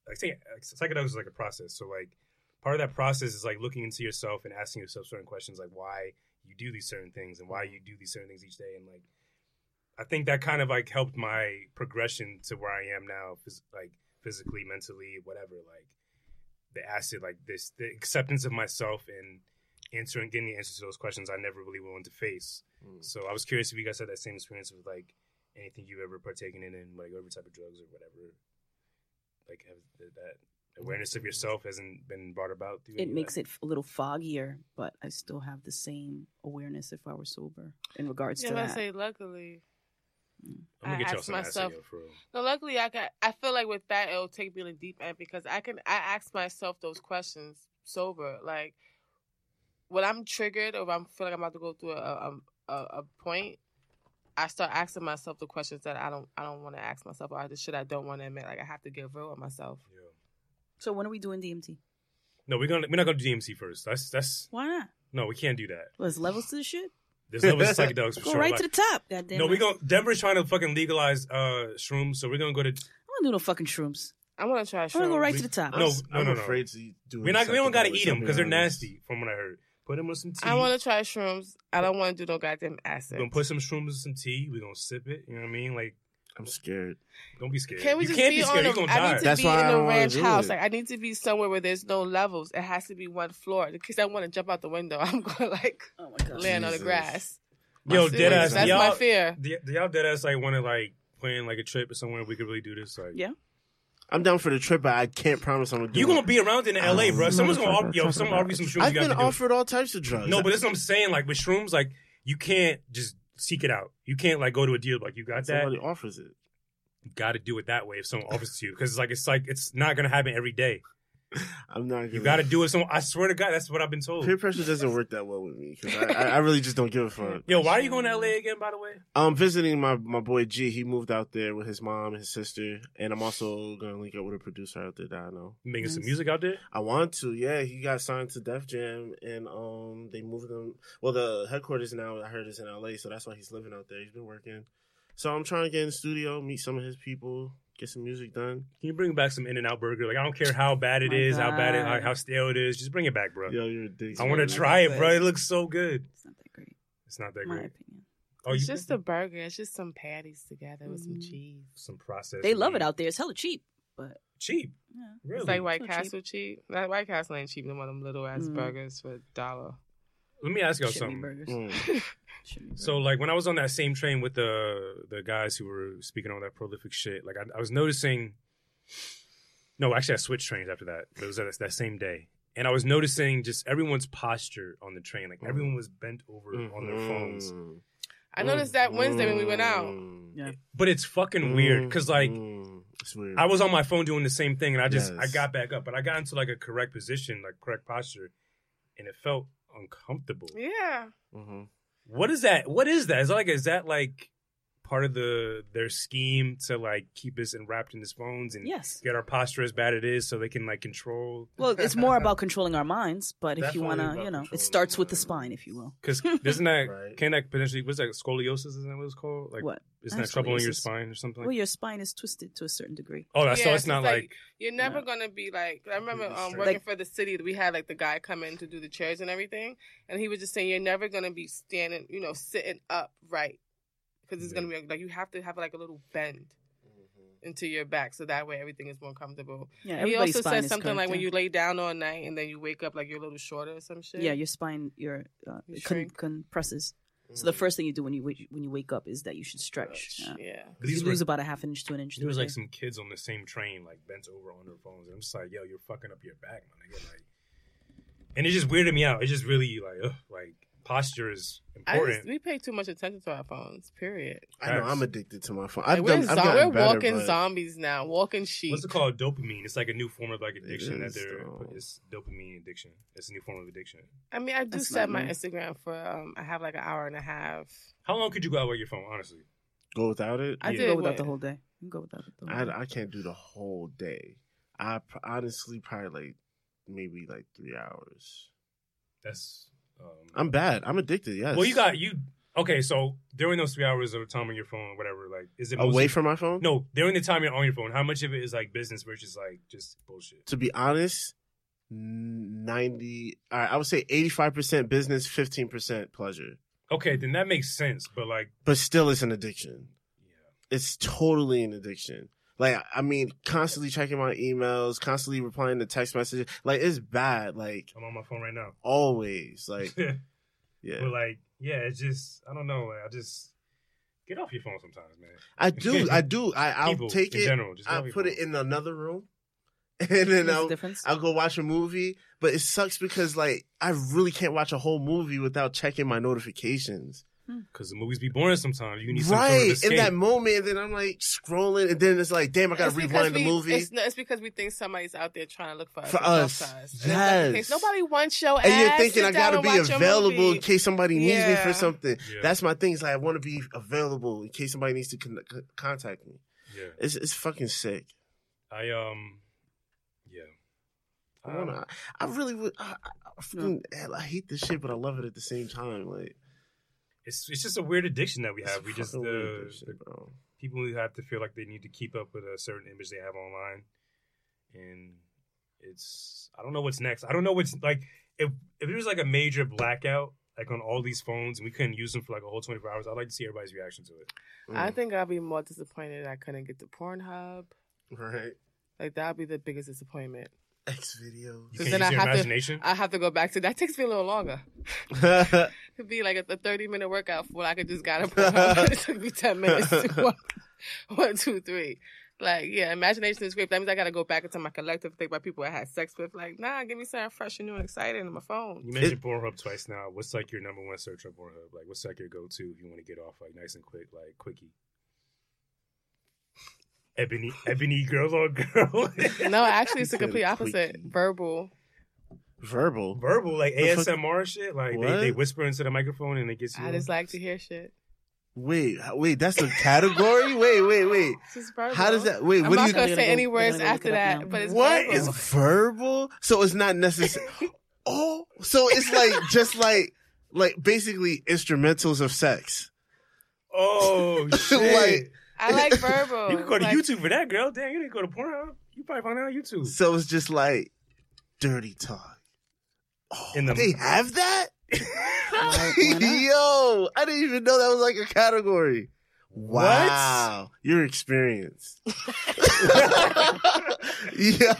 like say like, psychedelics is like a process. So like part of that process is like looking into yourself and asking yourself certain questions, like why you do these certain things and why you do these certain things each day, and like I think that kind of like helped my progression to where I am now, phys- like physically, mentally, whatever. Like the acid, like this, the acceptance of myself and answering, getting the answers to those questions I never really willing to face. Mm. So I was curious if you guys had that same experience with like anything you've ever partaken in, and like whatever type of drugs or whatever. Like have that- that awareness of yourself hasn't been brought about. Through it makes it a little foggier, but I still have the same awareness if I were sober in regards Yeah, to I that. say luckily. I'm gonna I get y'all asked some myself, myself- acid, yo, for real. No, luckily I got. I feel like with that it'll take me to the deep end because I can. I ask myself those questions sober, like when I'm triggered or if I'm feeling like I'm about to go through a um, a, a, a point. I start asking myself the questions that I don't I don't want to ask myself or the shit I don't want to admit. Like I have to get real with myself. Yeah. So when are we doing DMT? No, we're gonna we're not gonna do DMC first. That's that's Why not? no, we can't do that. There's levels to the shit. There's levels of psychedelics for Go sure. right Like- to the top. God damn no, it. we going Denver's trying to fucking legalize uh shrooms, so we're gonna go to. I don't do no fucking shrooms. I want to try. I'm gonna go shrooms. right we- to the top. No, no, I'm no, no. afraid to do. We're not. We don't gotta psychedelics, eat them because they're I'll be honest. nasty, from what I heard. Put them on some tea. I want to try shrooms. I don't want to do no goddamn acid. We're gonna put some shrooms in some tea. We're gonna sip it. You know what I mean? Like, I'm scared. don't be scared. Can we you just can't be, be on scared. a, You're gonna I die. need to That's be why in I a don't wanna ranch do house. it. Like I need to be somewhere where there's no levels. It has to be one floor. In case I want to jump out the window, (laughs) I'm gonna like Oh my god. land on the Jesus. grass. Yo, Seriously, Oh, dead ass. That's y'all, my fear. do, y- do y'all dead ass like want to like plan like a trip or somewhere we could really do this? Like, Yeah. I'm down for the trip, but I can't promise I'm gonna. do you it. gonna be around in L.A., bro. Someone's gonna offer, yo, someone offer you some shrooms. I've You got been to do. offered all types of drugs. No, but (laughs) that's what I'm saying. Like with shrooms, like you can't just seek it out. You can't like go to a deal like you got that. somebody offers it. You got to do it that way if someone offers it to you because like it's like it's not gonna happen every day. I'm not. Gonna, You got to do it. Some I swear to God, that's what I've been told. Peer pressure doesn't work that well with me because I, I, I really just don't give (laughs) a fuck. Yo, why are you going to LA again? By the way, I'm visiting my my boy G. He moved out there with his mom, and his sister, and I'm also gonna link up with a producer out there that I know. You making some Nice. music out there. I want to, yeah. He got signed to Def Jam, and um, they moved him. Well, the headquarters now I heard is in L.A., so that's why he's living out there. He's been working. So I'm trying to get in the studio, meet some of his people, get some music done. Can you bring back some In and Out Burger? Like I don't care how bad it My is, how bad it, God. how stale it is. Just bring it back, bro. Yo, you're ridiculous. I want to It's try it, good. bro. It looks so good. It's not that great. It's not that in My great. opinion. Oh, it's you just a burger. It's just some patties together with some Mm-hmm. Mhm. cheese. some process. They love it out there. It's hella cheap, but cheap. yeah. Really? It's like White So cheap. Castle cheap. That White Castle ain't cheap. than one of them little ass Mm-hmm. Mm. burgers for a dollar. (laughs) Let me ask y'all Shit something. me burgers. Mm. Shit me burgers. So, like, when I was on that same train with the the guys who were speaking on that prolific shit, like, I, I was noticing. No, actually, I switched trains after that. But it was that, that same day, and I was noticing just everyone's posture on the train. Like, Mm. everyone was bent over on their phones. Mhm. I noticed that Wednesday when we went out. Mhm. Yeah. But it's fucking weird because, like, Mhm. it's weird. I was on my phone doing the same thing, and I just I Yes. got back up, but I got into like a correct position, like correct posture, and it felt uncomfortable. Yeah. Mhm. What is that? What is that? Is that like is that like part of the their scheme to like keep us enwrapped in his phones and yes. get our posture as bad it is so they can like control? Well, it's more about controlling our minds, but if you Definitely want to, about you know, it controlling starts our with the minds. spine, if you will. Because isn't that Right. can that potentially what's that scoliosis? Isn't that what it's called? Like what? isn't that trouble in your Scoliosis. spine or something? well, Like, your spine is twisted to a certain degree. oh, that's so Yeah, it's so not it's like, like- You're never Yeah. gonna be like. I remember Completely um, straight. working Like- for the city. We had like the guy come in to do the chairs and everything, and he was just saying you're never gonna be standing, you know, sitting up right, because it's gonna be like you have to have like a little bend into your back, so that way everything is more comfortable. Yeah, he everybody's also spine said is something like curved, when yeah. you lay down all night and then you wake up like you're a little shorter or some shit. yeah, your spine, your uh, You it con- shrink. compresses. So Mm. Mm-hmm. the first thing you do when you wa- when you wake up is that you should stretch. Yeah. yeah. these you were- lose about a half an inch to an inch. There was through like there. some kids on the same train, like bent over on their phones, and I'm just like, "Yo, you're fucking up your back, my nigga." Like, and it just weirded me out. It just really like, ugh, like posture is I just- important. we pay too much attention to our phones. Period. I know Facts. I'm addicted to my phone. Like, I've we're done, I've zo- gotten we're better, walking but zombies now. Walking sheep. What's it called? Dopamine. It's like a new form of like addiction is, that they're. though. It's dopamine addiction. It's a new form of addiction. I mean, I do That's set not my me. Instagram for. Um, I have like an hour and a half. How long could you go out with your phone? Honestly, go without it. I Yeah. You can did go without what- the whole day. You can go without it. the whole I, day. I can't do the whole day. I pr- honestly probably like maybe like three hours. that's. Um, I'm bad. I'm addicted. Yes. Well, you got you. Okay, so during those three hours of time on your phone, or whatever, like, is it mostly- away from my phone. No, during the time you're on your phone, how much of it is like business versus like just bullshit? To be honest, n- ninety. All right, I would say eighty-five percent business, fifteen percent pleasure. Okay, then that makes sense. But like, But still, it's an addiction. yeah. it's totally an addiction. Like I mean, constantly checking my emails, constantly replying to text messages. Like it's bad. Like I'm on my phone right now. always. (laughs) Like But yeah, like, yeah, it's just I don't know. I just get off your phone sometimes, man. I do. I do. I I'll People take in it. general. Just get I off your put phone. it in another room, (laughs) and then There's a I'll (laughs) difference. I'll go watch a movie. But it sucks because like I really can't watch a whole movie without checking my notifications. because the movies be boring sometimes. You need some sort of right in escape. that moment, and then I'm like scrolling, and then it's like, damn, I gotta It's because rewind the we- movie. It's, no, it's because we think somebody's out there trying to look for us. For and help us. And that's not the case. Yes. Nobody wants your ass. and you're thinking Sit I down gotta and be watch your available in movie. case somebody needs me Yeah. for something. Yeah. That's my thing. It's like I want to be available in case somebody needs to con- con- contact me. yeah, It's it's fucking sick. I um, yeah. Uh, I wanna. Oh. I really would. I, I, Hmm. I fucking- hell, I hate this shit, but I love it at the same time. Like It's it's just a weird addiction that we it's have. We just uh, fucking weird, this the shit, bro. people who have to feel like they need to keep up with a certain image they have online, and it's I don't know what's next. I don't know what's like if if it was like a major blackout like on all these phones and we couldn't use them for like a whole twenty four hours. I'd like to see everybody's reaction to it. I Mm, think I'd be more disappointed I couldn't get the Pornhub. right. Like that'd be the biggest disappointment. X videos. You So can't then use I your have to- imagination. I have to go back to that. Takes me a little longer. yeah, It'd be like a, a thirty minute workout for when I could just got a (laughs) Pornhub. (laughs) it took me ten minutes to (laughs) walk one, two, three. Like, yeah, imagination is great. That means I gotta go back into my collective think about people I had sex with. Like, nah, give me something fresh and new and exciting on my phone. you mentioned Pornhub twice now. What's like your number one search on Pornhub? Like, what's like your go to if you want to get off like nice and quick, like quickie? Ebony, ebony girl on girl. (laughs) No, actually, it's (laughs) the You said complete a opposite. quickie. Verbal. (laughs) verbal. verbal, like The fuck- ASMR shit. Like they, What? they whisper into the microphone and it gets you. I just like to hear shit. Wait, h- wait, that's a category. wait, wait, wait. It's just verbal. How does that? Wait, I'm what not do you? gonna They're say gonna any go- words they're gonna after look it up that, now. but it's What verbal. is verbal? So it's not (laughs) necessary. oh, so it's like just like like basically instrumentals of sex. (laughs) Oh shit! Like- (laughs) I like verbal. you can go to Like, YouTube for that, girl. Damn, you didn't go to Pornhub. You probably found it on YouTube. So it's just like dirty talk. Oh, In the- they have that? (laughs) Why- why not? Yo, I didn't even know that was like a category. Wow, your experience. (laughs) Yo,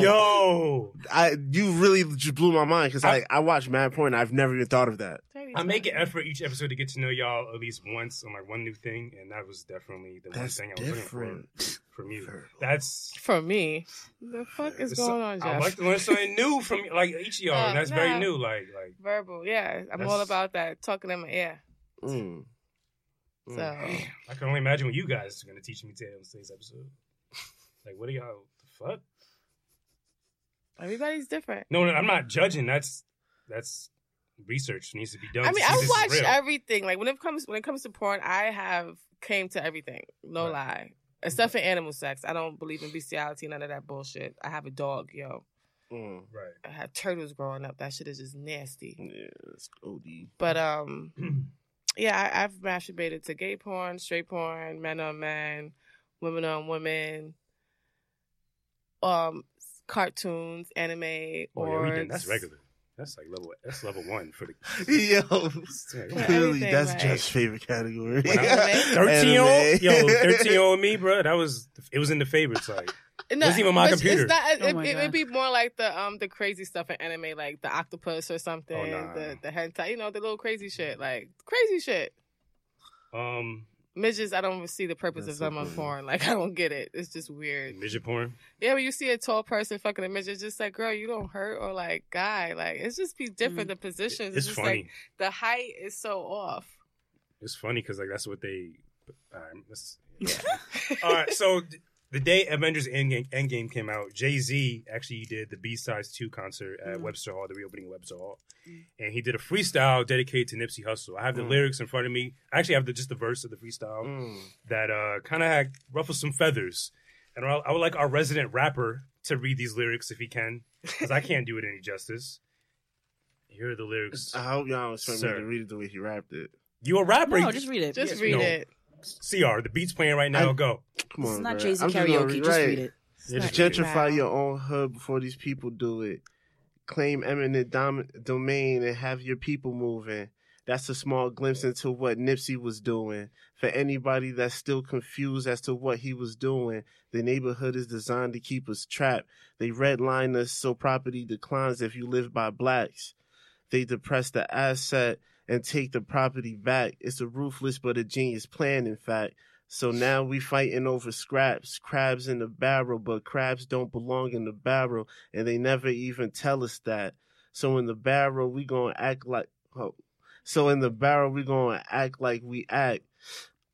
Yo, I you really just blew my mind because I I watch Mad Porn. I've never even thought of that. Dirty I talk. make an effort each episode to get to know y'all at least once on like one new thing, and that was definitely the That's one thing I was looking different. for from you. Verbal. That's For me, the fuck is it's- going on, I Jeff? like to learn something (laughs) new from like each of y'all, and No, that's very no. new. Like, like verbal, yeah. I'm all That's- about that. Talking in my ear. Mm. So Mm. I can only imagine what you guys are gonna teach me today on today's episode. (laughs) Like, what are y'all? The fuck? everybody's different. No, no, I'm not judging. That's that's research needs to be done. I to mean, see I this is watch real. everything. Like when it comes when it comes to porn, I have came to everything. No Right. Mm. lie. Except for animal sex. I don't believe in bestiality, none of that bullshit. I have a dog, yo. Mm. right. I had turtles growing up. That shit is just nasty. Yeah, it's OD. Mm. But um, yeah, I, I've masturbated to gay porn, straight porn, men on men, women on women, um, s- cartoons, (clears throat) Oh, anime, yeah, or we did. That's regular. That's like level. That's level one for the. Yo, Yeah, come on. clearly everything, that's like- Jeff's favorite category. When I was Anime. Thirteen year old, yo, thirteen year old me, bro. That was it was in the favorites. (laughs) Like, No, Wasn't even my but it's- computer. It's not, it, Oh my it, God. would be more like the um the crazy stuff in anime, like the octopus or something, Oh, nah. the the hentai, you know, the little crazy shit, like crazy shit. um, Midgets, I don't see the purpose That's of them so on cool. porn. Like I don't get it. It's just weird. midget porn. Yeah, when you see a tall person fucking a midget, it's just like, girl, you don't hurt or like, guy, like it's just be Mm. different. The positions, It's just funny. Like, the height is so off. It's funny because like that's what they. All right, let's- (laughs) all right, so th- the day Avengers Endgame, Endgame came out, Jay Z actually did the B Sides Two concert at Mm. Webster Hall, the reopening of Webster Hall, Mm. and he did a freestyle dedicated to Nipsey Hussle. I have the Mm. lyrics in front of me. I actually have the, just the verse of the freestyle Mm. that uh, kind of had ruffled some feathers, and I, I would like our resident rapper to read these lyrics if he can, because (laughs) I can't do it any justice. Here are the lyrics. Uh, I hope y'all expect me Sir. to read it the way he rapped it. You a rapper? No, just read it. Just Yes, read no. it. Cr. The beat's playing right now. I- go. Come This on, is not bruh. Jay Z I'm just gonna karaoke. Just right. read it. Yeah, It's just read not it. Gentrify bad. your own hub before these people do it. Claim eminent dom- domain and have your people moving. That's a small glimpse into what Nipsey was doing. For anybody that's still confused as to what he was doing, the neighborhood is designed to keep us trapped. They redline us so property declines if you live by blacks. They depress the asset and take the property back. It's a ruthless but a genius plan, in fact. So now we fighting over scraps, crabs in the barrel, but crabs don't belong in the barrel, and they never even tell us that. So in the barrel, we gonna act like. Oh. So in the barrel, we're going to act like we act.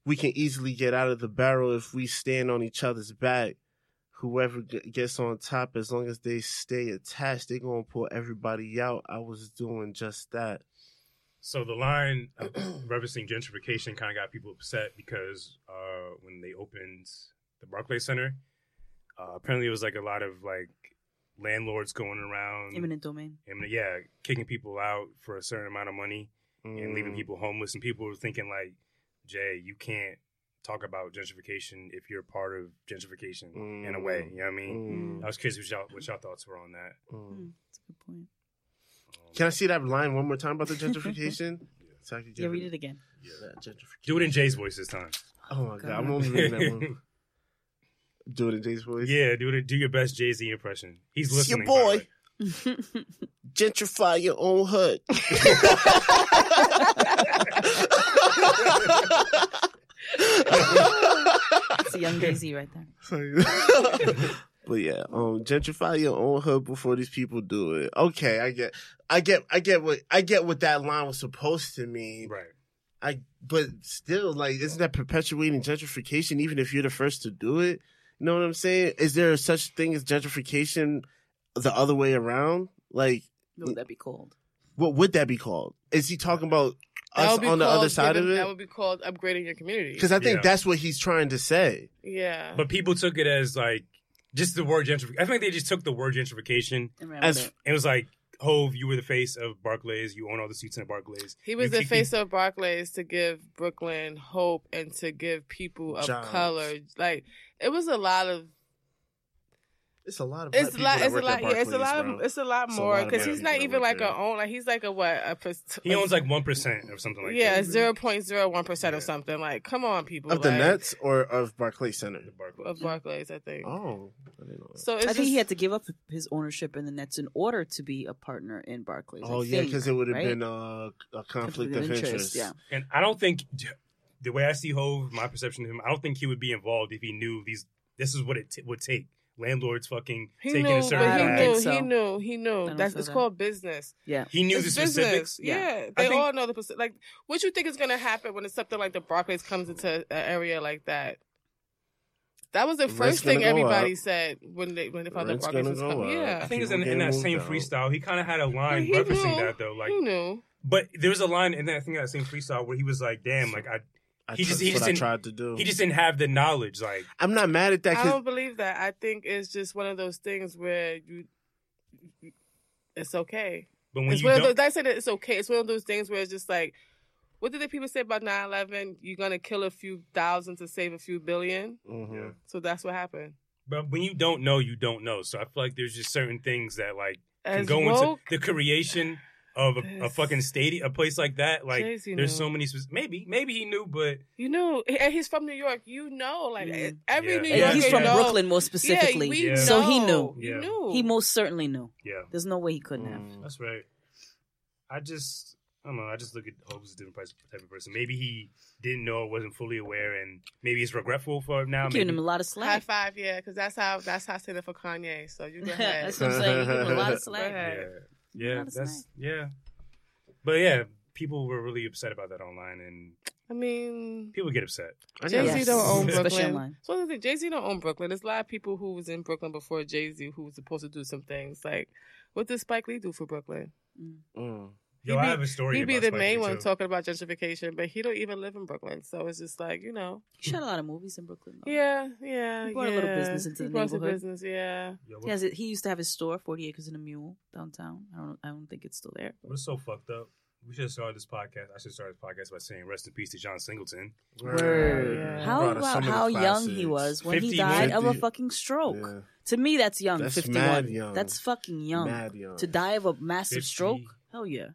We can easily get out of the barrel if we stand on each other's back. Whoever g- gets on top, as long as they stay attached, they're going to pull everybody out. I was doing just that. So the line uh, (clears throat) referencing gentrification kind of got people upset because uh, when they opened the Barclays Center, uh, apparently it was like a lot of like landlords going around, Imminent domain. and, yeah, kicking people out for a certain amount of money and leaving Mm. people homeless. And people were thinking like, Jay, you can't talk about gentrification if you're part of gentrification in a way. You know what I mean? Mm. I was curious what y'all, what y'all thoughts were on that. Mm. Hmm, That's a good point. Um, Can I see that line one more time about the gentrification? (laughs) Yeah. so I can Yeah, read it again. (laughs) That gentrification. do it in Jay's voice this time? Oh my god, God. I'm only reading that (laughs) one. Do it in Jay's voice. Yeah, do it. Do your best Jay Z impression. He's It's your listening. by the boy. way. Gentrify your own hood. It's a young Jay Z right there. Sorry. (laughs) but yeah, um, gentrify your own hood before these people do it. Okay, I get, I get, I get what I get what that line was supposed to mean. Right. I, but still, like, isn't that perpetuating gentrification? Even if you're the first to do it, you know what I'm saying? Is there such thing as gentrification the other way around? Like, What would that be called? what would that be called? Is he talking about That us would be on the other called side giving- of That it? would be called upgrading your community. Because I think Yeah. that's what he's trying to say. Yeah. But people took it as like just the word gentrification. I think they just took the word gentrification And ran As with it. and it was like, Hove, you were the face of Barclays. You own all the seats in Barclays. He was You the kick face of Barclays to give Brooklyn hope and to give people of Jobs. color. Like it was a lot of It's a lot of black it's a people lot that it's a work at lot yeah, it's a Barclays, lot bro. it's a lot It's a more lot of because black he's people not that even work like there. a own like he's like a what a pers- He owns (laughs) like one percent or something like yeah that. zero point zero one percent or something like come on people of the like, Nets or of Barclays Center. The Barclays. of Barclays I think Oh, I didn't know. That. so it's I think just- he had to give up his ownership in the Nets in order to be a partner in Barclays. I oh yeah, think, because it would have right? been uh, a conflict of interest. Yeah, And I don't think the way I see Hove, my perception of him, I don't think he would be involved if he knew these. This is what it t- would take. Landlords fucking he taking knew, a but certain. I he don't bag. knew, think so. he knew, he I knew. don't That's feel it's that. called business. yeah. He knew It's the specifics. business. Yeah, I they think- all know the perc- like. What you think is gonna happen when it's something like the Barclays comes into an area like that? That was the Rent's first gonna thing go everybody up. said when they when they found the Rent's Barclays gonna was go coming. up. I Yeah, think it's People in, in get that moved same out. freestyle. He kind of had a But line he referencing knew. that though. Like, he knew. but there was a line in that I think that same freestyle where he was like, "Damn, like I." I He tr- just- he that's just what I didn't- tried to do. He just didn't have the knowledge. Like, I'm not mad at that. I 'cause- don't believe that. I think it's just one of those things where you. It's okay. but when it's you one of don't, those. I said it's okay. It's one of those things where it's just like, what did the people say about 9-11? You're gonna kill a few thousand to save a few billion. Mhm. Yeah. So that's what happened. but when you don't know, you don't know. So I feel like there's just certain things that like can As go woke, into the creation of a, a as- fucking stadium, a place like that. Like, Jay-Z there's knew. so many. spec- Maybe, maybe he knew, but You know, and he's from New York. You know, like e, Mhm. every Yeah. New Yeah, Yorker. He's from know- Brooklyn, more Yeah, specifically. we Yeah. Know. So he knew. Yeah. You knew. He most certainly knew. yeah, There's no way he couldn't have. Mm. that's right. I just. I don't know. I just look at Hope as a different pers- type of person. Maybe he didn't know, wasn't fully aware, and maybe he's regretful for it now. You're giving him Maybe a lot of (laughs) High slack. five, yeah, because that's how that's how I said it for Kanye. So you go ahead. (laughs) That's what I'm saying. You're giving him a lot of (laughs) Go slack. ahead. Yeah, yeah, Not a that's snack. yeah. But yeah, people were really upset about that online, and I mean, people get upset. I Jay got- Z Yes. don't own Especially Brooklyn. online. So Jay Z don't own Brooklyn. There's a lot of people who was in Brooklyn before Jay Z who was supposed to do some things. Like, what did Spike Lee do for Brooklyn? Mm. Yo, He I be- have a story. He'd be about the Spike main Lee, one too. talking about gentrification, but he don't even live in Brooklyn. So it's just like you know, He shot a lot of movies in Brooklyn. Though. yeah, yeah, Oh. He brought a little yeah. business into He the brought some neighborhood. Business, yeah. Yo, He what, has a, he used to have his store, Forty Acres and a Mule, downtown. I don't I don't think it's still there. what's so fucked up? We should have started this podcast. I should start this podcast by saying rest in peace to John Singleton. Yeah. How Brought us some about of the how young classics. he was when he 50, died of a 50. fucking stroke? Yeah. To me, that's young. That's 51. mad young. That's fucking young. Mad young. To die of a massive 50. stroke? Hell yeah.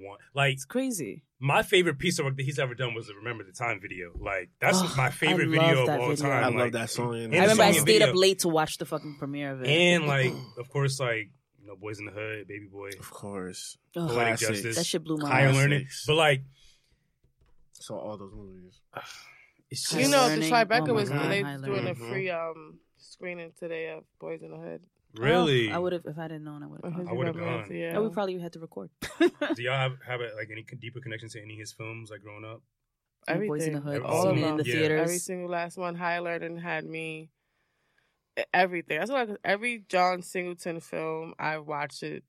One, like It's crazy. my favorite piece of work that he's ever done was the "Remember the Time" video. Like that's Oh, my favorite I video love of that all video. time. I like, love that song. I in I And remember I song and stayed video. up late to watch the fucking premiere of it. And like, of course, like you know, Boys in the Hood, Baby Boy, Of course. Ugh, Poetic Classic. Justice, that shit blew my Higher mind. Classics. Learning. But like, Saw all those movies. it's High just You know, the learning. Tribeca Oh my was Oh God. they High doing a learning. free um screening today of Boys in the Hood. Really? Oh, I would have if I didn't known. I would have. Uh-huh. I would've gone. Yeah. I would probably had to record. (laughs) Do y'all have, have a, like any con- deeper connection to any of his films, like growing up? Everything. Boys in the Hood, Everything. All seen it of in the them. Yeah. theaters. Every single last one, High Alert and had me. e- Everything. That's like every John Singleton film I watched it,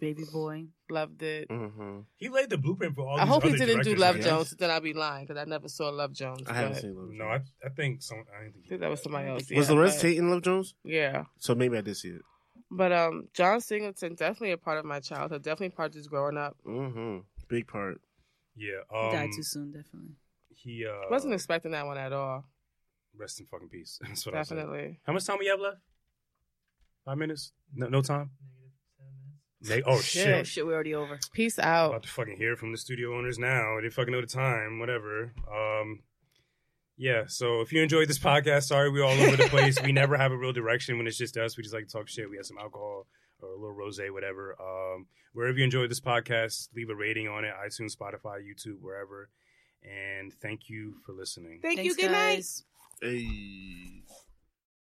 Baby boy. loved it. Mm-hmm. He laid the blueprint for all. I these hope he other didn't do directors, Love like- yeah. Jones. Then I'd be lying because I never saw Love Jones. I haven't but seen Love No, I, Jones. I think some. I didn't think I he think did that was somebody else. was yeah, Lawrence but- Tate in Love Jones? Yeah, So maybe I did see it. but um, John Singleton definitely a part of my childhood. Definitely part of just growing up. Mm-hmm. Big part. Yeah. He Um, died too soon, definitely. He uh, Wasn't expecting that one at all. rest in fucking peace. (laughs) That's what I said. Definitely. How much time we have left? Five minutes? No, no time. Negative seven minutes. oh Yeah. Oh shit! shit, we're already over. Peace out. About to fucking hear from the studio owners now. They fucking know the time. Whatever. Um. Yeah, so if you enjoyed this podcast, sorry we're all over the place. we never have a real direction when it's just us. We just like to talk shit. We have some alcohol or a little rose, whatever. Um, wherever you enjoyed this podcast, leave a rating on it iTunes, Spotify, YouTube, wherever. And thank you for listening. Thank you. Thanks, Good night. guys. Hey.